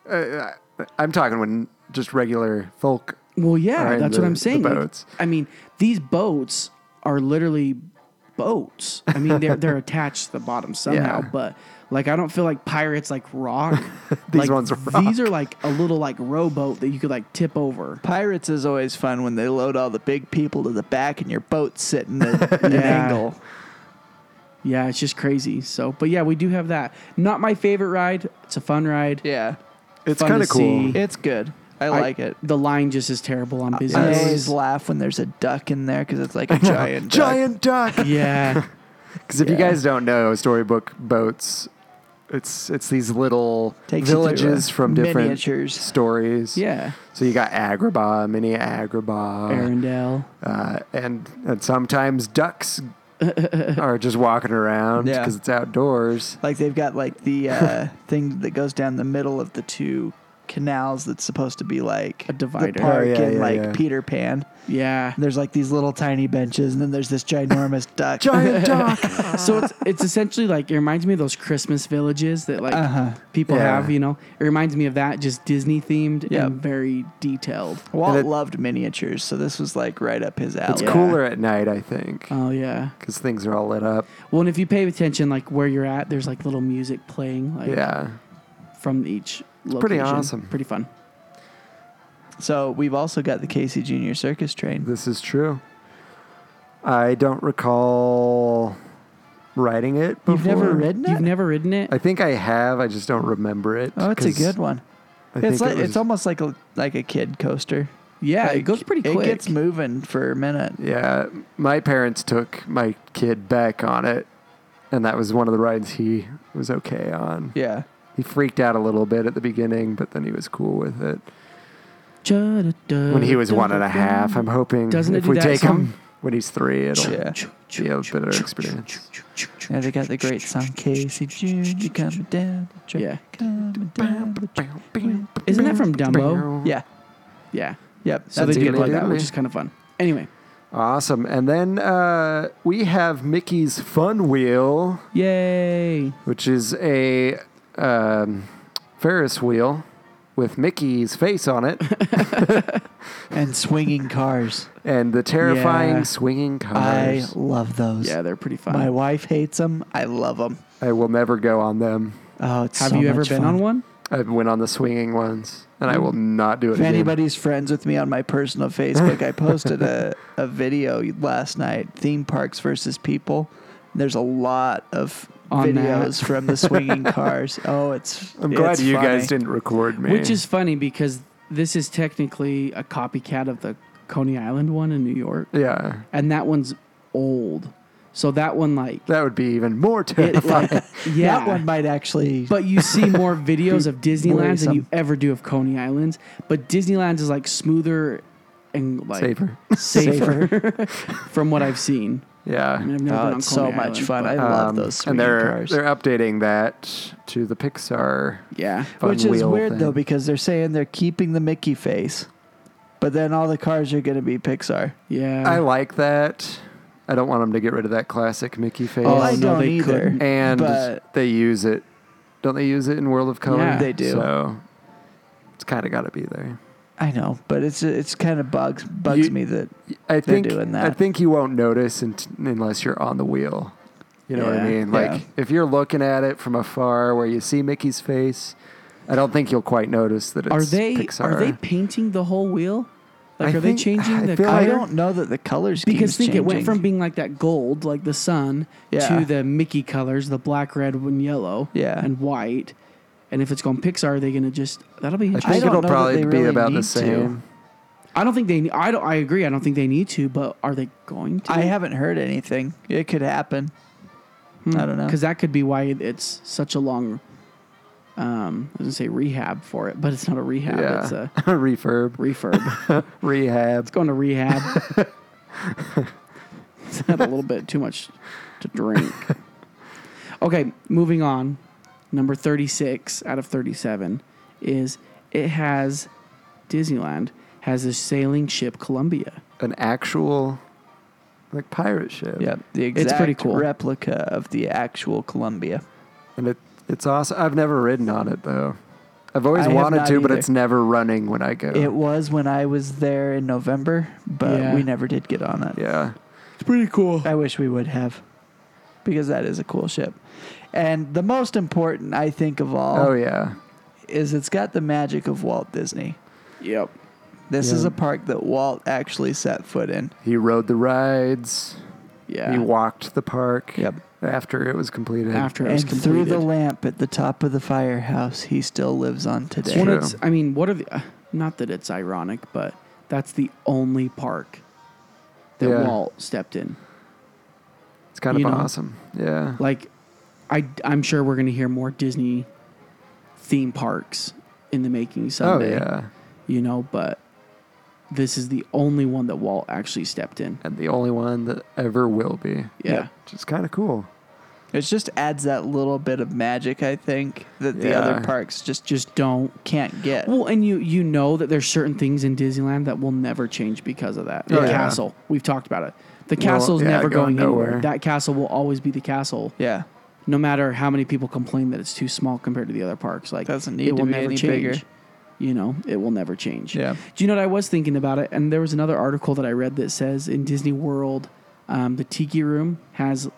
[SPEAKER 5] uh, I'm talking when just regular folk.
[SPEAKER 6] Well,
[SPEAKER 5] are
[SPEAKER 6] yeah,
[SPEAKER 5] in
[SPEAKER 6] that's what
[SPEAKER 5] the-
[SPEAKER 6] I'm
[SPEAKER 5] the
[SPEAKER 6] saying. Like,
[SPEAKER 5] boats.
[SPEAKER 6] I mean, these boats are literally boats. I mean, they're they're attached to the bottom somehow,
[SPEAKER 5] <laughs> Yeah.
[SPEAKER 6] but like I don't feel like pirates like rock.
[SPEAKER 5] <laughs> These
[SPEAKER 6] Like,
[SPEAKER 5] ones
[SPEAKER 6] These
[SPEAKER 5] rock.
[SPEAKER 6] are like a little like rowboat that you could like tip over.
[SPEAKER 8] Pirates is always fun when they load all the big people to the back and your boat's
[SPEAKER 6] <laughs>
[SPEAKER 8] sitting at an
[SPEAKER 6] Yeah.
[SPEAKER 8] angle.
[SPEAKER 6] Yeah, it's just crazy. So, but yeah, we do have that. Not my favorite ride. It's a fun ride.
[SPEAKER 8] Yeah.
[SPEAKER 5] It's
[SPEAKER 6] fun
[SPEAKER 5] kind of
[SPEAKER 6] to
[SPEAKER 5] cool.
[SPEAKER 6] see.
[SPEAKER 8] It's good. I,
[SPEAKER 6] I-
[SPEAKER 8] like it.
[SPEAKER 6] The line just is terrible on busy
[SPEAKER 8] I
[SPEAKER 6] days.
[SPEAKER 8] always laugh when there's a duck in there because it's like a giant duck.
[SPEAKER 5] Giant duck.
[SPEAKER 8] <laughs>
[SPEAKER 6] Yeah,
[SPEAKER 5] Because if you guys don't know, storybook boats, it's it's these little
[SPEAKER 8] Takes you through,
[SPEAKER 5] villages
[SPEAKER 8] uh,
[SPEAKER 5] from different
[SPEAKER 8] miniatures.
[SPEAKER 5] stories.
[SPEAKER 6] yeah.
[SPEAKER 5] So you got Agrabah, mini Agrabah,
[SPEAKER 6] Arendelle.
[SPEAKER 5] uh, and and sometimes ducks are just walking around
[SPEAKER 8] Yeah.
[SPEAKER 5] because it's outdoors.
[SPEAKER 8] Like they've got like the uh, <laughs> thing that goes down the middle of the two canals that's supposed to be like
[SPEAKER 6] A divider.
[SPEAKER 8] The park
[SPEAKER 5] Oh, yeah,
[SPEAKER 8] and
[SPEAKER 5] yeah,
[SPEAKER 8] like
[SPEAKER 5] yeah.
[SPEAKER 8] Peter Pan.
[SPEAKER 6] Yeah.
[SPEAKER 8] And there's like these little tiny benches, and then there's this ginormous duck.
[SPEAKER 5] Giant duck.
[SPEAKER 6] So it's it's essentially like it reminds me of those Christmas villages that like people
[SPEAKER 5] Yeah.
[SPEAKER 6] have, you know. It reminds me of that, just Disney themed
[SPEAKER 8] Yep.
[SPEAKER 6] and very detailed.
[SPEAKER 8] <laughs> Walt
[SPEAKER 5] And it-
[SPEAKER 8] loved miniatures, so this was like right up his alley.
[SPEAKER 5] It's
[SPEAKER 6] Yeah.
[SPEAKER 5] cooler at night, I think,
[SPEAKER 6] Oh yeah.
[SPEAKER 5] because things are all lit up.
[SPEAKER 6] Well, and if you pay attention, like where you're at, there's like little music playing, like
[SPEAKER 5] Yeah,
[SPEAKER 6] from each. Location.
[SPEAKER 5] pretty awesome.
[SPEAKER 6] Pretty fun.
[SPEAKER 8] So we've also got the Casey Junior Circus Train.
[SPEAKER 5] this is true. I don't recall writing it before.
[SPEAKER 8] You've never ridden it?
[SPEAKER 6] You've never ridden it?
[SPEAKER 5] I think I have. I just don't remember it.
[SPEAKER 8] oh, it's a
[SPEAKER 5] 'cause
[SPEAKER 8] good one.
[SPEAKER 5] I think
[SPEAKER 8] It's like
[SPEAKER 5] it was-
[SPEAKER 8] it's almost like a like a kid coaster.
[SPEAKER 6] yeah, it
[SPEAKER 8] Like,
[SPEAKER 6] goes pretty quick.
[SPEAKER 8] It gets moving for a minute.
[SPEAKER 5] Yeah, my parents took my kid back on it, and that was one of the rides he was okay on.
[SPEAKER 8] Yeah.
[SPEAKER 5] He freaked out a little bit at the beginning, but then he was cool with it. When
[SPEAKER 8] Uh,
[SPEAKER 6] When
[SPEAKER 5] he was one and a half, I'm hoping
[SPEAKER 6] Doesn't it
[SPEAKER 5] if
[SPEAKER 6] do
[SPEAKER 5] we
[SPEAKER 6] that
[SPEAKER 5] take
[SPEAKER 6] song?
[SPEAKER 5] him when he's three, it'll
[SPEAKER 8] Yeah.
[SPEAKER 5] be a better experience.
[SPEAKER 8] Yeah, they got the great song Casey June, you coming down the track.
[SPEAKER 6] Yeah.
[SPEAKER 8] Coming down the track.
[SPEAKER 6] Isn't that from Dumbo?
[SPEAKER 8] Yeah.
[SPEAKER 6] Yeah.
[SPEAKER 8] Yep.
[SPEAKER 6] So
[SPEAKER 8] that's
[SPEAKER 6] they
[SPEAKER 8] a
[SPEAKER 6] did
[SPEAKER 8] good
[SPEAKER 6] play
[SPEAKER 8] one.
[SPEAKER 6] that, which is kind of fun. Anyway,
[SPEAKER 5] Awesome. And then uh, we have Mickey's Fun Wheel,
[SPEAKER 6] yay!
[SPEAKER 5] which is a um, Ferris wheel with Mickey's face on
[SPEAKER 8] <laughs>
[SPEAKER 5] it
[SPEAKER 8] And
[SPEAKER 6] <laughs>
[SPEAKER 8] swinging cars.
[SPEAKER 5] and the terrifying
[SPEAKER 6] Yeah.
[SPEAKER 5] swinging
[SPEAKER 8] I
[SPEAKER 5] cars.
[SPEAKER 8] love those.
[SPEAKER 6] Yeah, they're pretty fun.
[SPEAKER 8] My wife hates them. I love them.
[SPEAKER 5] I will never go on them.
[SPEAKER 8] Oh, it's
[SPEAKER 6] Have
[SPEAKER 8] so
[SPEAKER 6] you ever
[SPEAKER 8] much
[SPEAKER 6] been
[SPEAKER 8] fun.
[SPEAKER 6] on one?
[SPEAKER 5] I went on the swinging ones, and I will not do it
[SPEAKER 8] Mm. If
[SPEAKER 5] again.
[SPEAKER 8] anybody's friends with me on my personal Facebook, I posted a, a video last night theme parks versus people. There's a lot of
[SPEAKER 6] On that.
[SPEAKER 8] videos from the
[SPEAKER 6] <laughs>
[SPEAKER 8] swinging cars. Oh, it's.
[SPEAKER 5] I'm glad
[SPEAKER 8] it's
[SPEAKER 5] you
[SPEAKER 8] funny.
[SPEAKER 5] guys didn't record me.
[SPEAKER 6] Which is funny because this is technically a copycat of the Coney Island one in New York,
[SPEAKER 5] yeah,
[SPEAKER 6] and that one's old. So that one, like,
[SPEAKER 5] that would be even more
[SPEAKER 6] it,
[SPEAKER 5] terrifying.
[SPEAKER 6] like yeah,
[SPEAKER 8] That one might actually.
[SPEAKER 6] But you see
[SPEAKER 8] <laughs>
[SPEAKER 6] more videos of Disneyland's than you
[SPEAKER 8] worrisome.
[SPEAKER 6] ever do of Coney Islands. But Disneyland's is like smoother and like
[SPEAKER 5] <laughs> Safer.
[SPEAKER 6] <laughs> safer, <laughs> from what I've seen.
[SPEAKER 5] Yeah.
[SPEAKER 6] I mean, I've never been
[SPEAKER 8] oh,
[SPEAKER 6] on
[SPEAKER 8] it's so
[SPEAKER 6] Coney
[SPEAKER 8] much
[SPEAKER 6] Island,
[SPEAKER 8] fun. I
[SPEAKER 6] but-
[SPEAKER 8] love
[SPEAKER 5] Um,
[SPEAKER 8] those
[SPEAKER 5] and
[SPEAKER 8] swinging
[SPEAKER 5] they're
[SPEAKER 8] cars.
[SPEAKER 5] they're updating that to the Pixar.
[SPEAKER 6] yeah,
[SPEAKER 5] fun
[SPEAKER 8] Which is
[SPEAKER 5] wheel
[SPEAKER 8] weird though,
[SPEAKER 5] thing.
[SPEAKER 8] because they're saying they're keeping the Mickey face, but then all the cars are going to be Pixar.
[SPEAKER 6] yeah.
[SPEAKER 5] I like that. I don't want them to get rid of that classic Mickey face.
[SPEAKER 8] Oh,
[SPEAKER 6] I
[SPEAKER 8] I
[SPEAKER 6] no,
[SPEAKER 8] don't
[SPEAKER 6] they
[SPEAKER 8] either.
[SPEAKER 6] couldn't.
[SPEAKER 5] and
[SPEAKER 8] but
[SPEAKER 5] they use it. Don't they use it in World of Color?
[SPEAKER 6] Yeah. They
[SPEAKER 8] do.
[SPEAKER 5] So it's kind of got to be there.
[SPEAKER 8] I know, but it's it's kind of bugs bugs
[SPEAKER 5] You-
[SPEAKER 8] me that
[SPEAKER 5] I
[SPEAKER 8] They're
[SPEAKER 5] think
[SPEAKER 8] doing
[SPEAKER 5] I
[SPEAKER 8] that.
[SPEAKER 5] think you won't notice unt unless you're on the wheel. You know what I
[SPEAKER 6] Yeah.
[SPEAKER 5] mean? Like
[SPEAKER 8] Yeah.
[SPEAKER 5] if you're looking at it from afar, where you see Mickey's face, I don't think you'll quite notice that it's
[SPEAKER 6] are they
[SPEAKER 5] Pixar.
[SPEAKER 6] are they painting the whole wheel? Like,
[SPEAKER 5] I
[SPEAKER 6] are
[SPEAKER 5] think-
[SPEAKER 6] they changing
[SPEAKER 5] I
[SPEAKER 6] the
[SPEAKER 5] feel
[SPEAKER 6] color?
[SPEAKER 8] I
[SPEAKER 5] like-
[SPEAKER 8] don't know that the colors
[SPEAKER 6] because think it went from being like that gold, like the sun,
[SPEAKER 8] Yeah.
[SPEAKER 6] to the Mickey colors, the black, red, and yellow,
[SPEAKER 8] Yeah.
[SPEAKER 6] and white. And if it's going Pixar, are they going to just? That'll be.
[SPEAKER 5] I
[SPEAKER 6] Interesting.
[SPEAKER 5] think
[SPEAKER 8] I don't
[SPEAKER 5] it'll
[SPEAKER 8] know that
[SPEAKER 5] probably
[SPEAKER 8] they
[SPEAKER 5] be
[SPEAKER 8] really
[SPEAKER 5] about
[SPEAKER 8] need
[SPEAKER 5] the
[SPEAKER 8] to.
[SPEAKER 5] same.
[SPEAKER 6] I don't think they. ne- I don't. I agree. I don't think they need to. But are they going to?
[SPEAKER 8] I haven't heard anything. It could happen. I don't know.
[SPEAKER 6] because that could be why it- it's such a long. Um, I was gonna say rehab for it, but it's not a rehab. It's
[SPEAKER 5] Yeah, <laughs>
[SPEAKER 6] a
[SPEAKER 5] refurb,
[SPEAKER 6] refurb.
[SPEAKER 5] rehab.
[SPEAKER 6] Going to rehab. <laughs> It's had a little bit too much to drink. Okay, moving on. Number thirty-six out of thirty-seven is it has Disneyland has a sailing ship Columbia.
[SPEAKER 5] An actual like pirate ship.
[SPEAKER 8] Yep, the exact
[SPEAKER 6] It's pretty cool.
[SPEAKER 8] replica of the actual Columbia.
[SPEAKER 5] and it it's awesome. I've never ridden on it though. I've always
[SPEAKER 8] I have
[SPEAKER 5] wanted
[SPEAKER 8] not
[SPEAKER 5] to, but
[SPEAKER 8] either.
[SPEAKER 5] it's never running when I go.
[SPEAKER 8] It was when I was there in November, but
[SPEAKER 6] Yeah.
[SPEAKER 8] we never did get on it.
[SPEAKER 5] yeah,
[SPEAKER 6] It's pretty cool.
[SPEAKER 8] I wish we would have, because that is a cool ship. And the most important, I think, of all
[SPEAKER 5] oh yeah,
[SPEAKER 8] is it's got the magic of Walt Disney.
[SPEAKER 6] Yep.
[SPEAKER 8] This is a park that Walt actually set foot in.
[SPEAKER 5] he rode the rides.
[SPEAKER 6] Yeah.
[SPEAKER 5] He walked the park.
[SPEAKER 8] Yep.
[SPEAKER 5] After it was completed.
[SPEAKER 6] after it was
[SPEAKER 8] And through the
[SPEAKER 6] completed.
[SPEAKER 8] lamp at the top of the firehouse, he still lives on today.
[SPEAKER 6] Well,
[SPEAKER 5] True.
[SPEAKER 6] it's, I mean, what are the? Uh, not that it's ironic, but that's the only park that
[SPEAKER 5] Yeah.
[SPEAKER 6] Walt stepped in.
[SPEAKER 5] It's kind of
[SPEAKER 6] you know.
[SPEAKER 5] awesome. Yeah.
[SPEAKER 6] Like, I I'm sure we're gonna hear more Disney theme parks in the making
[SPEAKER 5] oh
[SPEAKER 6] someday.
[SPEAKER 5] yeah.
[SPEAKER 6] You know, but this is the only one that Walt actually stepped in.
[SPEAKER 5] And the only one that ever will be.
[SPEAKER 6] Yeah.
[SPEAKER 5] Which is kind of cool.
[SPEAKER 8] It just adds that little bit of magic, I think, that the
[SPEAKER 5] Yeah.
[SPEAKER 8] other parks just, just
[SPEAKER 6] Just don't.
[SPEAKER 8] can't get.
[SPEAKER 6] Well, and you you know that there's certain things in Disneyland that will never change because of that. The
[SPEAKER 5] Oh, yeah.
[SPEAKER 6] castle, we've talked about it. The castle's
[SPEAKER 5] yeah,
[SPEAKER 6] never
[SPEAKER 5] going
[SPEAKER 6] going
[SPEAKER 5] nowhere.
[SPEAKER 6] anywhere. That castle will always be the castle.
[SPEAKER 8] yeah.
[SPEAKER 6] no matter how many people complain that it's too small compared to the other parks. Like
[SPEAKER 8] Doesn't need
[SPEAKER 6] it
[SPEAKER 8] to
[SPEAKER 6] will
[SPEAKER 8] be
[SPEAKER 6] never
[SPEAKER 8] any
[SPEAKER 6] change.
[SPEAKER 8] bigger.
[SPEAKER 6] You know, it will never change.
[SPEAKER 8] Yeah.
[SPEAKER 6] Do you know what I was thinking about it? And there was another article that I read that says in Disney World, um, the Tiki Room has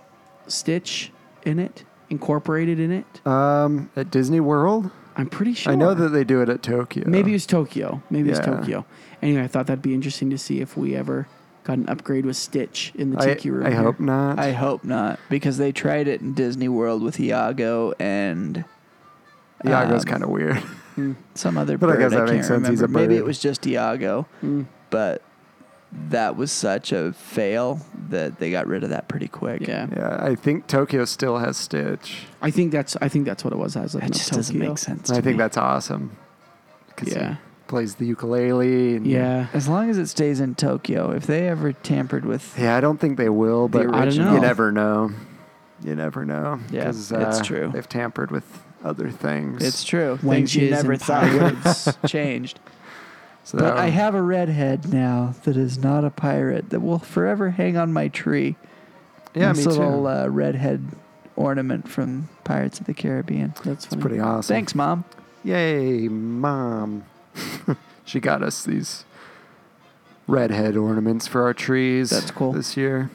[SPEAKER 6] Stitch in it, incorporated in it.
[SPEAKER 5] Um, at Disney World,
[SPEAKER 6] I'm pretty sure.
[SPEAKER 5] I know that they do it at Tokyo.
[SPEAKER 8] uh,
[SPEAKER 6] Maybe it was Tokyo. Maybe it's
[SPEAKER 5] Yeah.
[SPEAKER 6] Tokyo. Anyway, I thought that'd be interesting to see if we ever Got an upgrade with Stitch in the
[SPEAKER 5] I,
[SPEAKER 6] Tiki Room.
[SPEAKER 5] I
[SPEAKER 6] here.
[SPEAKER 5] hope not.
[SPEAKER 8] I hope not, because they tried it in Disney World with Iago and
[SPEAKER 5] Iago's
[SPEAKER 8] um,
[SPEAKER 5] kind of weird.
[SPEAKER 8] some other
[SPEAKER 5] But I
[SPEAKER 8] bird.
[SPEAKER 5] guess that
[SPEAKER 8] can't
[SPEAKER 5] makes sense.
[SPEAKER 8] Remember.
[SPEAKER 5] He's a
[SPEAKER 8] Maybe it
[SPEAKER 5] bird.
[SPEAKER 8] was just Iago,
[SPEAKER 6] Hmm.
[SPEAKER 8] but that was such a fail that they got rid of that pretty quick.
[SPEAKER 6] Yeah.
[SPEAKER 5] yeah, I think Tokyo still has Stitch.
[SPEAKER 6] I think that's I think that's what it was. I was like,
[SPEAKER 8] That
[SPEAKER 6] no,
[SPEAKER 8] just doesn't
[SPEAKER 6] Tokyo.
[SPEAKER 8] make sense.
[SPEAKER 5] And I
[SPEAKER 8] to
[SPEAKER 5] think
[SPEAKER 8] me.
[SPEAKER 5] that's awesome. 'Cause
[SPEAKER 6] Yeah.
[SPEAKER 5] He plays the ukulele. And
[SPEAKER 6] Yeah.
[SPEAKER 8] as long as it stays in Tokyo. If they ever tampered with,
[SPEAKER 5] Yeah, I don't think they will, but
[SPEAKER 8] I
[SPEAKER 6] don't know.
[SPEAKER 5] you never know. You never know.
[SPEAKER 8] Yeah,
[SPEAKER 5] 'Cause, uh,
[SPEAKER 8] it's true.
[SPEAKER 5] They've tampered with other things.
[SPEAKER 8] it's true. Things
[SPEAKER 6] Wenches
[SPEAKER 8] you never
[SPEAKER 6] and
[SPEAKER 8] thought would have <laughs>
[SPEAKER 5] <laughs>
[SPEAKER 8] changed.
[SPEAKER 5] so
[SPEAKER 8] But
[SPEAKER 5] that
[SPEAKER 8] I
[SPEAKER 5] one-
[SPEAKER 8] have a redhead now that is not a pirate that will forever hang on my tree.
[SPEAKER 5] yeah,
[SPEAKER 8] this
[SPEAKER 5] me
[SPEAKER 8] little
[SPEAKER 5] too.
[SPEAKER 8] Uh, redhead ornament from Pirates of the Caribbean.
[SPEAKER 6] That's funny.
[SPEAKER 5] Pretty awesome.
[SPEAKER 8] Thanks, mom.
[SPEAKER 5] Yay, mom. <laughs> she got us these redhead ornaments for our trees.
[SPEAKER 8] That's cool.
[SPEAKER 5] This year.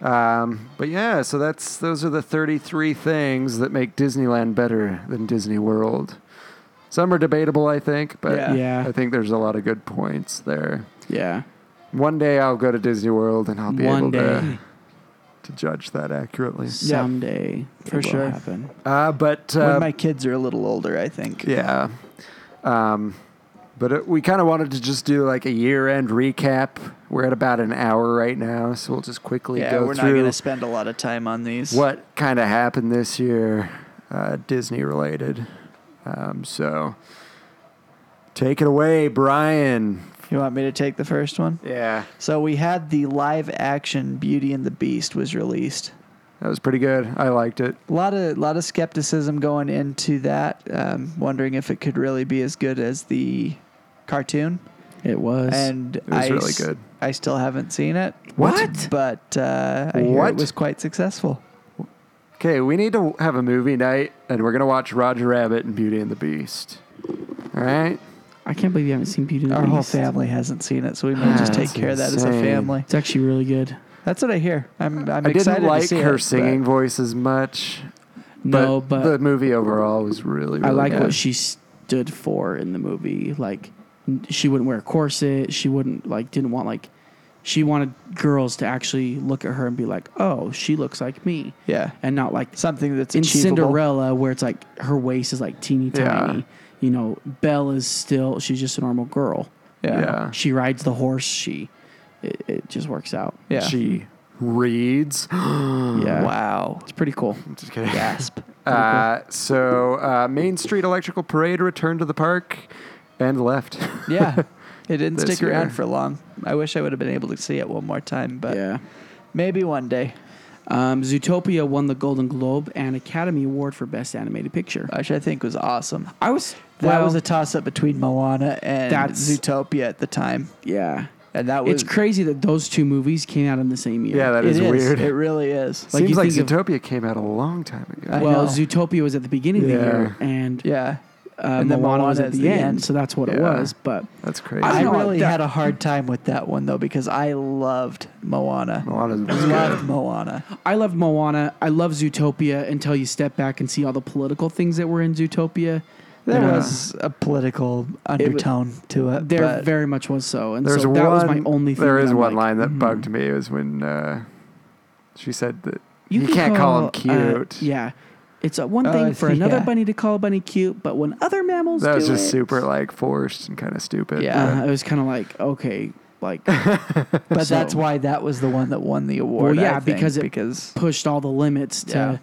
[SPEAKER 5] Um, but yeah, so that's those are the 33 things that make Disneyland better than Disney World. Some are debatable, I think, but
[SPEAKER 8] Yeah.
[SPEAKER 6] Yeah.
[SPEAKER 5] I think there's a lot of good points there.
[SPEAKER 6] Yeah.
[SPEAKER 5] One day I'll go to Disney World and I'll be
[SPEAKER 6] One
[SPEAKER 5] able
[SPEAKER 6] day.
[SPEAKER 5] to, to judge that accurately.
[SPEAKER 6] Someday
[SPEAKER 8] For
[SPEAKER 6] it will
[SPEAKER 8] sure.
[SPEAKER 6] happen.
[SPEAKER 5] Uh, but
[SPEAKER 8] when
[SPEAKER 5] uh,
[SPEAKER 8] my kids are a little older, I think.
[SPEAKER 5] Yeah. Um, but it, we kind of wanted to just do like a year end recap. We're at about an hour right now, so we'll just quickly
[SPEAKER 8] Yeah,
[SPEAKER 5] go
[SPEAKER 8] we're not
[SPEAKER 5] through
[SPEAKER 8] going to spend a lot of time on these.
[SPEAKER 5] what kind of happened this year, uh, Disney related. Um, so take it away, Brian.
[SPEAKER 8] You want me to take the first one?
[SPEAKER 5] Yeah.
[SPEAKER 8] So we had the live action Beauty and the Beast was released.
[SPEAKER 5] That was pretty good. I liked it.
[SPEAKER 8] A lot of lot of skepticism going into that, um, wondering if it could really be as good as the cartoon.
[SPEAKER 6] It was.
[SPEAKER 8] And
[SPEAKER 5] was
[SPEAKER 8] I
[SPEAKER 5] really
[SPEAKER 8] s-
[SPEAKER 5] good.
[SPEAKER 8] I still haven't seen it.
[SPEAKER 5] What?
[SPEAKER 8] But uh, I hear
[SPEAKER 5] What?
[SPEAKER 8] it was quite successful.
[SPEAKER 5] Okay, we need to have a movie night, and we're going to watch Roger Rabbit and Beauty and the Beast. All right?
[SPEAKER 6] I can't believe you haven't seen Beauty and the
[SPEAKER 8] Our whole
[SPEAKER 6] Beast.
[SPEAKER 8] family hasn't seen it, so we might just
[SPEAKER 5] That's
[SPEAKER 8] take care of that as a
[SPEAKER 5] insane.
[SPEAKER 8] family.
[SPEAKER 6] It's actually really good.
[SPEAKER 8] That's what I hear. I'm, I'm
[SPEAKER 5] I
[SPEAKER 8] excited
[SPEAKER 5] didn't like
[SPEAKER 8] to see it,
[SPEAKER 5] her
[SPEAKER 8] but-
[SPEAKER 5] singing voice as much.
[SPEAKER 6] no, but
[SPEAKER 5] the movie overall was really, really
[SPEAKER 6] I like
[SPEAKER 5] good.
[SPEAKER 6] what she stood for in the movie. Like n- she wouldn't wear a corset. She wouldn't like didn't want like she wanted girls to actually look at her and be like, "Oh, she looks like me."
[SPEAKER 8] Yeah.
[SPEAKER 6] And not like
[SPEAKER 8] Something that's
[SPEAKER 6] in
[SPEAKER 8] achievable.
[SPEAKER 6] Cinderella where it's like her waist is like teeny
[SPEAKER 5] Yeah.
[SPEAKER 6] tiny. You know, Belle is still she's just a normal girl.
[SPEAKER 8] Yeah.
[SPEAKER 5] Yeah.
[SPEAKER 6] She rides the horse. She it, it just works out.
[SPEAKER 8] Yeah.
[SPEAKER 5] She reads. <gasps>
[SPEAKER 6] Yeah.
[SPEAKER 8] Wow.
[SPEAKER 6] <laughs> It's pretty cool.
[SPEAKER 5] Just kidding.
[SPEAKER 8] Gasp.
[SPEAKER 5] Uh, so uh, Main Street Electrical Parade returned to the park and
[SPEAKER 6] <laughs>
[SPEAKER 5] left. <laughs>
[SPEAKER 8] Yeah. It didn't
[SPEAKER 5] This
[SPEAKER 8] stick around
[SPEAKER 5] year.
[SPEAKER 8] for long. I wish I would have been able to see it one more time, but
[SPEAKER 6] Yeah.
[SPEAKER 8] maybe one day.
[SPEAKER 6] Um, Zootopia won the Golden Globe and Academy Award for Best Animated Picture.
[SPEAKER 8] Which I think was awesome.
[SPEAKER 6] I was
[SPEAKER 8] That
[SPEAKER 6] well,
[SPEAKER 8] was a toss up between Moana and
[SPEAKER 6] That's-
[SPEAKER 8] Zootopia at the time.
[SPEAKER 6] yeah.
[SPEAKER 8] And that was
[SPEAKER 6] It's crazy that those two movies came out in the same year.
[SPEAKER 5] yeah, that
[SPEAKER 8] it
[SPEAKER 5] is,
[SPEAKER 8] is.
[SPEAKER 5] weird.
[SPEAKER 8] It really is.
[SPEAKER 6] Like- you
[SPEAKER 5] Seems like
[SPEAKER 6] think of-
[SPEAKER 5] Zootopia came out a long time ago.
[SPEAKER 8] I
[SPEAKER 6] well,
[SPEAKER 8] know.
[SPEAKER 6] Zootopia was at the beginning of
[SPEAKER 5] Yeah.
[SPEAKER 6] the year, and
[SPEAKER 8] yeah.
[SPEAKER 6] uh, Moana was at
[SPEAKER 8] is
[SPEAKER 6] the, end, so that's what it
[SPEAKER 5] Yeah.
[SPEAKER 6] was. But
[SPEAKER 5] That's crazy.
[SPEAKER 8] I,
[SPEAKER 6] I know,
[SPEAKER 8] really
[SPEAKER 6] that-
[SPEAKER 8] had a hard time with that one though because I loved Moana.
[SPEAKER 5] Moana's really
[SPEAKER 8] Loved Moana.
[SPEAKER 6] I love Moana. I love Zootopia until you step back and see all the political things that were in Zootopia.
[SPEAKER 8] There
[SPEAKER 6] Yeah.
[SPEAKER 8] was a political undertone to it.
[SPEAKER 6] There
[SPEAKER 8] but
[SPEAKER 6] very much was so, and
[SPEAKER 5] There's
[SPEAKER 6] so
[SPEAKER 5] one.
[SPEAKER 6] that was my only. thing
[SPEAKER 5] there
[SPEAKER 6] that
[SPEAKER 5] is
[SPEAKER 6] I'm
[SPEAKER 5] one
[SPEAKER 6] like,
[SPEAKER 5] line
[SPEAKER 6] hmm.
[SPEAKER 5] that bugged me. It was when uh, she said that
[SPEAKER 6] You,
[SPEAKER 5] he
[SPEAKER 6] can
[SPEAKER 5] can't call, him
[SPEAKER 6] uh,
[SPEAKER 5] cute. Uh,
[SPEAKER 6] yeah, it's a one
[SPEAKER 8] Oh,
[SPEAKER 6] thing
[SPEAKER 8] I
[SPEAKER 6] for
[SPEAKER 8] see,
[SPEAKER 6] another
[SPEAKER 8] yeah.
[SPEAKER 6] bunny to call a bunny cute, but when other mammals
[SPEAKER 5] that
[SPEAKER 6] do
[SPEAKER 5] was just
[SPEAKER 6] it,
[SPEAKER 5] super like forced and kind of stupid.
[SPEAKER 8] Yeah.
[SPEAKER 5] but-
[SPEAKER 6] <laughs> Uh, it was kind of like okay,
[SPEAKER 5] <laughs>
[SPEAKER 6] like
[SPEAKER 8] but
[SPEAKER 6] so-
[SPEAKER 8] that's why that was the one that won the award.
[SPEAKER 6] Well, yeah,
[SPEAKER 8] I think,
[SPEAKER 6] because it-
[SPEAKER 8] because
[SPEAKER 6] pushed all the limits to.
[SPEAKER 8] Yeah.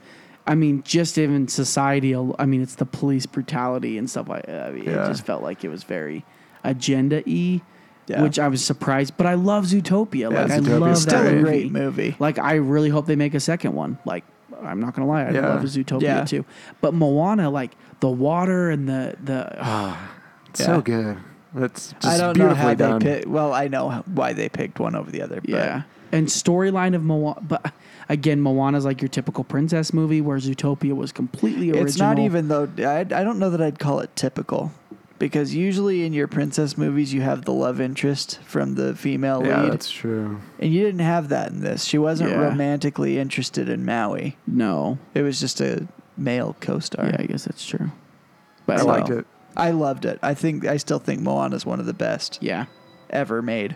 [SPEAKER 6] I mean, just even society. al- I mean, it's the police brutality and stuff like. I mean,
[SPEAKER 5] Yeah.
[SPEAKER 6] it just felt like it was very agenda y,
[SPEAKER 8] Yeah.
[SPEAKER 6] which I was surprised. But I love Zootopia. like I
[SPEAKER 5] Zootopia's
[SPEAKER 6] love
[SPEAKER 8] still
[SPEAKER 6] that
[SPEAKER 8] a
[SPEAKER 6] movie.
[SPEAKER 8] great movie.
[SPEAKER 6] Like I really hope they make a second one. Like I'm not gonna lie, I
[SPEAKER 5] Yeah.
[SPEAKER 6] love Zootopia
[SPEAKER 8] Yeah.
[SPEAKER 6] too. But Moana, like the water and the the
[SPEAKER 8] Ah,
[SPEAKER 5] It's So
[SPEAKER 8] Yeah.
[SPEAKER 5] good. That's just
[SPEAKER 8] I don't know
[SPEAKER 5] beautifully
[SPEAKER 8] how
[SPEAKER 5] done.
[SPEAKER 8] they picked. Well, I know how- why they picked one over the other. But
[SPEAKER 6] Yeah. And storyline of Moana, but again, Moana's like your typical princess movie, where Zootopia was completely original.
[SPEAKER 8] It's not even though I, I don't know that I'd call it typical because usually in your princess movies you have the love interest from the female
[SPEAKER 5] Yeah,
[SPEAKER 8] lead
[SPEAKER 5] that's true.
[SPEAKER 8] and you didn't have that in this. She wasn't
[SPEAKER 6] Yeah.
[SPEAKER 8] romantically interested in Maui.
[SPEAKER 6] No.
[SPEAKER 8] It was just a male co-star.
[SPEAKER 6] Yeah, I guess that's true. But
[SPEAKER 5] I
[SPEAKER 8] So,
[SPEAKER 5] liked it.
[SPEAKER 8] I loved it. I think I still think Moana's one of the best
[SPEAKER 6] Yeah.
[SPEAKER 8] ever made.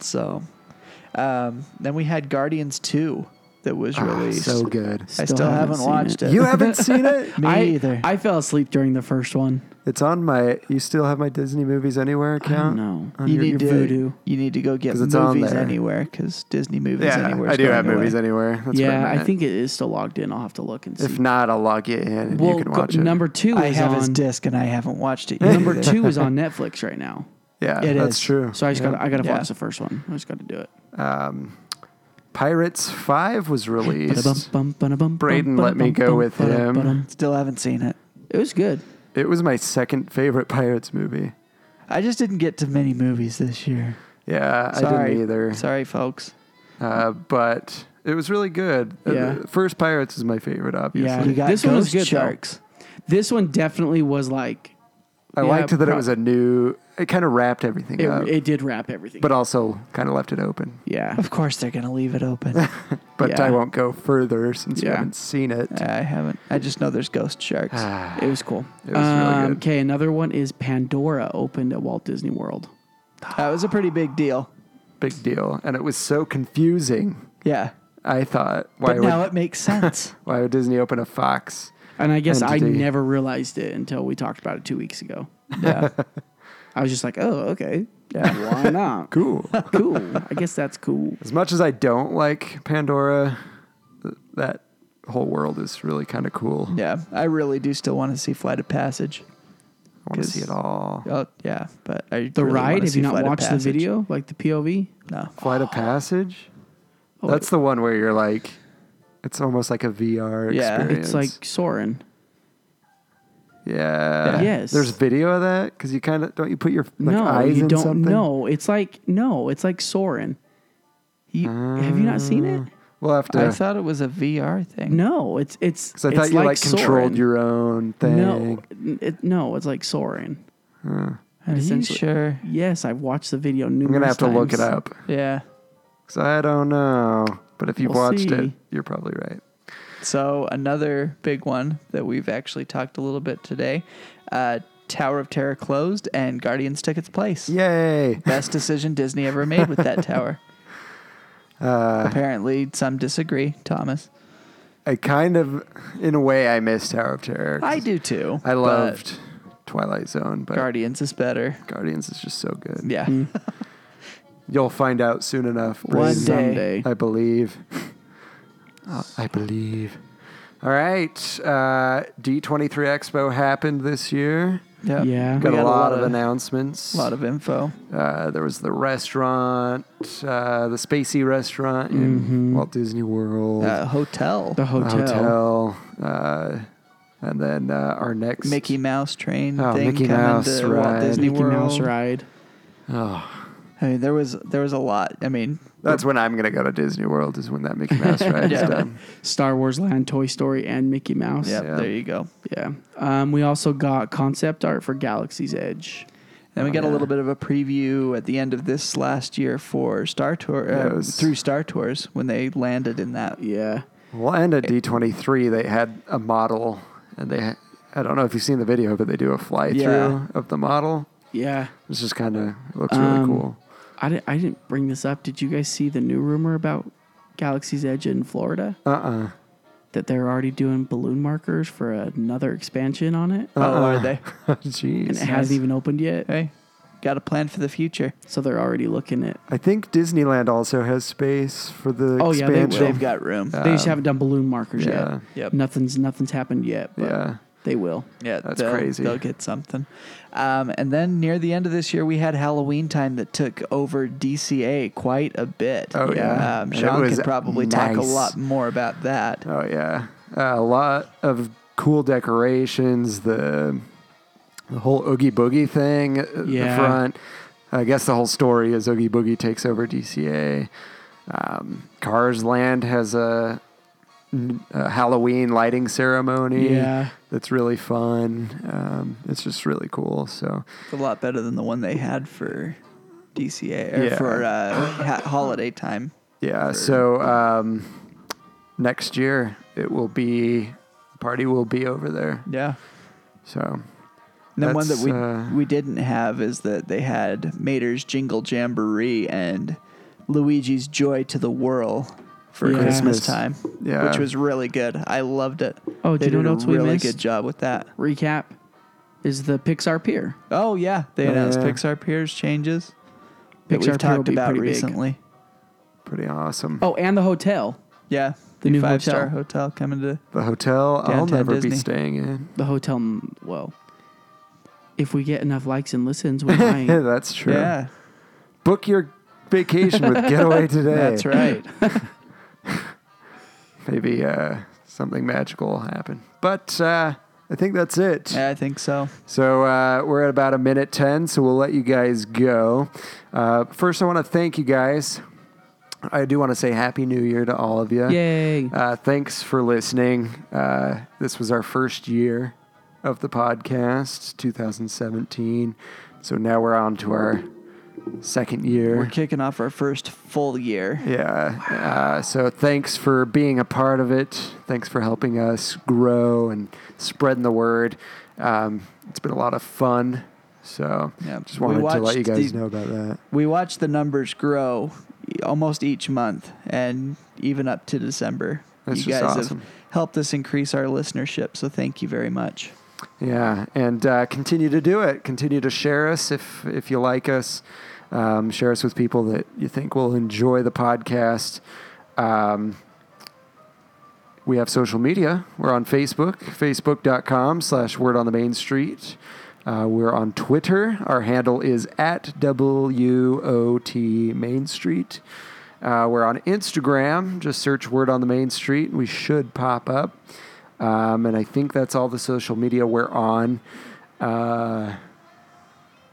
[SPEAKER 8] So Um, then we had Guardians 2 that was released.
[SPEAKER 5] Ah, so good.
[SPEAKER 8] I still haven't,
[SPEAKER 6] seen
[SPEAKER 8] watched it.
[SPEAKER 5] You <laughs> haven't seen it?
[SPEAKER 8] Me
[SPEAKER 6] I,
[SPEAKER 8] either.
[SPEAKER 6] I fell asleep during the first one.
[SPEAKER 5] It's on my. You still have my Disney Movies Anywhere
[SPEAKER 6] I don't
[SPEAKER 5] account?
[SPEAKER 6] know.
[SPEAKER 5] On
[SPEAKER 8] you
[SPEAKER 5] your-
[SPEAKER 8] need
[SPEAKER 6] your
[SPEAKER 8] to
[SPEAKER 6] voodoo.
[SPEAKER 8] you need to go get
[SPEAKER 5] 'Cause it's on
[SPEAKER 8] movies
[SPEAKER 5] there.
[SPEAKER 8] anywhere because Disney movies
[SPEAKER 5] Yeah,
[SPEAKER 8] anywhere.
[SPEAKER 5] I
[SPEAKER 8] is
[SPEAKER 5] do
[SPEAKER 8] going
[SPEAKER 5] have
[SPEAKER 8] away.
[SPEAKER 5] movies anywhere. That's where
[SPEAKER 6] yeah,
[SPEAKER 5] I'm
[SPEAKER 6] I
[SPEAKER 5] at.
[SPEAKER 6] think it is still logged in. I'll have to look and see.
[SPEAKER 5] If not, I'll log you in and
[SPEAKER 6] well,
[SPEAKER 5] you can
[SPEAKER 6] go-
[SPEAKER 5] watch it.
[SPEAKER 6] number two
[SPEAKER 8] I
[SPEAKER 6] is
[SPEAKER 8] have his
[SPEAKER 6] on
[SPEAKER 8] disc and I haven't
[SPEAKER 6] <laughs>
[SPEAKER 8] watched it. Yet
[SPEAKER 6] number
[SPEAKER 5] <laughs>
[SPEAKER 8] either.
[SPEAKER 6] two is on Netflix right now.
[SPEAKER 5] yeah,
[SPEAKER 8] it
[SPEAKER 5] that's
[SPEAKER 8] is.
[SPEAKER 5] true.
[SPEAKER 6] So I just
[SPEAKER 5] Yeah.
[SPEAKER 6] got I got to
[SPEAKER 8] Yeah.
[SPEAKER 6] watch the first one. I just got to do it.
[SPEAKER 5] Pirates Five was released.
[SPEAKER 6] Braden
[SPEAKER 5] Braden let me go with him.
[SPEAKER 8] Still haven't seen it.
[SPEAKER 6] It was good.
[SPEAKER 5] It was my second favorite Pirates movie.
[SPEAKER 8] I just didn't get to many movies this year.
[SPEAKER 5] Yeah, I
[SPEAKER 8] Sorry.
[SPEAKER 5] didn't either.
[SPEAKER 8] Sorry, folks.
[SPEAKER 5] Uh, but it was really good. Uh,
[SPEAKER 6] Yeah.
[SPEAKER 5] the First Pirates is my favorite, obviously.
[SPEAKER 8] You got
[SPEAKER 6] This
[SPEAKER 8] Ghost
[SPEAKER 6] one was good, though.
[SPEAKER 8] Sharks.
[SPEAKER 6] This one definitely was like
[SPEAKER 5] I
[SPEAKER 6] yeah,
[SPEAKER 5] liked that it
[SPEAKER 6] pro-
[SPEAKER 5] was a new. It kind of wrapped everything
[SPEAKER 6] it,
[SPEAKER 5] up,
[SPEAKER 6] it did wrap everything.
[SPEAKER 5] but
[SPEAKER 6] up.
[SPEAKER 5] also kind of left it open. <sighs>
[SPEAKER 6] yeah,
[SPEAKER 8] Of course, they're gonna leave it open.
[SPEAKER 5] <laughs> But
[SPEAKER 6] Yeah.
[SPEAKER 5] I won't go further since you
[SPEAKER 6] Yeah.
[SPEAKER 5] haven't seen it. Ah,
[SPEAKER 8] I haven't. I just know there's Ghost Sharks.
[SPEAKER 5] <sighs>
[SPEAKER 6] it was cool. Um,
[SPEAKER 5] It was really good.
[SPEAKER 6] Okay, another one is Pandora opened at Walt Disney World.
[SPEAKER 8] that was a pretty big deal.
[SPEAKER 5] Big deal, and it was so confusing.
[SPEAKER 8] Yeah,
[SPEAKER 5] I thought, why
[SPEAKER 8] but now
[SPEAKER 5] would
[SPEAKER 8] it makes sense.
[SPEAKER 5] why would Disney open a Fox?
[SPEAKER 6] And I guess I
[SPEAKER 5] Entity.
[SPEAKER 6] never realized it until we talked about it two weeks ago.
[SPEAKER 8] yeah,
[SPEAKER 6] <laughs> I was just like, oh, okay.
[SPEAKER 8] yeah.
[SPEAKER 6] Why
[SPEAKER 5] <laughs>
[SPEAKER 6] not?
[SPEAKER 5] Cool.
[SPEAKER 6] cool. I guess that's cool.
[SPEAKER 5] as much as I don't like Pandora, th- that whole world is really kind of cool.
[SPEAKER 8] Yeah, I really do still want to see Flight of Passage.
[SPEAKER 5] I want to see it all.
[SPEAKER 8] Oh yeah, but I
[SPEAKER 6] The
[SPEAKER 8] really
[SPEAKER 6] ride,
[SPEAKER 8] wanna
[SPEAKER 6] have
[SPEAKER 8] see
[SPEAKER 6] you not
[SPEAKER 8] Flight of
[SPEAKER 6] watched the
[SPEAKER 8] Passage.
[SPEAKER 6] video? Like the POV?
[SPEAKER 8] No.
[SPEAKER 5] Flight of Passage.
[SPEAKER 6] Oh,
[SPEAKER 5] That's the one where you're like, it's almost like a VR
[SPEAKER 8] Yeah,
[SPEAKER 5] experience.
[SPEAKER 6] It's like Soren.
[SPEAKER 5] yeah,
[SPEAKER 6] Yes.
[SPEAKER 5] There's video of that because you kind of don't you put your like,
[SPEAKER 6] no,
[SPEAKER 5] eyes
[SPEAKER 6] you
[SPEAKER 5] in
[SPEAKER 6] don't
[SPEAKER 5] something.
[SPEAKER 6] know. It's like no, it's like Soren. You, have you not seen it?
[SPEAKER 5] We'll have
[SPEAKER 8] I
[SPEAKER 5] to.
[SPEAKER 8] thought it was a VR thing.
[SPEAKER 6] No, it's it's.
[SPEAKER 5] Because I thought
[SPEAKER 6] it's
[SPEAKER 5] you like, controlled
[SPEAKER 6] Soarin'.
[SPEAKER 5] your own thing.
[SPEAKER 6] No, n- it, no, it's like Soren.
[SPEAKER 8] Are you
[SPEAKER 6] Essentially-
[SPEAKER 8] sure?
[SPEAKER 6] Yes, I've watched the video
[SPEAKER 5] I'm
[SPEAKER 6] numerous
[SPEAKER 5] gonna have to look it
[SPEAKER 6] times.
[SPEAKER 5] up
[SPEAKER 8] Yeah.
[SPEAKER 5] because I don't know. But if you've
[SPEAKER 6] We'll
[SPEAKER 5] watched it,
[SPEAKER 6] see.
[SPEAKER 5] you're probably right.
[SPEAKER 8] So another big one that we've actually talked a little bit today. Uh, Tower of Terror closed and Guardians took its place.
[SPEAKER 5] Yay!
[SPEAKER 8] Best decision Disney ever made with
[SPEAKER 6] <laughs>
[SPEAKER 8] that tower.
[SPEAKER 5] Uh,
[SPEAKER 8] Apparently, some disagree, Thomas.
[SPEAKER 5] I kind of, in a way, I miss Tower of Terror. 'cause
[SPEAKER 8] I do too.
[SPEAKER 5] I
[SPEAKER 8] but
[SPEAKER 5] loved Twilight Zone, but
[SPEAKER 8] Guardians is better.
[SPEAKER 5] Guardians is just so good.
[SPEAKER 8] Yeah.
[SPEAKER 6] Mm.
[SPEAKER 5] You'll find out soon enough.
[SPEAKER 8] One
[SPEAKER 5] Brayden.
[SPEAKER 8] day.
[SPEAKER 5] I believe. Uh, I believe. All right. Uh, D23 Expo happened this year.
[SPEAKER 8] <laughs> Yep.
[SPEAKER 6] Yeah.
[SPEAKER 8] We
[SPEAKER 5] Got,
[SPEAKER 8] got
[SPEAKER 5] a lot of,
[SPEAKER 8] of
[SPEAKER 5] announcements.
[SPEAKER 8] a lot of info.
[SPEAKER 5] Uh, there was the restaurant, uh, the Spacey restaurant in Walt Disney World,
[SPEAKER 8] Uh, hotel.
[SPEAKER 6] The Mm-hmm. hotel.
[SPEAKER 5] hotel, uh, and then uh, our next
[SPEAKER 8] Mickey Mouse train
[SPEAKER 5] Oh,
[SPEAKER 8] thing
[SPEAKER 5] Mickey
[SPEAKER 8] coming
[SPEAKER 5] Mouse
[SPEAKER 8] to
[SPEAKER 5] ride.
[SPEAKER 8] Walt Disney
[SPEAKER 6] Mickey
[SPEAKER 8] World.
[SPEAKER 6] Mouse ride.
[SPEAKER 8] I mean, there was there was a lot. I mean,
[SPEAKER 5] That's when I'm gonna go to Disney World. Is when that Mickey Mouse ride is
[SPEAKER 6] <laughs>
[SPEAKER 8] Yeah.
[SPEAKER 5] done.
[SPEAKER 6] Star Wars Land, Toy Story, and Mickey Mouse.
[SPEAKER 8] yep,
[SPEAKER 5] Yeah.
[SPEAKER 8] there you go.
[SPEAKER 6] Yeah. Um, we also got concept art for Galaxy's Edge. Oh,
[SPEAKER 8] Then we got a little bit of a preview at the end of this last year for Star Tour
[SPEAKER 5] Yeah, it
[SPEAKER 8] uh,
[SPEAKER 5] was-
[SPEAKER 8] through Star Tours when they landed in that.
[SPEAKER 6] Yeah.
[SPEAKER 5] Well, and at D23 they had a model, and they ha- I don't know if you've seen the video, but they do a fly through
[SPEAKER 8] Yeah.
[SPEAKER 5] of the model.
[SPEAKER 6] Yeah.
[SPEAKER 5] It's just kind of looks really
[SPEAKER 6] Um,
[SPEAKER 5] cool. <laughs>
[SPEAKER 6] I didn't, I didn't bring this up. Did you guys see the new rumor about Galaxy's Edge in Florida?
[SPEAKER 5] Uh uh
[SPEAKER 6] That they're already doing balloon markers for another expansion on it?
[SPEAKER 5] Uh-uh.
[SPEAKER 8] Oh, are they?
[SPEAKER 6] and it
[SPEAKER 5] Jeez.
[SPEAKER 6] hasn't even opened yet.
[SPEAKER 8] Hey, got a plan for the future.
[SPEAKER 6] So they're already looking at.
[SPEAKER 5] I think Disneyland also has space for the
[SPEAKER 6] Oh, yeah, they
[SPEAKER 5] expansion.
[SPEAKER 6] will. Uh,
[SPEAKER 8] They've got room.
[SPEAKER 6] They just haven't done balloon markers
[SPEAKER 5] Um, yeah.
[SPEAKER 6] yet.
[SPEAKER 8] Yep.
[SPEAKER 6] Nothing's nothing's happened yet. But
[SPEAKER 5] Yeah.
[SPEAKER 6] They will.
[SPEAKER 8] yeah,
[SPEAKER 5] that's
[SPEAKER 8] they'll-
[SPEAKER 5] crazy.
[SPEAKER 8] They'll get something. Um, and then near the end of this year, we had Halloween time that took over DCA quite a bit.
[SPEAKER 5] Oh, yeah.
[SPEAKER 8] Um,
[SPEAKER 5] And it
[SPEAKER 8] Sean
[SPEAKER 5] was
[SPEAKER 8] could probably talk a
[SPEAKER 5] nice.
[SPEAKER 8] lot more about that.
[SPEAKER 5] Oh yeah, uh, a lot of cool decorations. The the whole Oogie Boogie thing at
[SPEAKER 6] Yeah.
[SPEAKER 5] the front. I guess the whole story is Oogie Boogie takes over DCA. Um, Cars Land has a, a Halloween lighting ceremony.
[SPEAKER 6] Yeah.
[SPEAKER 5] that's really fun. Um, it's just really cool. So
[SPEAKER 8] It's a lot better than the one they had for DCA or
[SPEAKER 5] Yeah.
[SPEAKER 8] for uh, ha- holiday time.
[SPEAKER 5] yeah, so um, next year it will be the party will be over there.
[SPEAKER 8] Yeah.
[SPEAKER 5] So
[SPEAKER 8] And then one that
[SPEAKER 5] That's,
[SPEAKER 8] we
[SPEAKER 5] uh,
[SPEAKER 8] we didn't have is that they had Mater's Jingle Jamboree and Luigi's Joy to the Whirl for
[SPEAKER 6] Yeah.
[SPEAKER 8] Christmas
[SPEAKER 5] Christmas.
[SPEAKER 8] time,
[SPEAKER 5] Yeah.
[SPEAKER 8] which was really good. I loved it.
[SPEAKER 6] Oh, do
[SPEAKER 8] they
[SPEAKER 6] you know
[SPEAKER 8] did
[SPEAKER 6] what else
[SPEAKER 8] a
[SPEAKER 6] we
[SPEAKER 8] really
[SPEAKER 6] missed?
[SPEAKER 8] good job with that.
[SPEAKER 6] Recap is the Pixar Pier.
[SPEAKER 8] Oh yeah, they announced
[SPEAKER 5] yeah.
[SPEAKER 8] Pixar Peers changes
[SPEAKER 6] Pixar
[SPEAKER 8] that we've
[SPEAKER 6] Pier will
[SPEAKER 8] talked
[SPEAKER 6] be
[SPEAKER 8] about
[SPEAKER 6] pretty big.
[SPEAKER 8] recently.
[SPEAKER 5] Pretty awesome.
[SPEAKER 6] Oh, and the hotel.
[SPEAKER 8] Yeah,
[SPEAKER 6] The new
[SPEAKER 8] five star
[SPEAKER 6] hotel.
[SPEAKER 8] hotel coming to
[SPEAKER 5] The hotel I'll
[SPEAKER 8] Downtown
[SPEAKER 5] never be
[SPEAKER 8] Disney.
[SPEAKER 5] staying in.
[SPEAKER 6] The hotel. mm, Well, if we get enough likes and
[SPEAKER 5] <laughs>
[SPEAKER 6] listens, we
[SPEAKER 5] Yeah,
[SPEAKER 6] might.
[SPEAKER 5] that's true.
[SPEAKER 8] yeah.
[SPEAKER 5] Book your vacation with Getaway Today.
[SPEAKER 8] <laughs>
[SPEAKER 5] <laughs>
[SPEAKER 8] That's right.
[SPEAKER 5] Maybe uh, something magical will happen. But uh, I think that's it.
[SPEAKER 8] yeah, I think so.
[SPEAKER 5] So uh, we're at about a minute 10, so we'll let you guys go. Uh, first, I want to thank you guys. I do want to say Happy New Year to all of you.
[SPEAKER 6] Yay!
[SPEAKER 5] Uh, thanks for listening. Uh, this was our first year of the podcast, 2017. So now we're on to our second
[SPEAKER 8] We're
[SPEAKER 5] year.
[SPEAKER 8] kicking off our first full year.
[SPEAKER 5] Yeah. Uh, so thanks for being a part of it. Thanks for helping us grow and spreading the word. Um, it's been a lot of fun. So
[SPEAKER 8] Yeah.
[SPEAKER 5] just
[SPEAKER 8] We
[SPEAKER 5] wanted to let
[SPEAKER 8] watched
[SPEAKER 5] you guys
[SPEAKER 8] the-
[SPEAKER 5] know about that.
[SPEAKER 8] We watched the numbers grow e- almost each month, and even up to December.
[SPEAKER 5] That's
[SPEAKER 8] you
[SPEAKER 5] just
[SPEAKER 8] guys
[SPEAKER 5] awesome.
[SPEAKER 8] have helped us increase our listenership, so thank you very much.
[SPEAKER 5] Yeah, and uh, continue to do it. Continue to share us if if you like us. Um, share us with people that you think will enjoy the podcast. Um, we have social media. We're on Facebook, facebook.com slash word on the main street. Uh, we're on Twitter. Our handle is at WOT Main Street. Uh, we're on Instagram. Just search word on the main street. and We should pop up. Um, and I think that's all the social media we're on. Uh,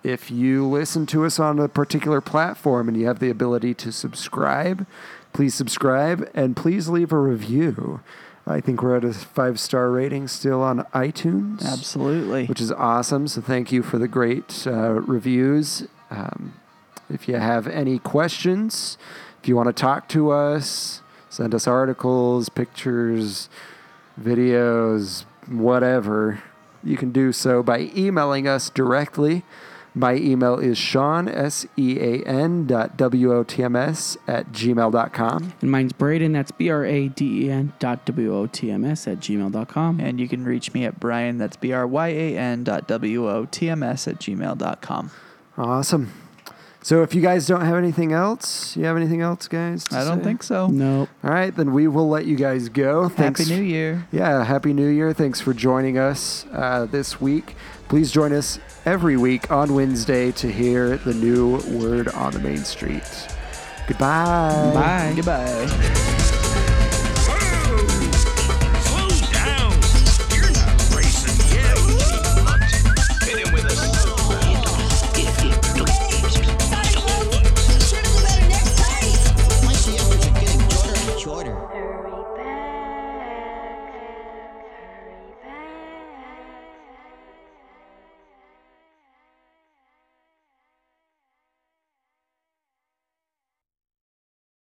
[SPEAKER 5] if you listen to us on a particular platform and you have the ability to subscribe, please subscribe and please leave a review. I think we're at a five star rating still on iTunes
[SPEAKER 8] Absolutely.
[SPEAKER 5] which is awesome. So thank you for the great uh, reviews. Um, if you have any questions, if you want to talk to us, send us articles, pictures, videos, whatever, you can do so by emailing us directly. My email is Sean, S E A N dot W O T M S at gmail.com.
[SPEAKER 6] and mine's Braden. That's B R A D E N dot W O T M S at gmail dot com.
[SPEAKER 8] and you can reach me at Brian, that's B R Y A N dot W O T M S at gmail dot com.
[SPEAKER 5] Awesome. So if you guys don't have anything else, you have anything else, guys? to
[SPEAKER 8] I don't
[SPEAKER 5] say?
[SPEAKER 8] think so.
[SPEAKER 6] Nope.
[SPEAKER 5] All right, then we will let you guys go. Thanks.
[SPEAKER 8] Happy New Year.
[SPEAKER 5] Yeah, Happy New Year. Thanks for joining us uh, this week. Please join us every week on Wednesday to hear the new word on the main street. Goodbye.
[SPEAKER 6] Bye.
[SPEAKER 8] Goodbye.